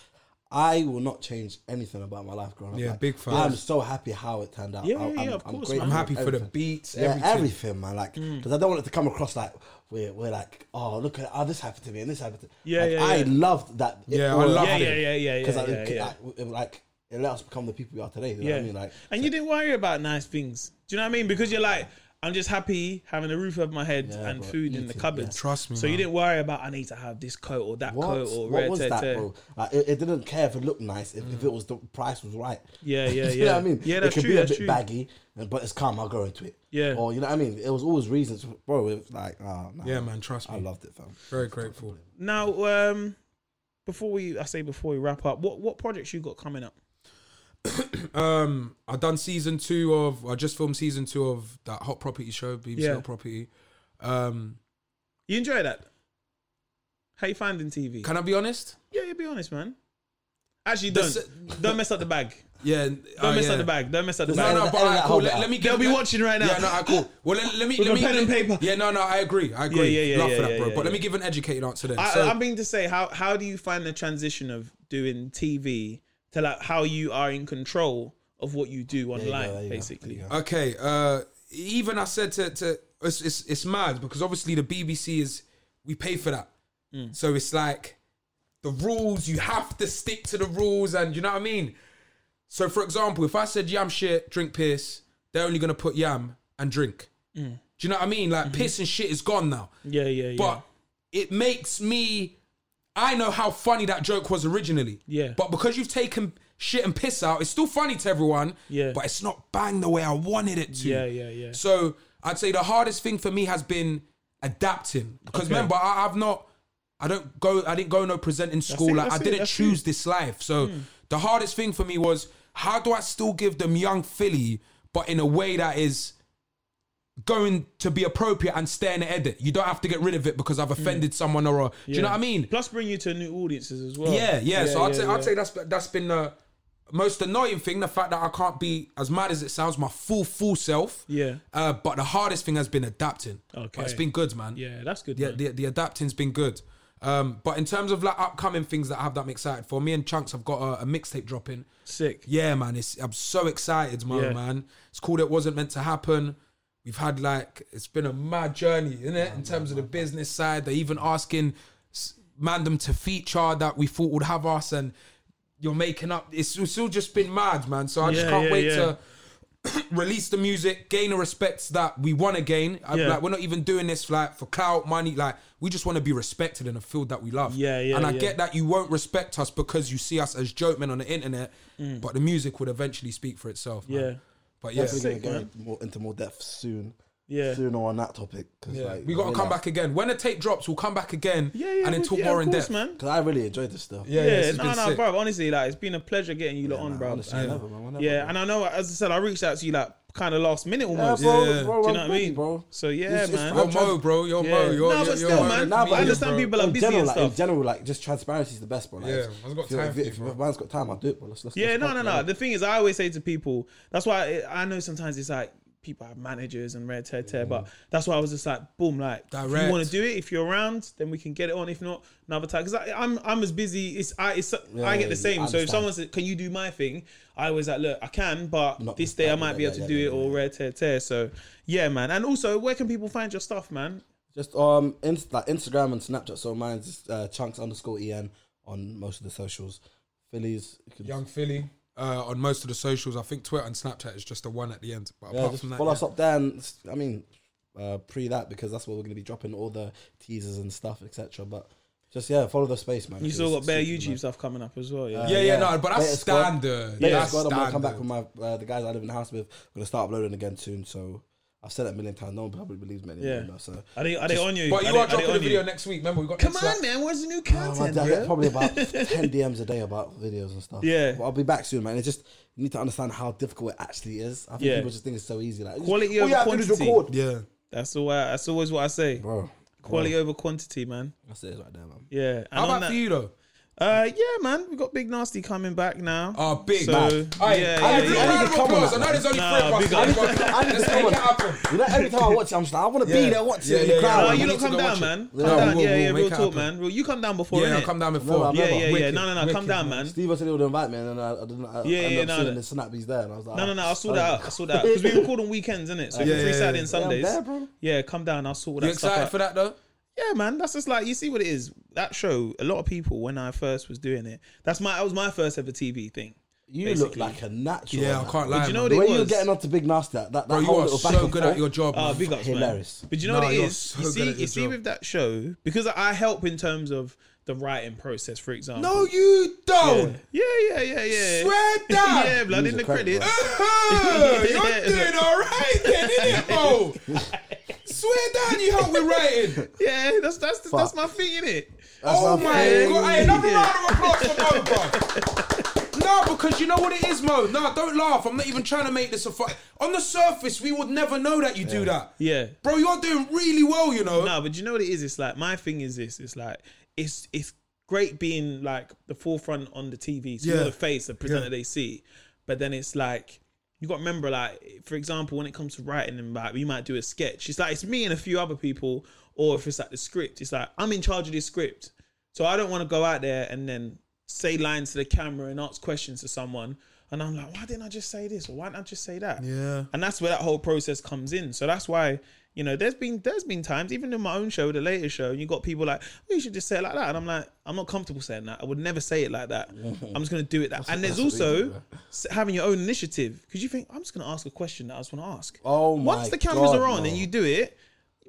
Speaker 3: I will not change anything about my life growing
Speaker 2: Yeah,
Speaker 3: up. Like,
Speaker 2: big fan.
Speaker 3: I'm so happy how it turned out.
Speaker 1: Yeah,
Speaker 3: I-
Speaker 1: yeah,
Speaker 3: I'm,
Speaker 1: yeah, of course, man.
Speaker 3: grateful
Speaker 2: I'm happy for the
Speaker 3: everything.
Speaker 2: beats.
Speaker 3: Yeah,
Speaker 2: Everything.
Speaker 3: everything, man. Like,
Speaker 1: Mm.
Speaker 3: because I don't want it to come across like we're we're like, oh, look at oh, this happened to me and this happened. to
Speaker 1: Yeah,
Speaker 3: like,
Speaker 1: yeah,
Speaker 3: I
Speaker 1: yeah.
Speaker 3: loved that. it
Speaker 2: Yeah, I
Speaker 3: all
Speaker 2: loved
Speaker 1: yeah,
Speaker 3: happened.
Speaker 1: yeah, yeah, yeah, yeah,
Speaker 3: because like,
Speaker 1: yeah,
Speaker 3: it-
Speaker 1: yeah.
Speaker 3: like, it- like it let us become the people we are today. You know
Speaker 1: yeah.
Speaker 3: what I mean? Like,
Speaker 1: and you didn't worry about nice things. Do you know what I mean? Because you're like, I'm just happy having a roof over my head
Speaker 3: Yeah,
Speaker 1: and
Speaker 3: bro,
Speaker 1: food in
Speaker 3: eat
Speaker 1: the
Speaker 3: it, yeah.
Speaker 1: cupboard.
Speaker 2: Trust me,
Speaker 1: So you
Speaker 2: man.
Speaker 1: didn't worry about I need to have this coat or that
Speaker 3: what?
Speaker 1: coat or
Speaker 3: what
Speaker 1: red
Speaker 3: was
Speaker 1: tear
Speaker 3: that,
Speaker 1: tear. Mm.
Speaker 3: bro? Like, it, it didn't care if it looked nice if, if it was the price was right.
Speaker 1: Yeah, yeah,
Speaker 3: you know what I
Speaker 1: yeah.
Speaker 3: mean?
Speaker 1: Yeah,
Speaker 3: it
Speaker 1: that's
Speaker 3: could
Speaker 1: true,
Speaker 3: be a
Speaker 1: that's
Speaker 3: bit
Speaker 1: true.
Speaker 3: baggy, and- but it's calm. I'll go into it.
Speaker 1: Yeah.
Speaker 3: Or you know what I mean? It was always reasons, bro. It was like, oh, nah,
Speaker 2: Yeah, man, trust
Speaker 3: I
Speaker 2: me.
Speaker 3: loved it, fam.
Speaker 2: Very grateful.
Speaker 1: Now, um, before we, I say before we wrap up, what what projects you got coming up?
Speaker 2: Um, I done season two of I just filmed season two of that hot property show, BBC
Speaker 1: Yeah.
Speaker 2: Hot Property. Um,
Speaker 1: You enjoy that? How you finding TV?
Speaker 2: can I be honest?
Speaker 1: yeah, you be honest, man. Actually,
Speaker 2: The
Speaker 1: don't
Speaker 2: se-
Speaker 1: don't mess up the bag.
Speaker 2: Yeah,
Speaker 1: Don't
Speaker 2: uh,
Speaker 1: mess
Speaker 2: yeah.
Speaker 1: up the bag. Don't mess up the
Speaker 3: No,
Speaker 1: bag.
Speaker 2: No, no,
Speaker 3: Edit that-
Speaker 2: but
Speaker 3: edit
Speaker 2: alright,
Speaker 3: that
Speaker 2: cool.
Speaker 3: whole
Speaker 2: Let,
Speaker 3: bit
Speaker 2: let me.
Speaker 1: They'll
Speaker 2: give-
Speaker 1: be
Speaker 2: let-
Speaker 1: watching right now.
Speaker 2: Yeah, no, alright, cool. Well, let, let me.
Speaker 1: With
Speaker 2: let
Speaker 1: a
Speaker 2: me,
Speaker 1: pen and
Speaker 2: let-
Speaker 1: paper.
Speaker 2: Yeah, no, no, I agree. I agree.
Speaker 1: yeah, yeah,
Speaker 2: Love
Speaker 1: yeah,
Speaker 2: for that,
Speaker 1: yeah,
Speaker 2: bro.
Speaker 1: yeah,
Speaker 2: but
Speaker 1: yeah.
Speaker 2: let me give an educated answer then.
Speaker 1: I,
Speaker 2: so,
Speaker 1: I mean to say, how how do you find the transition of doing TV to like how you are in control of what you do
Speaker 3: There you go,
Speaker 1: online,
Speaker 3: there you go,
Speaker 1: basically?
Speaker 3: there you go.
Speaker 2: Okay. Uh, even I said to, to it's, it's it's mad because obviously the BBC is we pay for that, so it's like the rules you have to stick to the rules, and you know what I mean. So for example, if I said yam shit, drink piss, they're only gonna put yam and drink. Do you know what I mean? Like piss and shit is gone now.
Speaker 1: Yeah, yeah, yeah.
Speaker 2: But it makes me. I know how funny that joke was originally.
Speaker 1: Yeah.
Speaker 2: But because you've taken shit and piss out, it's still funny to everyone.
Speaker 1: Yeah.
Speaker 2: But it's not bang the way I wanted it to.
Speaker 1: yeah, yeah, yeah.
Speaker 2: So I'd say the hardest thing for me has been adapting because
Speaker 1: Okay.
Speaker 2: remember I, I've not, I don't go, I didn't go no presenting school.
Speaker 1: it,
Speaker 2: like I
Speaker 1: that's it, Hmm.
Speaker 2: didn't
Speaker 1: that's
Speaker 2: choose
Speaker 1: it.
Speaker 2: this life. So the hardest thing for me was how do I still give them young Philly, but in a way that is going to be appropriate and stay in the edit. You don't have to get rid of it because I've offended someone or a, do you
Speaker 1: Hmm.
Speaker 2: know
Speaker 1: Yeah.
Speaker 2: what I mean?
Speaker 1: Plus, bring you to new audiences as well.
Speaker 2: Yeah, yeah. so I'd
Speaker 1: yeah,
Speaker 2: say
Speaker 1: yeah.
Speaker 2: I'd say that's that's been the most annoying thing. The fact that I can't be as mad as it sounds, my full full self.
Speaker 1: Yeah.
Speaker 2: Uh, but the hardest thing has been adapting.
Speaker 1: Okay.
Speaker 2: But it's been good, man.
Speaker 1: yeah, that's good.
Speaker 2: Yeah.
Speaker 1: man.
Speaker 2: The, the adapting's been good. Um, but in terms of like upcoming things that I have that I'm excited for, me and Chunks have got a, a mixtape dropping.
Speaker 1: Sick.
Speaker 2: Yeah, man. It's I'm so excited, man.
Speaker 1: Yeah.
Speaker 2: Man, it's cool. It wasn't meant to happen. We've had like it's been a mad journey, isn't it? In terms of the business side, they're even asking s- Mandem to feature that we thought would have us, and you're making up. It's, it's all just been mad, man. So I just
Speaker 1: Yeah,
Speaker 2: can't
Speaker 1: yeah,
Speaker 2: wait
Speaker 1: yeah.
Speaker 2: to release the music, gain the respects that we want to gain. I-
Speaker 1: Yeah.
Speaker 2: Like we're not even doing this like for clout, money. Like we just want to be respected in a field that we love.
Speaker 1: Yeah, yeah,
Speaker 2: And I
Speaker 1: yeah.
Speaker 2: get that you won't respect us because you see us as joke men on the internet, but the music would eventually speak for itself. Man.
Speaker 1: Yeah.
Speaker 2: But yeah,
Speaker 3: We're gonna
Speaker 1: Sick,
Speaker 3: go
Speaker 1: man.
Speaker 3: more, into more depth soon.
Speaker 1: Yeah.
Speaker 3: Sooner on that topic. 'cause,
Speaker 2: yeah.
Speaker 3: like,
Speaker 2: we
Speaker 3: I
Speaker 2: got to come
Speaker 3: realise-
Speaker 2: back again. When the tape drops, we'll come back again
Speaker 1: Yeah, yeah.
Speaker 2: and then
Speaker 1: we-
Speaker 2: talk
Speaker 1: yeah,
Speaker 2: more
Speaker 1: of
Speaker 2: in
Speaker 1: course,
Speaker 2: depth.
Speaker 1: man.
Speaker 3: Cause I really enjoyed this stuff.
Speaker 2: Yeah, yeah,
Speaker 1: Yeah,
Speaker 2: this has
Speaker 1: no,
Speaker 2: been
Speaker 1: no,
Speaker 2: sick.
Speaker 1: bro. Honestly, like it's been a pleasure getting you lot on,
Speaker 3: man,
Speaker 1: bro.
Speaker 3: honestly,
Speaker 1: And-
Speaker 3: whenever, man, whenever,
Speaker 1: yeah,
Speaker 3: bro.
Speaker 1: and I know, as I said, I reached out to you like kind of last minute
Speaker 3: Yeah,
Speaker 1: almost.
Speaker 2: Yeah.
Speaker 3: bro,
Speaker 1: Do
Speaker 3: bro,
Speaker 1: you
Speaker 3: I'm
Speaker 1: know what I
Speaker 3: ready,
Speaker 1: mean?
Speaker 3: bro.
Speaker 1: So yeah,
Speaker 3: It's- it's
Speaker 1: man.
Speaker 2: Yo,
Speaker 3: I'm
Speaker 2: Mo,
Speaker 3: trans-
Speaker 2: bro. Yo,
Speaker 1: Yeah.
Speaker 2: Mo. Yo,
Speaker 1: No,
Speaker 2: yo,
Speaker 1: but
Speaker 2: yo,
Speaker 1: still,
Speaker 2: Mo.
Speaker 1: man.
Speaker 3: Nah, but
Speaker 2: Me,
Speaker 3: I
Speaker 1: understand
Speaker 2: bro.
Speaker 1: people are
Speaker 3: in
Speaker 1: busy and
Speaker 3: general, like, in
Speaker 1: stuff.
Speaker 3: general, like just transparency is the best, bro. Like,
Speaker 2: Yeah,
Speaker 3: if-
Speaker 2: man's got
Speaker 3: if you're-
Speaker 2: time
Speaker 3: if,
Speaker 2: for it,
Speaker 3: if
Speaker 2: bro.
Speaker 3: man's got time, I'll do it, bro. Let's, let's,
Speaker 1: Yeah,
Speaker 3: let's
Speaker 1: no,
Speaker 3: fuck,
Speaker 1: no,
Speaker 3: man.
Speaker 1: no. The thing is, I always say to people, that's why I, I know sometimes it's like people have managers and red tear tear,
Speaker 3: Mm.
Speaker 1: but that's why I was just like, boom, like if
Speaker 2: Direct.
Speaker 1: you want to do it, if you're around, then we can get it on. If not, another time. Because I'm I'm as busy. It's I it's, I get
Speaker 3: yeah,
Speaker 1: the same.
Speaker 3: I
Speaker 1: so if
Speaker 3: understand.
Speaker 1: someone says, "Can you do my thing?" I always like, look, I can, but
Speaker 3: Not
Speaker 1: this
Speaker 3: this
Speaker 1: day I
Speaker 3: time,
Speaker 1: might
Speaker 3: yeah,
Speaker 1: be able
Speaker 3: yeah,
Speaker 1: to do
Speaker 3: yeah,
Speaker 1: it
Speaker 3: yeah,
Speaker 1: or red tear tear. So yeah, man. And also, where can people find your stuff, man?
Speaker 3: Just um, inst- like Instagram and Snapchat. So mine's just, uh, chunks underscore en on most of the socials. Phillies, you can-
Speaker 2: Young Philly. Uh, on most of the socials, I think Twitter and Snapchat is just the one at the end. But
Speaker 3: yeah,
Speaker 2: apart
Speaker 3: just
Speaker 2: from that,
Speaker 3: follow
Speaker 2: yeah.
Speaker 3: us up there. And, s- I mean, uh, pre that because that's where we're gonna be dropping all the teasers and stuff, etc. But just yeah, follow the space, man. Uh,
Speaker 1: You still got bare
Speaker 3: bare
Speaker 1: YouTube stuff coming up as well. Yeah,
Speaker 2: yeah, yeah,
Speaker 3: yeah.
Speaker 2: no, but that's
Speaker 3: Later, squad.
Speaker 2: standard.
Speaker 3: Yeah,
Speaker 2: that's
Speaker 3: squad. I'm gonna come back
Speaker 2: standard.
Speaker 3: with my uh, the guys I live in the house with. I'm gonna start uploading again soon. So I've said that a million times. No one probably believes me anymore.
Speaker 1: Yeah.
Speaker 3: now, so
Speaker 1: Are they are they on you?
Speaker 2: But you
Speaker 1: they-
Speaker 2: are
Speaker 1: they on
Speaker 2: dropping a
Speaker 1: you?
Speaker 2: video next week. Remember, we got
Speaker 1: Come
Speaker 2: next
Speaker 1: on, man. Where's the new
Speaker 3: Oh, my
Speaker 1: content?
Speaker 3: dad, I
Speaker 1: bro?
Speaker 3: get probably about 10 DMs a day about videos and stuff.
Speaker 1: Yeah.
Speaker 3: But I'll be back soon, man. It's just, you need to understand how difficult it actually is. I think
Speaker 1: Yeah.
Speaker 3: people just think it's so easy. Like,
Speaker 1: Quality
Speaker 3: just, all
Speaker 1: over
Speaker 3: you have to do is
Speaker 1: quantity.
Speaker 3: record.
Speaker 2: Yeah,
Speaker 1: That's the way. That's always what I say.
Speaker 3: Bro,
Speaker 1: Quality over quantity, man.
Speaker 3: that's it right there, man.
Speaker 1: Yeah. And
Speaker 2: how
Speaker 1: on
Speaker 2: about
Speaker 1: that-
Speaker 2: for you though?
Speaker 1: Uh, yeah, man. We got Big Nasty coming back now. Uh,
Speaker 2: Oh, big
Speaker 1: So,
Speaker 2: man.
Speaker 1: yeah,
Speaker 2: Aye,
Speaker 1: yeah, yeah.
Speaker 2: aye, real
Speaker 3: I need
Speaker 2: round
Speaker 3: to
Speaker 2: of
Speaker 3: come on
Speaker 2: applause. I
Speaker 3: that,
Speaker 2: know
Speaker 3: man.
Speaker 2: there's only
Speaker 1: Nah, big
Speaker 2: three of us.
Speaker 3: I
Speaker 2: Let's
Speaker 3: need to
Speaker 2: make
Speaker 3: come
Speaker 2: it
Speaker 3: on
Speaker 2: happen.
Speaker 3: You know, every time I watch it, I'm just like, I want to be there watching
Speaker 2: Yeah,
Speaker 3: in
Speaker 2: yeah,
Speaker 3: the crowd.
Speaker 2: yeah.
Speaker 1: Oh,
Speaker 2: I
Speaker 1: you
Speaker 2: need
Speaker 1: lot
Speaker 2: to
Speaker 1: come
Speaker 2: go watch
Speaker 1: down,
Speaker 2: it.
Speaker 1: man. Come
Speaker 2: Yeah,
Speaker 1: down.
Speaker 2: we'll-
Speaker 1: yeah,
Speaker 2: we'll
Speaker 1: yeah.
Speaker 2: make
Speaker 1: Real
Speaker 2: it
Speaker 1: talk,
Speaker 2: happen.
Speaker 1: man. Real, you come down before.
Speaker 2: Yeah, I'll
Speaker 1: innit?
Speaker 2: come down
Speaker 3: No,
Speaker 2: before.
Speaker 3: no,
Speaker 1: Yeah,
Speaker 3: brother.
Speaker 1: yeah, yeah.
Speaker 2: Wicked,
Speaker 1: No, no, no. Come
Speaker 2: wicked,
Speaker 1: down,
Speaker 2: man.
Speaker 1: man.
Speaker 3: Steve, I said he would invite me, and then I, I didn't.
Speaker 1: Yeah,
Speaker 3: I, I
Speaker 1: yeah,
Speaker 3: ended
Speaker 1: no,
Speaker 3: up seeing
Speaker 1: no.
Speaker 3: the snap he's there, and I was like,
Speaker 1: No, no, no. I'll sort that out. I'll sort that out
Speaker 3: sorry.
Speaker 1: because we record on weekends, innit? So
Speaker 2: yeah,
Speaker 1: every
Speaker 2: yeah,
Speaker 1: Saturday
Speaker 2: yeah.
Speaker 1: and Sundays.
Speaker 3: Yeah, I'm there, bro.
Speaker 1: Yeah, come down. I'll sort all that
Speaker 2: You
Speaker 1: stuff
Speaker 2: excited
Speaker 1: out.
Speaker 2: for that though?
Speaker 1: Yeah, man. That's just like you see what it is. That show. A lot of people when I first was doing it. That's my. That was my first ever TV thing.
Speaker 3: You
Speaker 1: Basically.
Speaker 3: look like a natural.
Speaker 2: Yeah, I
Speaker 3: man.
Speaker 1: But
Speaker 2: can't lie.
Speaker 1: do you know
Speaker 2: man.
Speaker 1: what
Speaker 3: The
Speaker 1: it
Speaker 3: way you were
Speaker 1: was?
Speaker 3: getting onto Big Nasty, that, that
Speaker 2: Bro, you
Speaker 3: whole
Speaker 2: are
Speaker 3: little back
Speaker 2: so
Speaker 3: and
Speaker 2: good
Speaker 3: forth,
Speaker 2: at your job.
Speaker 3: Ah,
Speaker 1: Oh,
Speaker 2: man.
Speaker 1: big ups,
Speaker 3: hilarious.
Speaker 1: man. But you know
Speaker 2: No,
Speaker 1: what it
Speaker 2: you're
Speaker 1: is?
Speaker 2: so
Speaker 1: you
Speaker 2: good
Speaker 1: see,
Speaker 2: at
Speaker 1: you
Speaker 2: your
Speaker 1: see
Speaker 2: job.
Speaker 1: with that show because I help in terms of the writing process, for example.
Speaker 2: No, you don't.
Speaker 1: Yeah, yeah, yeah, yeah.
Speaker 2: Swear down.
Speaker 1: yeah, blood
Speaker 3: Use
Speaker 1: in the
Speaker 3: a crack,
Speaker 1: credits.
Speaker 3: bro.
Speaker 2: Uh-huh, You're doing all right then, innit, bro? Swear down, you help with writing.
Speaker 1: Yeah, that's that's that's my thing, innit?
Speaker 2: oh
Speaker 3: what I'm
Speaker 2: my
Speaker 3: saying.
Speaker 2: god! Hey, another round of applause for Mo, bro. No, because you know what it is, Mo. No, don't laugh. I'm not even trying to make this a fight. On the surface, we would never know that you do that.
Speaker 1: Yeah.
Speaker 2: Bro, you're doing really well, you know.
Speaker 1: No, but you know what it is? It's like my thing is this. It's like it's it's great being like the forefront on the TV. So
Speaker 2: Yeah.
Speaker 1: you're the face, the presenter
Speaker 2: Yeah.
Speaker 1: they see. But then it's like you got to remember, like for example, when it comes to writing and like we might do a sketch. It's like it's me and a few other people, or if it's like the script, it's like I'm in charge of this script. So I don't want to go out there and then say lines to the camera and ask questions to someone. And I'm like, why didn't I just say this? Or why didn't I just say that?
Speaker 2: Yeah.
Speaker 1: And that's where that whole process comes in. So that's why, you know, there's been there's been times, even in my own show, the later show, you got people like, oh, you should just say it like that. And I'm like, I'm not comfortable saying that. I would never say it like that. I'm just gonna do it that. and there's also s- having your own initiative. Because you think, I'm just gonna ask a question that I just wanna ask.
Speaker 3: Oh my
Speaker 1: Once the cameras
Speaker 3: God,
Speaker 1: are on
Speaker 3: no.
Speaker 1: and you do it,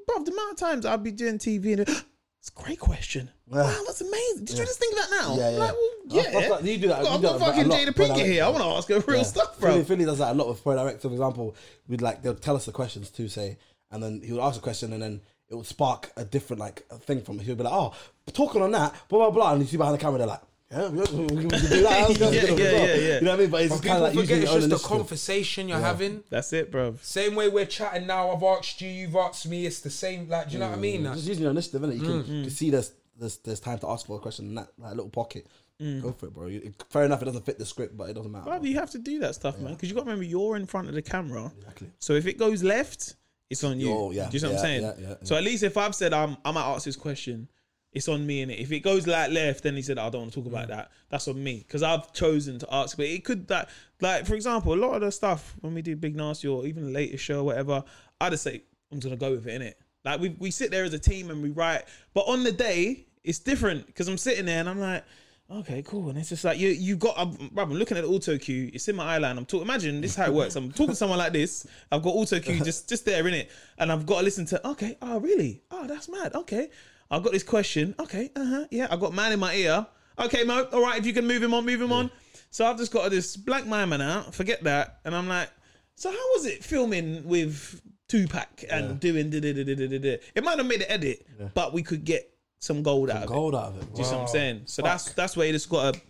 Speaker 1: bro, the amount of times I'll be doing TV and it's a great question. Wow, that's amazing. Did you just think of that now?
Speaker 3: Yeah, yeah.
Speaker 1: Like, well,
Speaker 3: That's-
Speaker 1: yeah.
Speaker 3: that's like- you do that-
Speaker 1: I've got,
Speaker 3: you
Speaker 1: I've
Speaker 3: do
Speaker 1: got
Speaker 3: that a
Speaker 1: fucking
Speaker 3: lot,
Speaker 1: Jada
Speaker 3: but
Speaker 1: Pinkett
Speaker 3: I-
Speaker 1: here. I want to ask her real
Speaker 3: Yeah.
Speaker 1: stuff, bro.
Speaker 3: Philly, Philly does that a lot with Pro Direct. For example, we'd like they'll tell us the questions to say, and then he would ask a question, and then it would spark a different like a thing from. He'd be like, "Oh, talking on that, blah blah blah," and you see behind the camera, they're like. Yeah, we can do that. That's good
Speaker 1: Yeah,
Speaker 3: as well."
Speaker 1: yeah, yeah, yeah.
Speaker 3: You know what I mean? But it's
Speaker 2: But
Speaker 3: kind
Speaker 2: people
Speaker 3: of like
Speaker 2: forget
Speaker 3: using
Speaker 2: it's
Speaker 3: your
Speaker 2: just
Speaker 3: own
Speaker 2: the
Speaker 3: initiative.
Speaker 2: conversation you're having.
Speaker 1: That's it, bro.
Speaker 2: Same way we're chatting now, I've asked you, you've asked me. It's the same, like, do you know what I mean?
Speaker 3: Just using your initiative, innit? You can,
Speaker 2: Mm,
Speaker 3: you can see there's, there's there's time to ask for a question in that like, little pocket.
Speaker 2: Mm.
Speaker 3: Go for it, bro. You, fair enough, it doesn't fit the script, but it doesn't matter.
Speaker 1: Bruv, you have to do that stuff, man, because you got to remember you're in front of the camera.
Speaker 3: Exactly.
Speaker 1: So if it goes left, it's on you.
Speaker 3: Oh, yeah,
Speaker 1: Do you know what I'm
Speaker 3: yeah,
Speaker 1: saying?
Speaker 3: yeah, yeah, yeah.
Speaker 1: So at least if I've said I'm, I might ask this question, it's on me in it. If it goes like left, then he said, I don't want to talk
Speaker 3: Mm.
Speaker 1: about that. That's on me because I've chosen to ask. But it could that like for example, a lot of the stuff when we do Big Nasty or even the latest show, or whatever, I just say I'm just gonna go with it in it. Like we we sit there as a team and we write, but on the day it's different because I'm sitting there and I'm like. Okay, cool. And it's just like you you got I'm, bruv, I'm looking at the auto cue, it's in my eye line. I'm talking imagine this is how it works. I'm talking to someone like this, I've got auto cue just just there in it, and I've got to listen to okay, oh really? Oh that's mad. Okay. I've got this question. Okay, uh-huh. Yeah, I've got man in my ear. Okay, Mo, all right, if you can move him on, move him on. So I've just got this blank my man out, forget that. And I'm like, so how was it filming with Tupac and doing da da da da da da? da? It might have made an edit, but we could get some gold out of it.
Speaker 3: Gold out of it.
Speaker 1: Do you see what I'm saying? So that's that's where you just gotta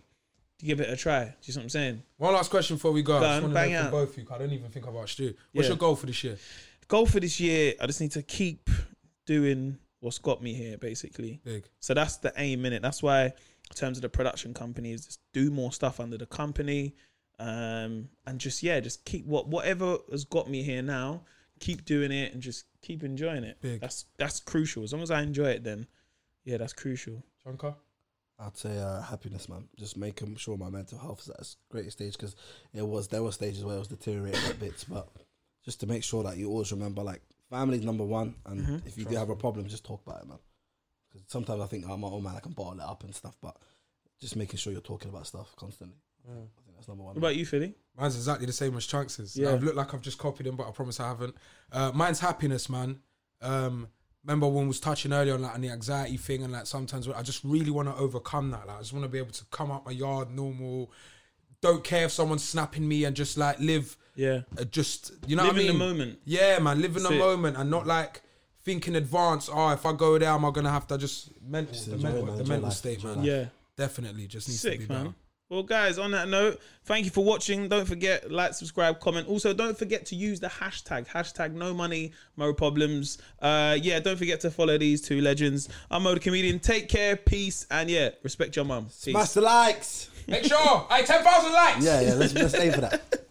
Speaker 1: give it a try. Do you see what I'm saying?
Speaker 2: One last question before we go. I
Speaker 1: on,
Speaker 2: just want
Speaker 1: bang
Speaker 2: to know
Speaker 1: out.
Speaker 2: from both of you. 'cause I don't even think I've asked you. What's
Speaker 1: Yeah.
Speaker 2: your goal for this year?
Speaker 1: Goal for this year, I just need to keep doing what's got me here, basically.
Speaker 2: Big.
Speaker 1: So that's the aim in it. That's why in terms of the production company is just do more stuff under the company. Um and just yeah, just keep what whatever has got me here now, keep doing it and just keep enjoying it.
Speaker 2: Big.
Speaker 1: That's that's crucial. As long as I enjoy it then yeah, that's crucial.
Speaker 2: Chunker?
Speaker 3: I'd say uh, happiness, man. Just making sure my mental health is at its greatest stage because it was there were stages where it was deteriorating at bits, but just to make sure that you always remember, like family's number one, and if you do have a problem, just talk about it, man. Because sometimes I think, oh, my, oh man, I can bottle it up and stuff, but just making sure you're talking about stuff constantly. I think that's number one.
Speaker 1: What about you, Philly?
Speaker 2: Mine's exactly the same as Chance's.
Speaker 1: Yeah.
Speaker 2: I've looked like I've just copied him, but I promise I haven't. Uh, mine's happiness, man. Um, remember when we was touching earlier on like on the anxiety thing and like sometimes when- I just really want to overcome that. Like I just want to be able to come out my yard normal. Don't care if someone's snapping me and just like live.
Speaker 1: Yeah.
Speaker 2: uh, just you know
Speaker 1: Live
Speaker 2: what
Speaker 1: in
Speaker 2: I
Speaker 1: the
Speaker 2: mean?
Speaker 1: moment.
Speaker 2: Yeah, man, live in the
Speaker 1: it.
Speaker 2: moment and not like think in advance. Oh, if I go there, am I gonna have to just mental the
Speaker 3: enjoy
Speaker 2: mental,
Speaker 3: it, man.
Speaker 2: the
Speaker 3: Enjoy
Speaker 2: mental
Speaker 3: life.
Speaker 2: state,
Speaker 3: Enjoy
Speaker 2: man?
Speaker 3: life.
Speaker 1: Yeah.
Speaker 2: definitely just needs to be
Speaker 1: Sick,
Speaker 2: better.
Speaker 1: man. Well, guys, on that note, thank you for watching. Don't forget, like, subscribe, comment. Also, don't forget to use the hashtag, hashtag no money, no problems. Uh, yeah, don't forget to follow these two legends. I'm Mode Comedian. Take care, peace, and yeah, respect your mum. Peace.
Speaker 3: Smash the likes.
Speaker 2: Make sure, hey, ten thousand likes.
Speaker 3: Yeah, yeah. Let's, let's aim for that.